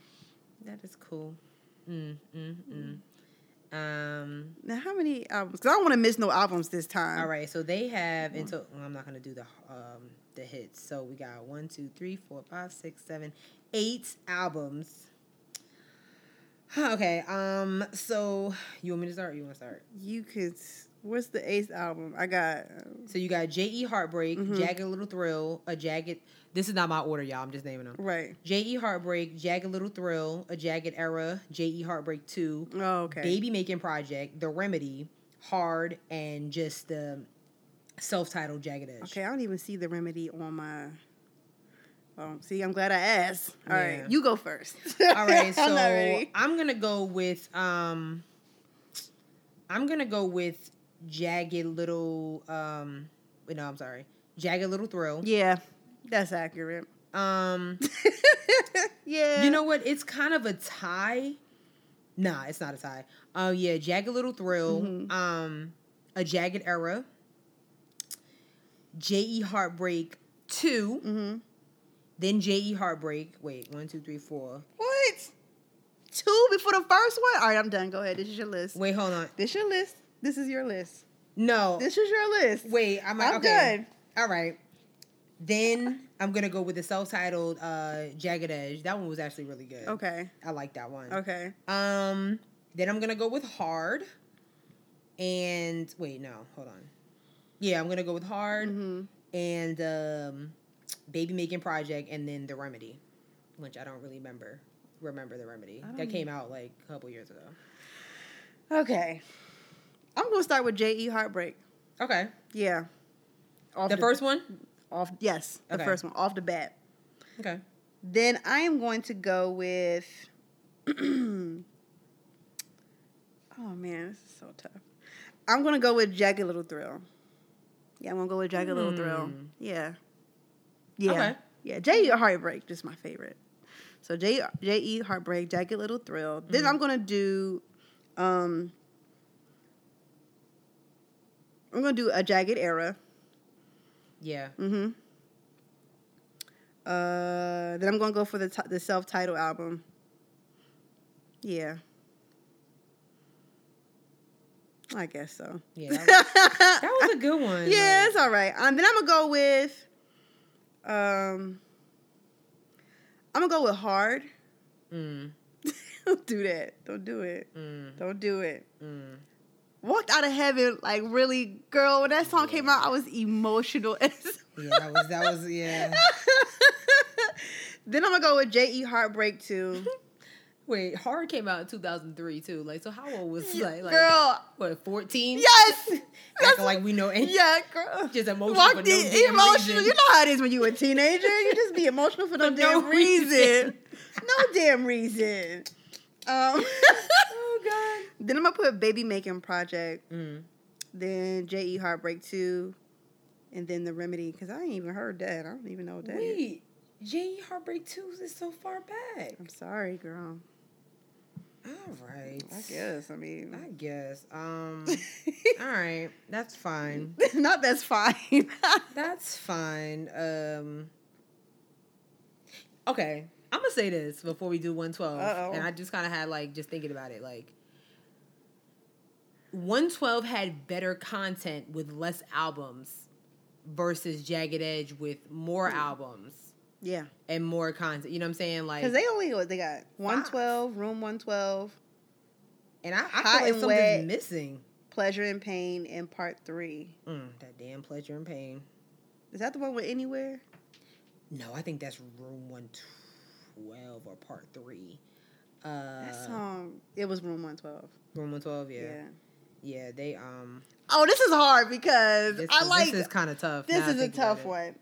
Speaker 1: that is cool. Mm, mm, mm. Um
Speaker 2: Now how many albums? Cause I don't want to miss no albums this time.
Speaker 1: all right, so they have until well, I'm not gonna do the um the hits. So we got one, two, three, four, five, six, seven, eight albums. Okay, um, so you want me to start or you wanna start?
Speaker 2: You could. What's the eighth album? I got. um,
Speaker 1: So you got J.E. Heartbreak,
Speaker 2: Mhm.
Speaker 1: Jagged Little Thrill, a jagged. This is not my order, y'all. I'm just naming them.
Speaker 2: Right.
Speaker 1: J.E. Heartbreak, Jagged Little Thrill, a Jagged Era, J.E. Heartbreak Two,
Speaker 2: Oh, okay.
Speaker 1: Baby Making Project, The Remedy, Hard, and just the self-titled Jagged Edge.
Speaker 2: Okay. I don't even see the remedy on my. Um, see, I'm glad I asked. All right,
Speaker 1: Yeah.
Speaker 2: you go first.
Speaker 1: All right. So
Speaker 2: I'm
Speaker 1: I'm,
Speaker 2: not ready.
Speaker 1: gonna go with um. I'm gonna go with Jagged Little um. Wait, no, I'm sorry. Jagged Little Thrill.
Speaker 2: Yeah, that's accurate.
Speaker 1: Um.
Speaker 2: yeah.
Speaker 1: You know what? It's kind of a tie. Nah, it's not a tie. Oh yeah, Jagged Little Thrill,
Speaker 2: Mhm.
Speaker 1: um, A Jagged Era, J.E. Heartbreak 2,
Speaker 2: Mm-hmm.
Speaker 1: then J.E. Heartbreak. Wait, one, two, three, four.
Speaker 2: What? Two before the first one? All right, I'm done. Go ahead. This is your list.
Speaker 1: Wait, hold on.
Speaker 2: This your list. This is your list.
Speaker 1: No.
Speaker 2: This is your list.
Speaker 1: Oh. Wait, I'm,
Speaker 2: I'm
Speaker 1: okay. All right. Then I'm gonna go with the self-titled uh, Jagged Edge. That one was actually really good.
Speaker 2: good. Okay.
Speaker 1: I like that one.
Speaker 2: Okay.
Speaker 1: Um, then I'm gonna go with hard. And wait, no, hold on. Yeah, I'm gonna go with hard
Speaker 2: Mm-hmm.
Speaker 1: and um, baby making project, and then the remedy, which I don't really remember. Remember the remedy
Speaker 2: I
Speaker 1: that
Speaker 2: don't-
Speaker 1: came out like a couple years ago.
Speaker 2: Okay. I'm gonna start with J.E. Heartbreak.
Speaker 1: Okay,
Speaker 2: Yeah. Off
Speaker 1: the first one.
Speaker 2: Off. Yes, the
Speaker 1: Okay.
Speaker 2: first one off the bat.
Speaker 1: Okay,
Speaker 2: Then I am going to go with. oh man, this is so tough. I'm gonna go with Jagged Little Thrill. Yeah, I'm gonna go with Jagged Little Thrill.
Speaker 1: Hmm.
Speaker 2: Yeah. Yeah.
Speaker 1: Okay.
Speaker 2: Yeah. J E Heartbreak, just my favorite. So J J E Heartbreak, Jagged Little Thrill. Then
Speaker 1: Hmm.
Speaker 2: I'm gonna do. Um, I'm gonna do a Jagged Era.
Speaker 1: yeah.
Speaker 2: Mm-hmm. Uh, then I'm gonna go for the t- the self titled album. Yeah. I guess so.
Speaker 1: Yeah, that was, that was a good one.
Speaker 2: yeah,
Speaker 1: like-
Speaker 2: it's all right. Um, then I'm gonna go with, um, I'm gonna go with hard.
Speaker 1: mm,
Speaker 2: Don't do that. Don't do it.
Speaker 1: mm,
Speaker 2: Don't do it.
Speaker 1: mm.
Speaker 2: Walked out of heaven like really, girl. When that song came out, I was emotional as
Speaker 1: Yeah, that was that was yeah.
Speaker 2: then I'm gonna go with J.E. Heartbreak too.
Speaker 1: Wait, hard came out in 2003 too. Like, so how old was like like
Speaker 2: girl,
Speaker 1: what 14?
Speaker 2: yes,
Speaker 1: acting like we know and
Speaker 2: yeah, girl.
Speaker 1: just emotional for no
Speaker 2: Walked in
Speaker 1: damn
Speaker 2: emotional.
Speaker 1: reason.
Speaker 2: You know how it is when you a teenager. You just be emotional for no damn
Speaker 1: no
Speaker 2: reason.
Speaker 1: reason.
Speaker 2: No damn reason. Um,
Speaker 1: oh
Speaker 2: then I'm gonna put Baby Making Project,
Speaker 1: god. Mm.
Speaker 2: then J.E. Heartbreak two, and then The Remedy because I ain't even heard that. I don't even know what that is.
Speaker 1: Wait, J E Heartbreak 2 is so far back.
Speaker 2: I'm sorry, girl.
Speaker 1: All right.
Speaker 2: I guess. I mean,
Speaker 1: I guess. Um all right. That's fine.
Speaker 2: not that's fine.
Speaker 1: That's fine. Um Okay. I'm gonna say this before we do 112.
Speaker 2: Uh-oh.
Speaker 1: And I just kind of had like just thinking about it like 112 had better content with less albums versus Jagged Edge with more
Speaker 2: Hmm.
Speaker 1: albums.
Speaker 2: yeah,
Speaker 1: and more content. You know what I'm saying? Like,
Speaker 2: because they only what they got one twelve, room one twelve.
Speaker 1: And I, I
Speaker 2: Hot
Speaker 1: feel like
Speaker 2: and
Speaker 1: something's
Speaker 2: wet.
Speaker 1: missing.
Speaker 2: Pleasure and Pain in part three.
Speaker 1: Mm, that damn pleasure and pain.
Speaker 2: Is that the one with Anywhere?
Speaker 1: No, I think that's room one twelve or part three. Uh,
Speaker 2: That song. It was Room 112.
Speaker 1: room one twelve.
Speaker 2: Yeah.
Speaker 1: Yeah. yeah, They um,
Speaker 2: Oh, this is hard because
Speaker 1: this,
Speaker 2: I like
Speaker 1: this is kind of tough. now I
Speaker 2: a
Speaker 1: think about
Speaker 2: tough
Speaker 1: it.
Speaker 2: one.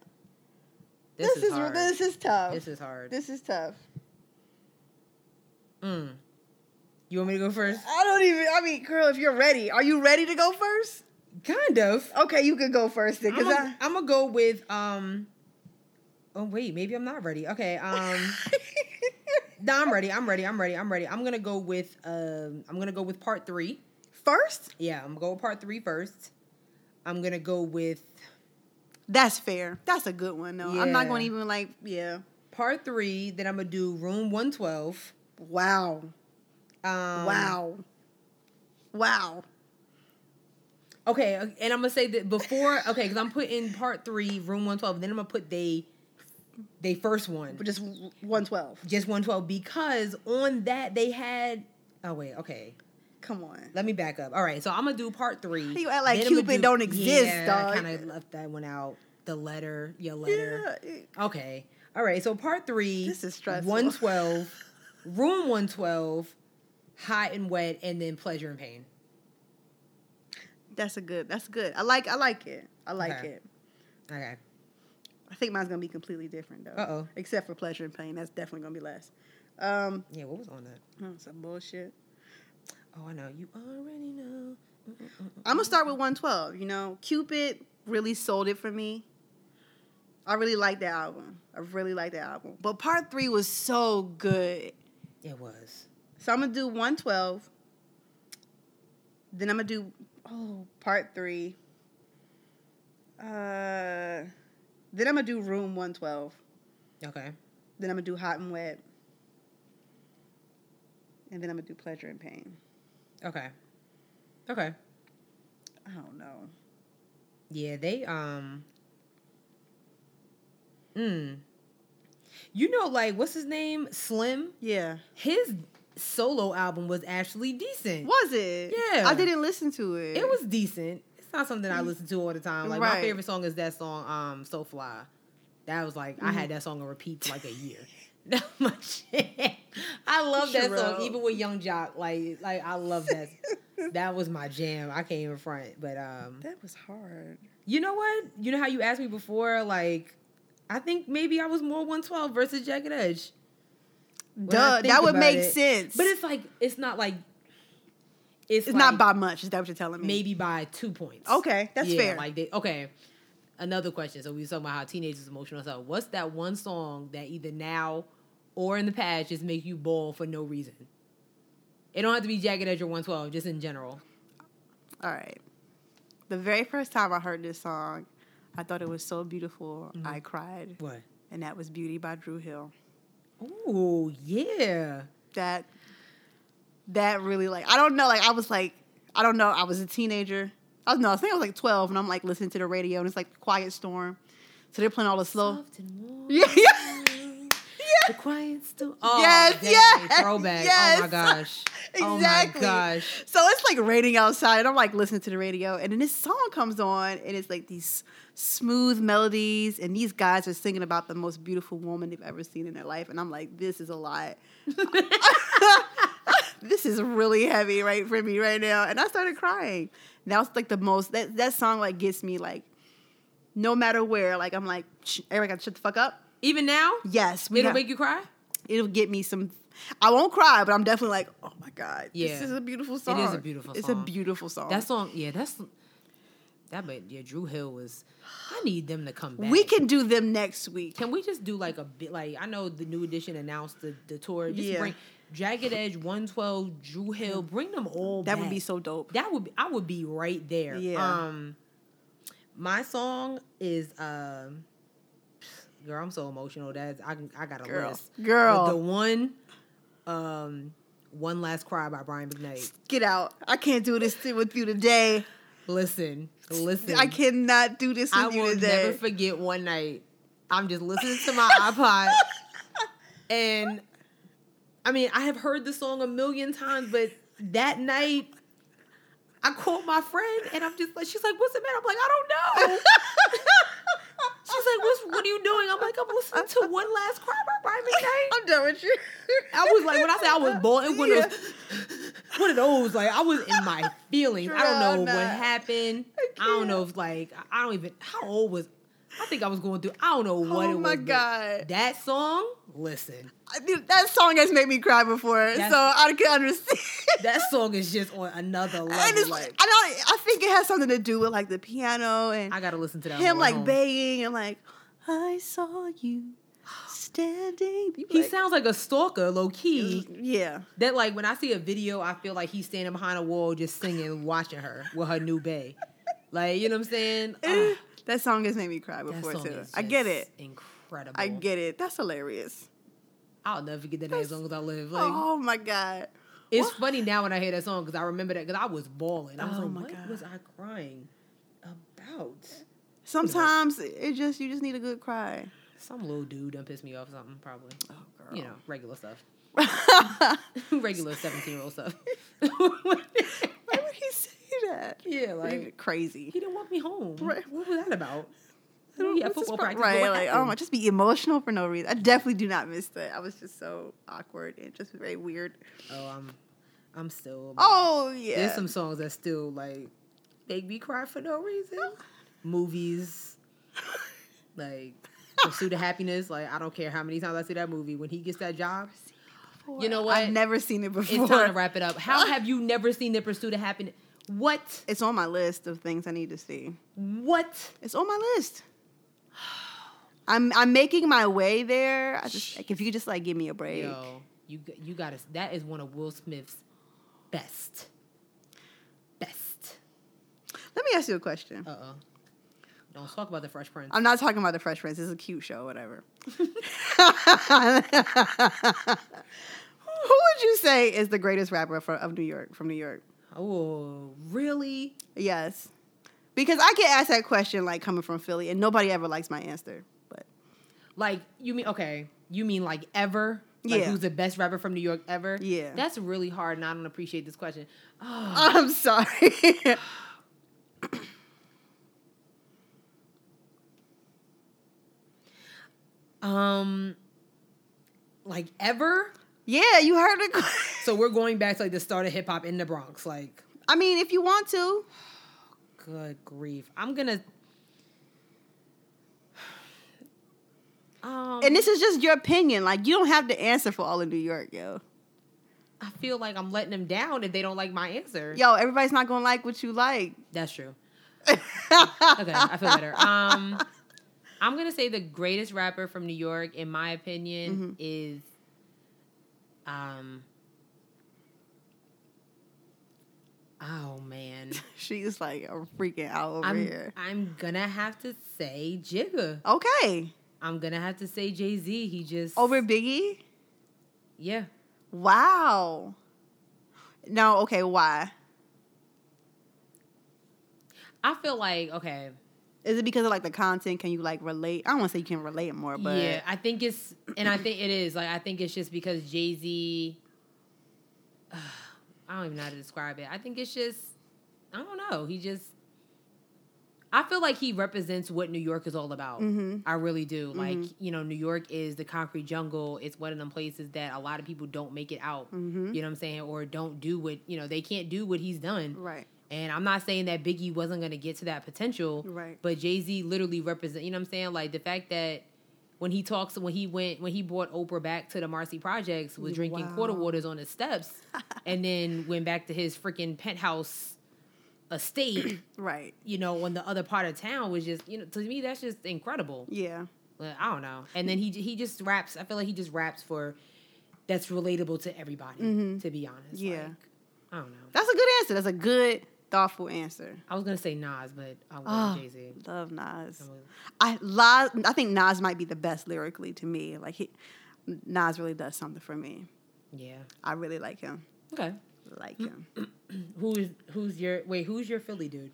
Speaker 1: This, is, hard.
Speaker 2: this is tough.
Speaker 1: This is hard.
Speaker 2: This is tough.
Speaker 1: Mm. You want me to go first?
Speaker 2: I don't even. I mean, girl, if you're ready, are you ready to go first?
Speaker 1: Kind of.
Speaker 2: Okay, you could go first then,
Speaker 1: I'm
Speaker 2: cause I,
Speaker 1: gonna go with um. Oh wait, maybe I'm not ready. Okay, um. No, I'm ready. I'm ready. I'm ready. I'm ready. I'm gonna go with um. I'm gonna go with part three.
Speaker 2: first.
Speaker 1: Yeah, I'm gonna go with part three first. I'm gonna go with
Speaker 2: That's fair. That's a good one though. I'm not
Speaker 1: Yeah.
Speaker 2: going to even like. Yeah.
Speaker 1: part three. Then I'm gonna do room one twelve.
Speaker 2: Wow.
Speaker 1: Um,
Speaker 2: wow. Wow.
Speaker 1: Okay, uh, and I'm gonna say that before. Okay, because I'm putting part three, room one twelve. Then I'm gonna put they, they first one.
Speaker 2: But just 112.
Speaker 1: just 112 because on that they had oh wait okay
Speaker 2: Come on.
Speaker 1: let me back up all right so i'm gonna do part three
Speaker 2: You act like
Speaker 1: Then I'ma
Speaker 2: Cupid don't exist,
Speaker 1: yeah, i
Speaker 2: dog.
Speaker 1: kind of left that one out the letter your
Speaker 2: Yeah.
Speaker 1: letter okay all right so part three
Speaker 2: This is stressful.
Speaker 1: 112 room 112 hot and wet and then pleasure and pain
Speaker 2: That's a good. That's good. I like. I like it. I like
Speaker 1: Okay.
Speaker 2: it.
Speaker 1: okay
Speaker 2: I think mine's gonna be completely different though.
Speaker 1: Uh-oh.
Speaker 2: Except for pleasure and pain, that's definitely gonna be less. Um, hmm,
Speaker 1: yeah what was on that
Speaker 2: that's some bullshit.
Speaker 1: oh i know you already know Mm-mm-mm.
Speaker 2: I'm gonna start with 112. You know, Cupid really sold it for me. I really like that album. I really like that album. But part three was so good.
Speaker 1: it was
Speaker 2: So I'm gonna do 112. Then I'm gonna do oh part three. Uh, then I'm gonna do room 112.
Speaker 1: okay
Speaker 2: Then I'm gonna do hot and wet. And then I'm gonna do pleasure and pain.
Speaker 1: okay okay
Speaker 2: I don't know.
Speaker 1: Yeah, they um Mm. You know like what's his name? Slim?
Speaker 2: Yeah.
Speaker 1: His solo album was actually decent.
Speaker 2: Was it?
Speaker 1: Yeah.
Speaker 2: I didn't listen to it.
Speaker 1: It was decent. It's not something I listen to all the time. Like my
Speaker 2: Right.
Speaker 1: favorite song is that song um So Fly. That was like I
Speaker 2: Mm.
Speaker 1: had that song on repeat for like a year. That my shit. I love that
Speaker 2: Sherelle.
Speaker 1: song even with Young Jock. Like like I love that. that was my jam. I can't even front. But um
Speaker 2: That was hard.
Speaker 1: You know what? You know how you asked me before, like, I think maybe I was more 112 versus Jagged Edge. When I
Speaker 2: Duh.
Speaker 1: think
Speaker 2: That would
Speaker 1: about
Speaker 2: make
Speaker 1: it.
Speaker 2: sense.
Speaker 1: But it's like, it's not like, it's,
Speaker 2: it's
Speaker 1: like
Speaker 2: not by much. Is that what you're telling me?
Speaker 1: maybe by two points.
Speaker 2: Okay, that's
Speaker 1: Yeah,
Speaker 2: fair.
Speaker 1: Like, they, okay. Another question. So we was talking about how teenagers emotional stuff. What's that one song that either now or in the past just make you bawl for no reason? It don't have to be Jagged Edge or 112, just in general.
Speaker 2: All right. The very first time I heard this song, I thought it was so beautiful.
Speaker 1: Mm-hmm.
Speaker 2: I cried,
Speaker 1: What?
Speaker 2: and that was "Beauty" by Drew Hill.
Speaker 1: Oh, yeah.
Speaker 2: That that really like I don't know. Like I was like I don't know. I was a teenager. I was no. I think I was like 12, and I'm like listening to the radio, and it's like Quiet Storm. So they're playing all the slow.
Speaker 1: Soft and warm.
Speaker 2: Yeah. yeah.
Speaker 1: The quiet still. Oh,
Speaker 2: Yes,
Speaker 1: dang,
Speaker 2: yes,
Speaker 1: Throwback. Oh my
Speaker 2: yes.
Speaker 1: gosh.
Speaker 2: Exactly.
Speaker 1: Oh my gosh.
Speaker 2: So it's like raining outside, and I'm like listening to the radio, and then this song comes on, and it's like these smooth melodies, and these guys are singing about the most beautiful woman they've ever seen in their life, and I'm like, this is a lot. this is really heavy right for me right now, and I started crying. And that was like the most that that song like gets me like, no matter where, like I'm like, "Shh, Eric, I gotta shut the fuck up.
Speaker 1: Even now,
Speaker 2: Yes, we
Speaker 1: it'll
Speaker 2: got-
Speaker 1: make you cry.
Speaker 2: it'll get me some. I won't cry, but I'm definitely like, oh my god,
Speaker 1: Yeah.
Speaker 2: this is a beautiful
Speaker 1: a
Speaker 2: song.
Speaker 1: beautiful
Speaker 2: It's a
Speaker 1: song.
Speaker 2: beautiful song.
Speaker 1: That song, yeah, that's that. But yeah, Drew Hill was. I need them to come back.
Speaker 2: we can do them next week.
Speaker 1: Can we just do like a bit? Like I know the new edition announced the, the tour. Just
Speaker 2: Yeah.
Speaker 1: bring Jagged Edge, One Twelve, Drew Hill. Bring them all.
Speaker 2: That would
Speaker 1: back.
Speaker 2: be so dope.
Speaker 1: That would be, I would be right there.
Speaker 2: Yeah.
Speaker 1: Um my song is um girl, I'm so emotional. That's I can- I got a
Speaker 2: Girl.
Speaker 1: list.
Speaker 2: Girl.
Speaker 1: But the one um One Last Cry by Brian McKnight.
Speaker 2: Get out! I can't do this thing with you today.
Speaker 1: Listen, listen.
Speaker 2: I cannot do this with
Speaker 1: I
Speaker 2: you
Speaker 1: will
Speaker 2: today.
Speaker 1: never forget one night. I'm just listening to my iPod and I mean, I have heard the song a million times, but that night, I called my friend and I'm just like, she's like, what's the matter? I'm like, I don't know. she's like, what's, what are you doing? I'm like, I'm listening to One Last Cry by Brian McKnight.
Speaker 2: I'm done with you.
Speaker 1: I was like, when I say I was bald, it was
Speaker 2: Yeah.
Speaker 1: one of those. Like I was in my feelings. I don't know
Speaker 2: Girl, nah.
Speaker 1: what happened. I, don't know if like I- I don't even how old was. I think I was going through. I don't know what
Speaker 2: Oh
Speaker 1: it was.
Speaker 2: my
Speaker 1: but
Speaker 2: God.
Speaker 1: that song. Listen,
Speaker 2: I mean, that song has made me cry before,
Speaker 1: That's-
Speaker 2: so I can understand.
Speaker 1: that song is just on another level.
Speaker 2: and it's,
Speaker 1: like,
Speaker 2: I don't. I think it has something to do with like the piano and
Speaker 1: I gotta listen to that. on
Speaker 2: him
Speaker 1: the way
Speaker 2: like
Speaker 1: home.
Speaker 2: begging and like, I saw you standing. You
Speaker 1: He
Speaker 2: like-
Speaker 1: sounds like a stalker, low key.
Speaker 2: yeah.
Speaker 1: That like when I see a video, I feel like he's standing behind a wall, just singing, watching her with her new bae. Like you know what I'm saying? Ah,
Speaker 2: That song has made me cry
Speaker 1: that
Speaker 2: before
Speaker 1: song
Speaker 2: too.
Speaker 1: is
Speaker 2: I get
Speaker 1: just
Speaker 2: it.
Speaker 1: Incredible.
Speaker 2: I get it. That's hilarious.
Speaker 1: I'll never forget that name as
Speaker 2: That's-
Speaker 1: long as I live. Like
Speaker 2: oh my god.
Speaker 1: it's funny now when I hear that song because I remember that because I was bawling. I was
Speaker 2: Oh
Speaker 1: like,
Speaker 2: my
Speaker 1: what
Speaker 2: God.
Speaker 1: was I crying about?
Speaker 2: Sometimes it just you just need a good cry.
Speaker 1: Some little dude done pissed me off or something probably.
Speaker 2: Oh
Speaker 1: You know, regular stuff. regular seventeen year old stuff.
Speaker 2: Why would he say that?
Speaker 1: yeah, like
Speaker 2: Like crazy.
Speaker 1: he didn't want me home.
Speaker 2: Right.
Speaker 1: What was that about?
Speaker 2: I don't-
Speaker 1: yeah,
Speaker 2: what's this
Speaker 1: football
Speaker 2: part-
Speaker 1: practice. but
Speaker 2: Right,
Speaker 1: what
Speaker 2: like, oh
Speaker 1: happened?
Speaker 2: my, just be emotional for no reason. I definitely do not miss that. I was just so awkward and just very weird.
Speaker 1: Oh, I'm, I'm still.
Speaker 2: Oh yeah,
Speaker 1: There's some songs that still like make me cry for no reason. Movies, like Pursuit of Happiness. Like I don't care how many times I see that movie. When he gets that job, you know what?
Speaker 2: I've never seen it before.
Speaker 1: it's time to wrap it up. How have you never seen the Pursuit of Happiness? What?
Speaker 2: It's on my list of things I need to see.
Speaker 1: What?
Speaker 2: It's on my list. I'm I'm making my way there. I just like if you could just like give me a break.
Speaker 1: Yo, you g- you got to. That is one of Will Smith's best. Best.
Speaker 2: Let me ask you a question.
Speaker 1: Uh oh. Don't talk about the Fresh Prince.
Speaker 2: I'm not talking about the Fresh Prince. It's a cute show, whatever. Who would you say is the greatest rapper from, of New York? From New York,
Speaker 1: Oh, really?
Speaker 2: yes, because I get asked that question like coming from Philly, and nobody ever likes my answer. But
Speaker 1: Like you mean okay? You mean like ever? Like
Speaker 2: Yeah.
Speaker 1: Who's the best rapper from New York ever?
Speaker 2: Yeah.
Speaker 1: That's really hard, and I don't appreciate this question. Oh,
Speaker 2: I'm sorry.
Speaker 1: um, like ever.
Speaker 2: yeah, you heard it.
Speaker 1: So we're going back to like the start of hip hop in the Bronx. Like,
Speaker 2: I mean, if you want to,
Speaker 1: good grief! I'm gonna. Um,
Speaker 2: and this is just your opinion. Like you don't have to answer for all of New York, yo.
Speaker 1: I feel like I'm letting them down if they don't like my answer.
Speaker 2: Yo, everybody's not gonna like what you like.
Speaker 1: That's true. Okay, I feel better. Um, I'm gonna say the greatest rapper from New York, in my
Speaker 2: Mm-hmm.
Speaker 1: opinion, is um. Oh man,
Speaker 2: She's like a freaking out over
Speaker 1: I'm
Speaker 2: here.
Speaker 1: I'm gonna have to say Jigga.
Speaker 2: Okay,
Speaker 1: I'm gonna have to say Jay Z. He just
Speaker 2: over Biggie.
Speaker 1: yeah.
Speaker 2: Wow. No, okay, why?
Speaker 1: I feel like okay.
Speaker 2: Is it because of like the content? Can you like relate? I don't want to say you can relate more, but
Speaker 1: yeah, I think it's and I think it is like I think it's just because Jay Z. I don't even know how to describe it. I think it's just I don't know. He just I feel like he represents what New York is all about.
Speaker 2: Mhm.
Speaker 1: I really do. Like you know, New York is the concrete jungle. It's one of them places that a lot of people don't make it out.
Speaker 2: Mm-hmm.
Speaker 1: You know what I'm saying, or don't do what you know they can't do what he's done.
Speaker 2: right,
Speaker 1: And I'm not saying that Biggie wasn't gonna get to that potential,
Speaker 2: Right.
Speaker 1: But Jay Z literally represent. You know what I'm saying? Like the fact that when he talks, when he went, when he brought Oprah back to the Marcy Projects, was drinking
Speaker 2: Wow.
Speaker 1: quarter waters on the steps, and then went back to his freaking penthouse estate.
Speaker 2: right,
Speaker 1: You know, on the other part of town was just you know to me that's just incredible.
Speaker 2: yeah.
Speaker 1: Like, I don't know. And then he he just raps. I feel like he just raps for that's relatable to everybody. To be honest,
Speaker 2: Mm-hmm. Yeah.
Speaker 1: Like, I don't know.
Speaker 2: That's a good answer. That's a good, thoughtful answer.
Speaker 1: I was gonna say Nas, but I
Speaker 2: Ah.
Speaker 1: want Jay Z.
Speaker 2: Love Nas.
Speaker 1: I'm with-
Speaker 2: I Nas, I think Nas might be the best lyrically to me. Like he, Nas really does something for me.
Speaker 1: Yeah.
Speaker 2: I really like him.
Speaker 1: Okay.
Speaker 2: Like him.
Speaker 1: Who is who's your wait? Who's your Philly dude?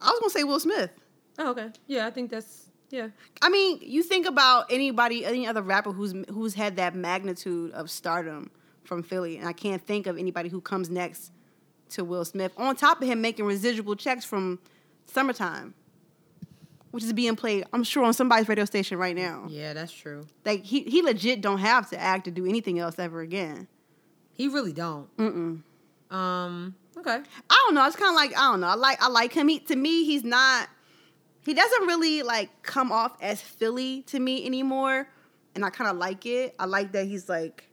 Speaker 2: I was gonna say Will Smith.
Speaker 1: Oh, okay. Yeah, I think that's yeah.
Speaker 2: I mean, you think about anybody, any other rapper who's who's had that magnitude of stardom from Philly, and I can't think of anybody who comes next to Will Smith. On top of him making residual checks from Summertime, which is being played, I'm sure, on somebody's radio station right now.
Speaker 1: Yeah, that's true.
Speaker 2: Like he he legit don't have to act or do anything else ever again.
Speaker 1: He really don't.
Speaker 2: Mm-mm.
Speaker 1: Um. Okay.
Speaker 2: I don't know. It's kind of like I don't know. I like I like him. He, to me, he's not. He doesn't really like come off as Philly to me anymore, and I kind of like it. I like that he's like,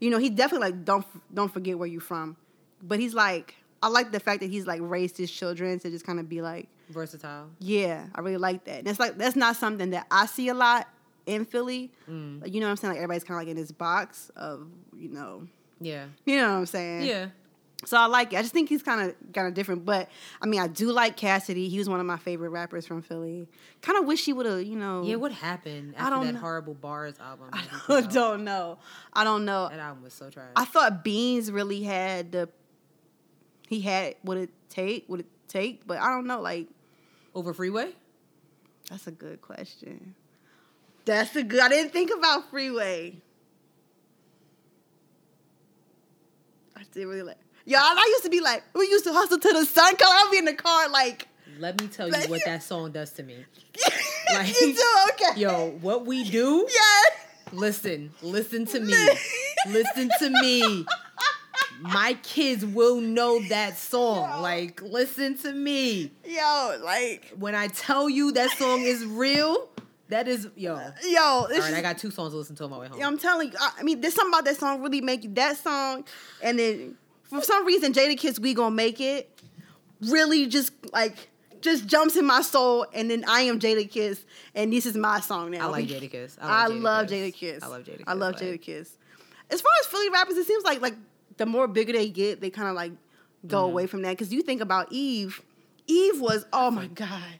Speaker 2: you know, he definitely like don't don't forget where you from, but he's like I like the fact that he's like raised his children to just kind of be like,
Speaker 1: Versatile.
Speaker 2: yeah, I really like that. And it's like that's not something that I see a lot in Philly.
Speaker 1: Mm.
Speaker 2: Like, you know what I'm saying? Like everybody's kind of like in this box of you know,
Speaker 1: Yeah.
Speaker 2: you know what I'm saying?
Speaker 1: Yeah.
Speaker 2: So I like it. I just think he's kind of kind of different, but I mean, I do like Cassidy. He was one of my favorite rappers from Philly. Kind of wish he would have, you know.
Speaker 1: Yeah. What happened
Speaker 2: I
Speaker 1: after
Speaker 2: don't
Speaker 1: that
Speaker 2: know.
Speaker 1: horrible Bars album? that he
Speaker 2: I
Speaker 1: put out?
Speaker 2: don't know. I don't know.
Speaker 1: That album was so trash.
Speaker 2: I thought Beans really had the. He had what it take. What it take, but I don't know. Like
Speaker 1: Over Freeway.
Speaker 2: that's a good question. That's a good. I didn't think about Freeway. I did really like. Y'all, I used to be like, we used to hustle to the sun come. I'd be in the car like.
Speaker 1: Let me tell you
Speaker 2: Like-
Speaker 1: what that song does to me.
Speaker 2: you
Speaker 1: Like-
Speaker 2: do okay.
Speaker 1: Yo, what we do?
Speaker 2: Yeah.
Speaker 1: Listen, listen to me. listen to me. My kids will know that song. Like, listen to me.
Speaker 2: Yo, like,
Speaker 1: When I tell you that song is real, that is yo. All
Speaker 2: yo, this
Speaker 1: right,
Speaker 2: is,
Speaker 1: I got two songs to listen to on my way home.
Speaker 2: I'm telling you. I, I mean, there's something about that song really make you that song, and then for some reason, Jada Kiss We Gonna Make It really just like just jumps in my soul, and then I am Jada Kiss, and this is my song now.
Speaker 1: I like Jadakiss.
Speaker 2: I,
Speaker 1: I, like
Speaker 2: love Jada Kiss.
Speaker 1: I love Jada.
Speaker 2: I love
Speaker 1: Kiss,
Speaker 2: Jada
Speaker 1: like-
Speaker 2: Kiss. As far as Philly rappers, it seems like like the more bigger they get, they kind of like go away from that. Because you think about Eve. Eve was oh my god.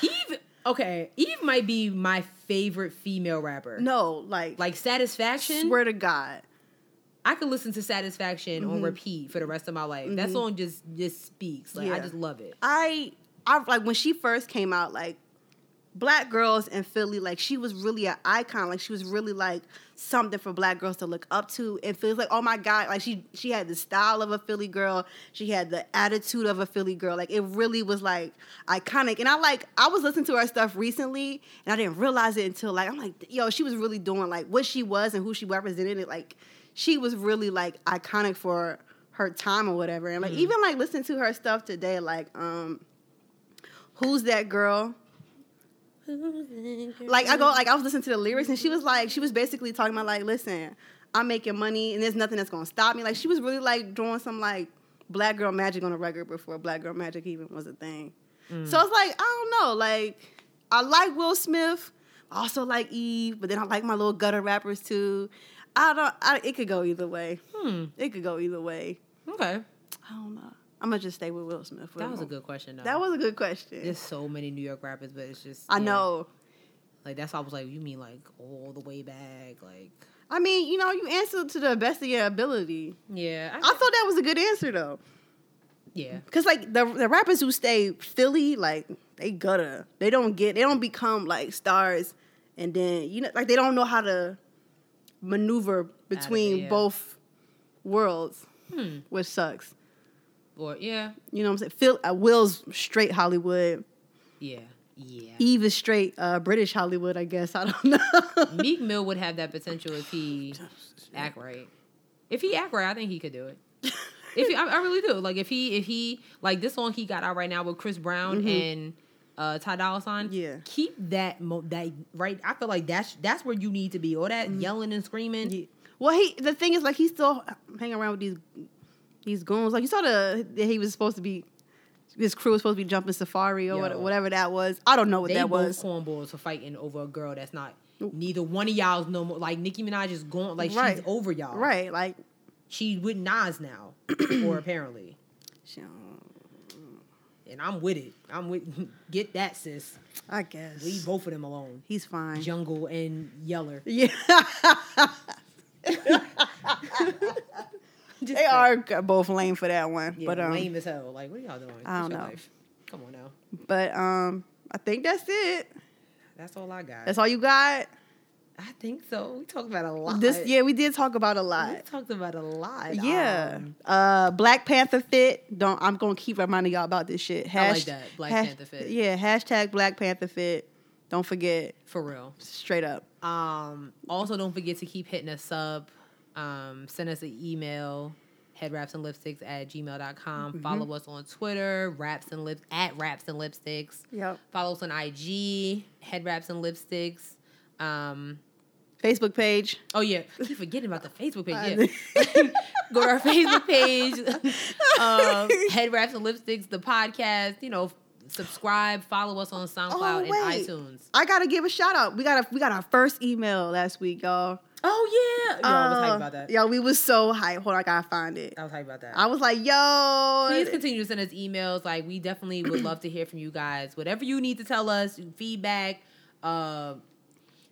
Speaker 1: Eve. Okay, Eve might be my favorite female rapper.
Speaker 2: No, like
Speaker 1: Like Satisfaction.
Speaker 2: swear to God.
Speaker 1: I could listen to Satisfaction
Speaker 2: Mm-hmm.
Speaker 1: on repeat for the rest of my life. That song just just speaks. Like I
Speaker 2: Yeah.
Speaker 1: just love it.
Speaker 2: I I like when she first came out, like black girls in Philly, like she was really an icon. Like she was really like something for black girls to look up to. And feels like, oh my God, like she she had the style of a Philly girl. She had the attitude of a Philly girl. Like it really was like iconic. And I like I was listening to her stuff recently and I didn't realize it until like I'm like, yo, she was really doing like what she was and who she represented it. Like she was really like iconic for her time or whatever. And like even like listening to her stuff today, like um who's that girl? Like I go, like I was listening to the lyrics, and she was like, she was basically talking about like, listen, I'm making money, and there's nothing that's gonna stop me. Like she was really like drawing some like black girl magic on a record before black girl magic even was a thing.
Speaker 1: Mm.
Speaker 2: So it's like I don't know, like I like Will Smith, I also like Eve, but then I like my little gutter rappers too. I don't, I, it could go either way.
Speaker 1: Hmm.
Speaker 2: It could go either way.
Speaker 1: Okay,
Speaker 2: I don't know. I'm gonna just stay with Will Smith. For
Speaker 1: that
Speaker 2: the
Speaker 1: was a
Speaker 2: moment.
Speaker 1: good question. Though.
Speaker 2: That was a good question.
Speaker 1: There's so many New York rappers, but it's just
Speaker 2: I
Speaker 1: yeah.
Speaker 2: know.
Speaker 1: Like that's why I was like, you mean like all the way back? Like
Speaker 2: I mean, you know, you answered to the best of your ability.
Speaker 1: yeah,
Speaker 2: I thought that was a good answer though,
Speaker 1: yeah.
Speaker 2: because like the the rappers who stay Philly, like they gotta, they don't get, they don't become like stars, and then you know, like they don't know how to maneuver between
Speaker 1: yeah.
Speaker 2: both worlds,
Speaker 1: Hmm.
Speaker 2: which sucks.
Speaker 1: Or yeah,
Speaker 2: You know what I'm saying? Phil, uh, Will's straight Hollywood.
Speaker 1: yeah, yeah.
Speaker 2: Eve is straight uh, British Hollywood, I guess. I don't know.
Speaker 1: Meek Mill would have that potential if he act right. If he act right, I think he could do it. If he, I, I really do. Like if he if he like this song he got out right now with Chris Brown and uh Ty Dolla Sign.
Speaker 2: Mm-hmm. Yeah.
Speaker 1: keep that mo- that right. I feel like that's that's where you need to be. All that yelling and screaming.
Speaker 2: Mm-hmm. Yeah. Well, he the thing is like he's still hanging around with these these goons. Like you saw the that he was supposed to be his crew was supposed to be jumping safari or what
Speaker 1: Yo.
Speaker 2: whatever that was. I don't know what
Speaker 1: They
Speaker 2: that
Speaker 1: both
Speaker 2: was.
Speaker 1: cornballs for fighting over a girl that's not neither one of y'all's no more. Like Nicki Minaj is gone. Like
Speaker 2: Right.
Speaker 1: she's over y'all.
Speaker 2: Right, like
Speaker 1: She with Nas now, or apparently,
Speaker 2: she don't-
Speaker 1: and I'm with it. I'm with get that sis.
Speaker 2: I guess
Speaker 1: Leave both of them alone.
Speaker 2: he's fine.
Speaker 1: Jungle and Yeller.
Speaker 2: Yeah. they are both lame for that one,
Speaker 1: Yeah,
Speaker 2: but um,
Speaker 1: lame as hell. Like what are y'all doing?
Speaker 2: I
Speaker 1: It's
Speaker 2: don't
Speaker 1: your
Speaker 2: know.
Speaker 1: Come on now.
Speaker 2: but um, I think that's it.
Speaker 1: That's all I got.
Speaker 2: That's all you got.
Speaker 1: I think so. We talked about a lot.
Speaker 2: This yeah, we did talk about a
Speaker 1: we
Speaker 2: lot.
Speaker 1: talked about a lot.
Speaker 2: Yeah.
Speaker 1: Um,
Speaker 2: uh Black Panther fit. Don't I'm gonna keep reminding y'all about this shit.
Speaker 1: I like
Speaker 2: Hash-
Speaker 1: that, Black
Speaker 2: hash-
Speaker 1: Panther fit.
Speaker 2: Yeah, hashtag Black Panther fit. Don't forget.
Speaker 1: for real.
Speaker 2: Straight up.
Speaker 1: Um, also, don't forget to keep hitting us up. Um, send us an email, headwrapsandlipsticks at gmail.com.
Speaker 2: Mm-hmm.
Speaker 1: Follow us on Twitter, wraps and lips at wraps and lipsticks.
Speaker 2: Yep.
Speaker 1: Follow us on IG, head wraps and lipsticks. Um,
Speaker 2: Facebook page.
Speaker 1: oh yeah, I keep forgetting about the Facebook page. Yeah. Go to our Facebook page, um, head wraps and lipsticks, the podcast. You know, subscribe, follow us on SoundCloud
Speaker 2: Oh, wait.
Speaker 1: and iTunes.
Speaker 2: I gotta give a shout out. We got a we got our first email last week, y'all.
Speaker 1: Oh yeah, yo, I was hyped
Speaker 2: Uh,
Speaker 1: about that.
Speaker 2: Yo, we was so hyped. Hold on, I gotta find it.
Speaker 1: I was hyped about that.
Speaker 2: I was like, yo.
Speaker 1: Please continue to send us emails. Like we definitely would love to hear from you guys. Whatever you need to tell us, feedback, uh,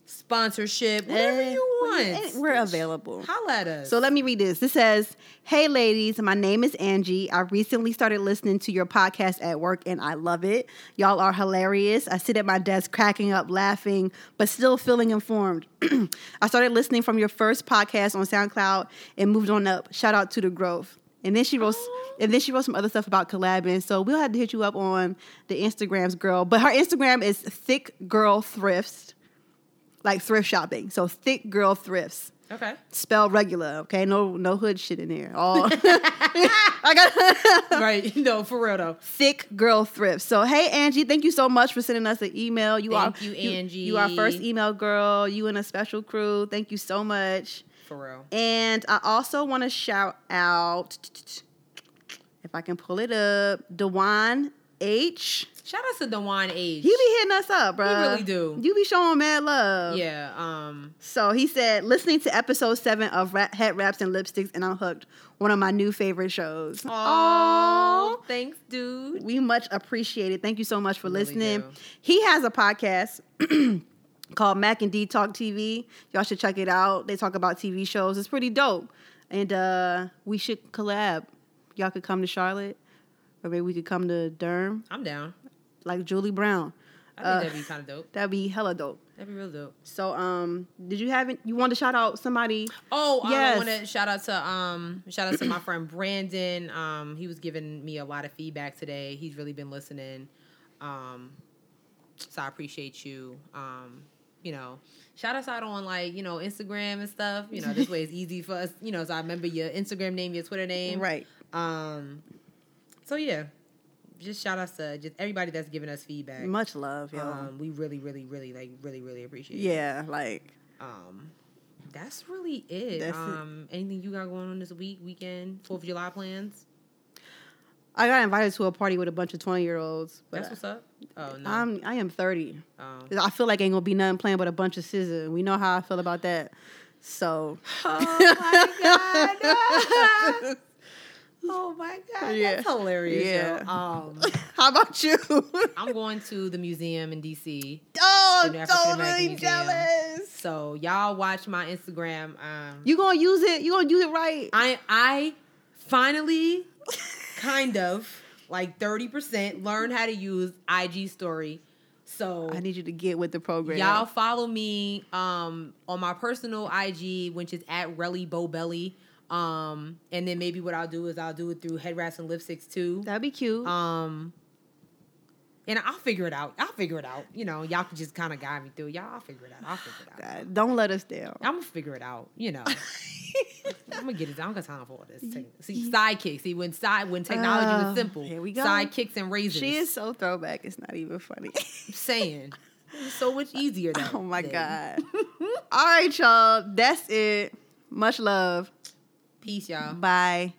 Speaker 1: sponsorship, whatever
Speaker 2: Eh,
Speaker 1: you want,
Speaker 2: We're available.
Speaker 1: Holla at us.
Speaker 2: So let me read this. This says, Hey ladies, my name is Angie. I recently started listening to your podcast at work and I love it. Y'all are hilarious. I sit at my desk cracking up, laughing, but still feeling informed. I started listening from your first podcast on SoundCloud and moved on up. Shout out to the growth. And then she wrote and then she wrote some other stuff about collabing. So we'll have to hit you up on the Instagrams girl. But her Instagram is thick girl thrifts. Like thrift shopping. So thick girl thrifts
Speaker 1: okay,
Speaker 2: spell regular, okay? No no hood shit in there. All I got
Speaker 1: right? No, for real though.
Speaker 2: thick girl thrift. So hey Angie, thank you so much for sending us an email. You
Speaker 1: Thank
Speaker 2: are
Speaker 1: you, Angie.
Speaker 2: You, are first email girl. You and a special crew. Thank you so much.
Speaker 1: For real.
Speaker 2: And I also want to shout out if I can pull it up, Dewan H.
Speaker 1: Shout out to Dewan Age.
Speaker 2: He be hitting us up, bro.
Speaker 1: really do.
Speaker 2: You be showing mad love.
Speaker 1: yeah. Um.
Speaker 2: So he said, listening to episode seven of Ra- Head Wraps and Lipsticks, and I'm hooked. One of my new favorite shows.
Speaker 1: Oh, thanks, dude.
Speaker 2: We much appreciate it. Thank you so much for
Speaker 1: Really
Speaker 2: listening.
Speaker 1: do.
Speaker 2: He has a podcast called Mac and D Talk TV. Y'all should check it out. They talk about TV shows. It's pretty dope. And uh, we should collab. Y'all could come to Charlotte, or maybe we could come to Durham,
Speaker 1: I'm down.
Speaker 2: like Julie Brown.
Speaker 1: I think
Speaker 2: Uh,
Speaker 1: that'd be kind of dope.
Speaker 2: That'd be hella dope.
Speaker 1: That'd be real dope.
Speaker 2: So, um, did you have? Any, you want to shout out somebody?
Speaker 1: Oh, um,
Speaker 2: Yes.
Speaker 1: I want to shout out to um shout out to my friend Brandon. Um, he was giving me a lot of feedback today. He's really been listening. Um, so I appreciate you. Um, you know, shout us out on like you know Instagram and stuff. You know, this way it's easy for us. You know, so I remember your Instagram name, your Twitter name,
Speaker 2: Right.
Speaker 1: Um, so yeah, just shout out to just everybody that's giving us feedback.
Speaker 2: Much love, y'all.
Speaker 1: Um, we really, really, really like really, really appreciate. it.
Speaker 2: yeah, like
Speaker 1: Um, that's really it.
Speaker 2: That's it.
Speaker 1: um, anything you got going on this week, weekend, Fourth of July plans?
Speaker 2: I got invited to a party with a bunch of twenty year olds, but
Speaker 1: That's what's up. Oh no.
Speaker 2: I'm I am thirty.
Speaker 1: Um,
Speaker 2: I feel like ain't gonna be nothing playing but a bunch of scissors. We know how I feel about that. So
Speaker 1: oh my god! oh my god!
Speaker 2: Yeah.
Speaker 1: That's hilarious. Yeah.
Speaker 2: Yeah.
Speaker 1: Um,
Speaker 2: how about you?
Speaker 1: I'm going to the museum in DC,
Speaker 2: oh,
Speaker 1: In the African American
Speaker 2: totally
Speaker 1: Museum.
Speaker 2: jealous.
Speaker 1: so y'all watch my Instagram. Um,
Speaker 2: You gonna use it? You gonna use it right?
Speaker 1: I I finally kind of like thirty percent learned how to use IG Story. So
Speaker 2: I need you to get with the program.
Speaker 1: Y'all follow me um on my personal IG, which is at Relly Bobelly. Um, and then maybe what I'll do is I'll do it through head wraps and lipsticks too.
Speaker 2: that'd be cute.
Speaker 1: Um and I'll figure it out. I'll figure it out. You know, y'all can just kind of guide me through. Y'all, I'll figure it out. I'll figure it out.
Speaker 2: God, don't let us down.
Speaker 1: I'm gonna figure it out. You know, I'm gonna get it. I don't got time for all this. See, sidekicks. See, when side when technology
Speaker 2: Oh,
Speaker 1: was simple,
Speaker 2: here we go.
Speaker 1: sidekicks and razors.
Speaker 2: She is so throwback. It's not even funny.
Speaker 1: saying it was so much easier. Though,
Speaker 2: Oh my
Speaker 1: then.
Speaker 2: god. All right, y'all. That's it. Much love.
Speaker 1: Peace, y'all.
Speaker 2: Bye.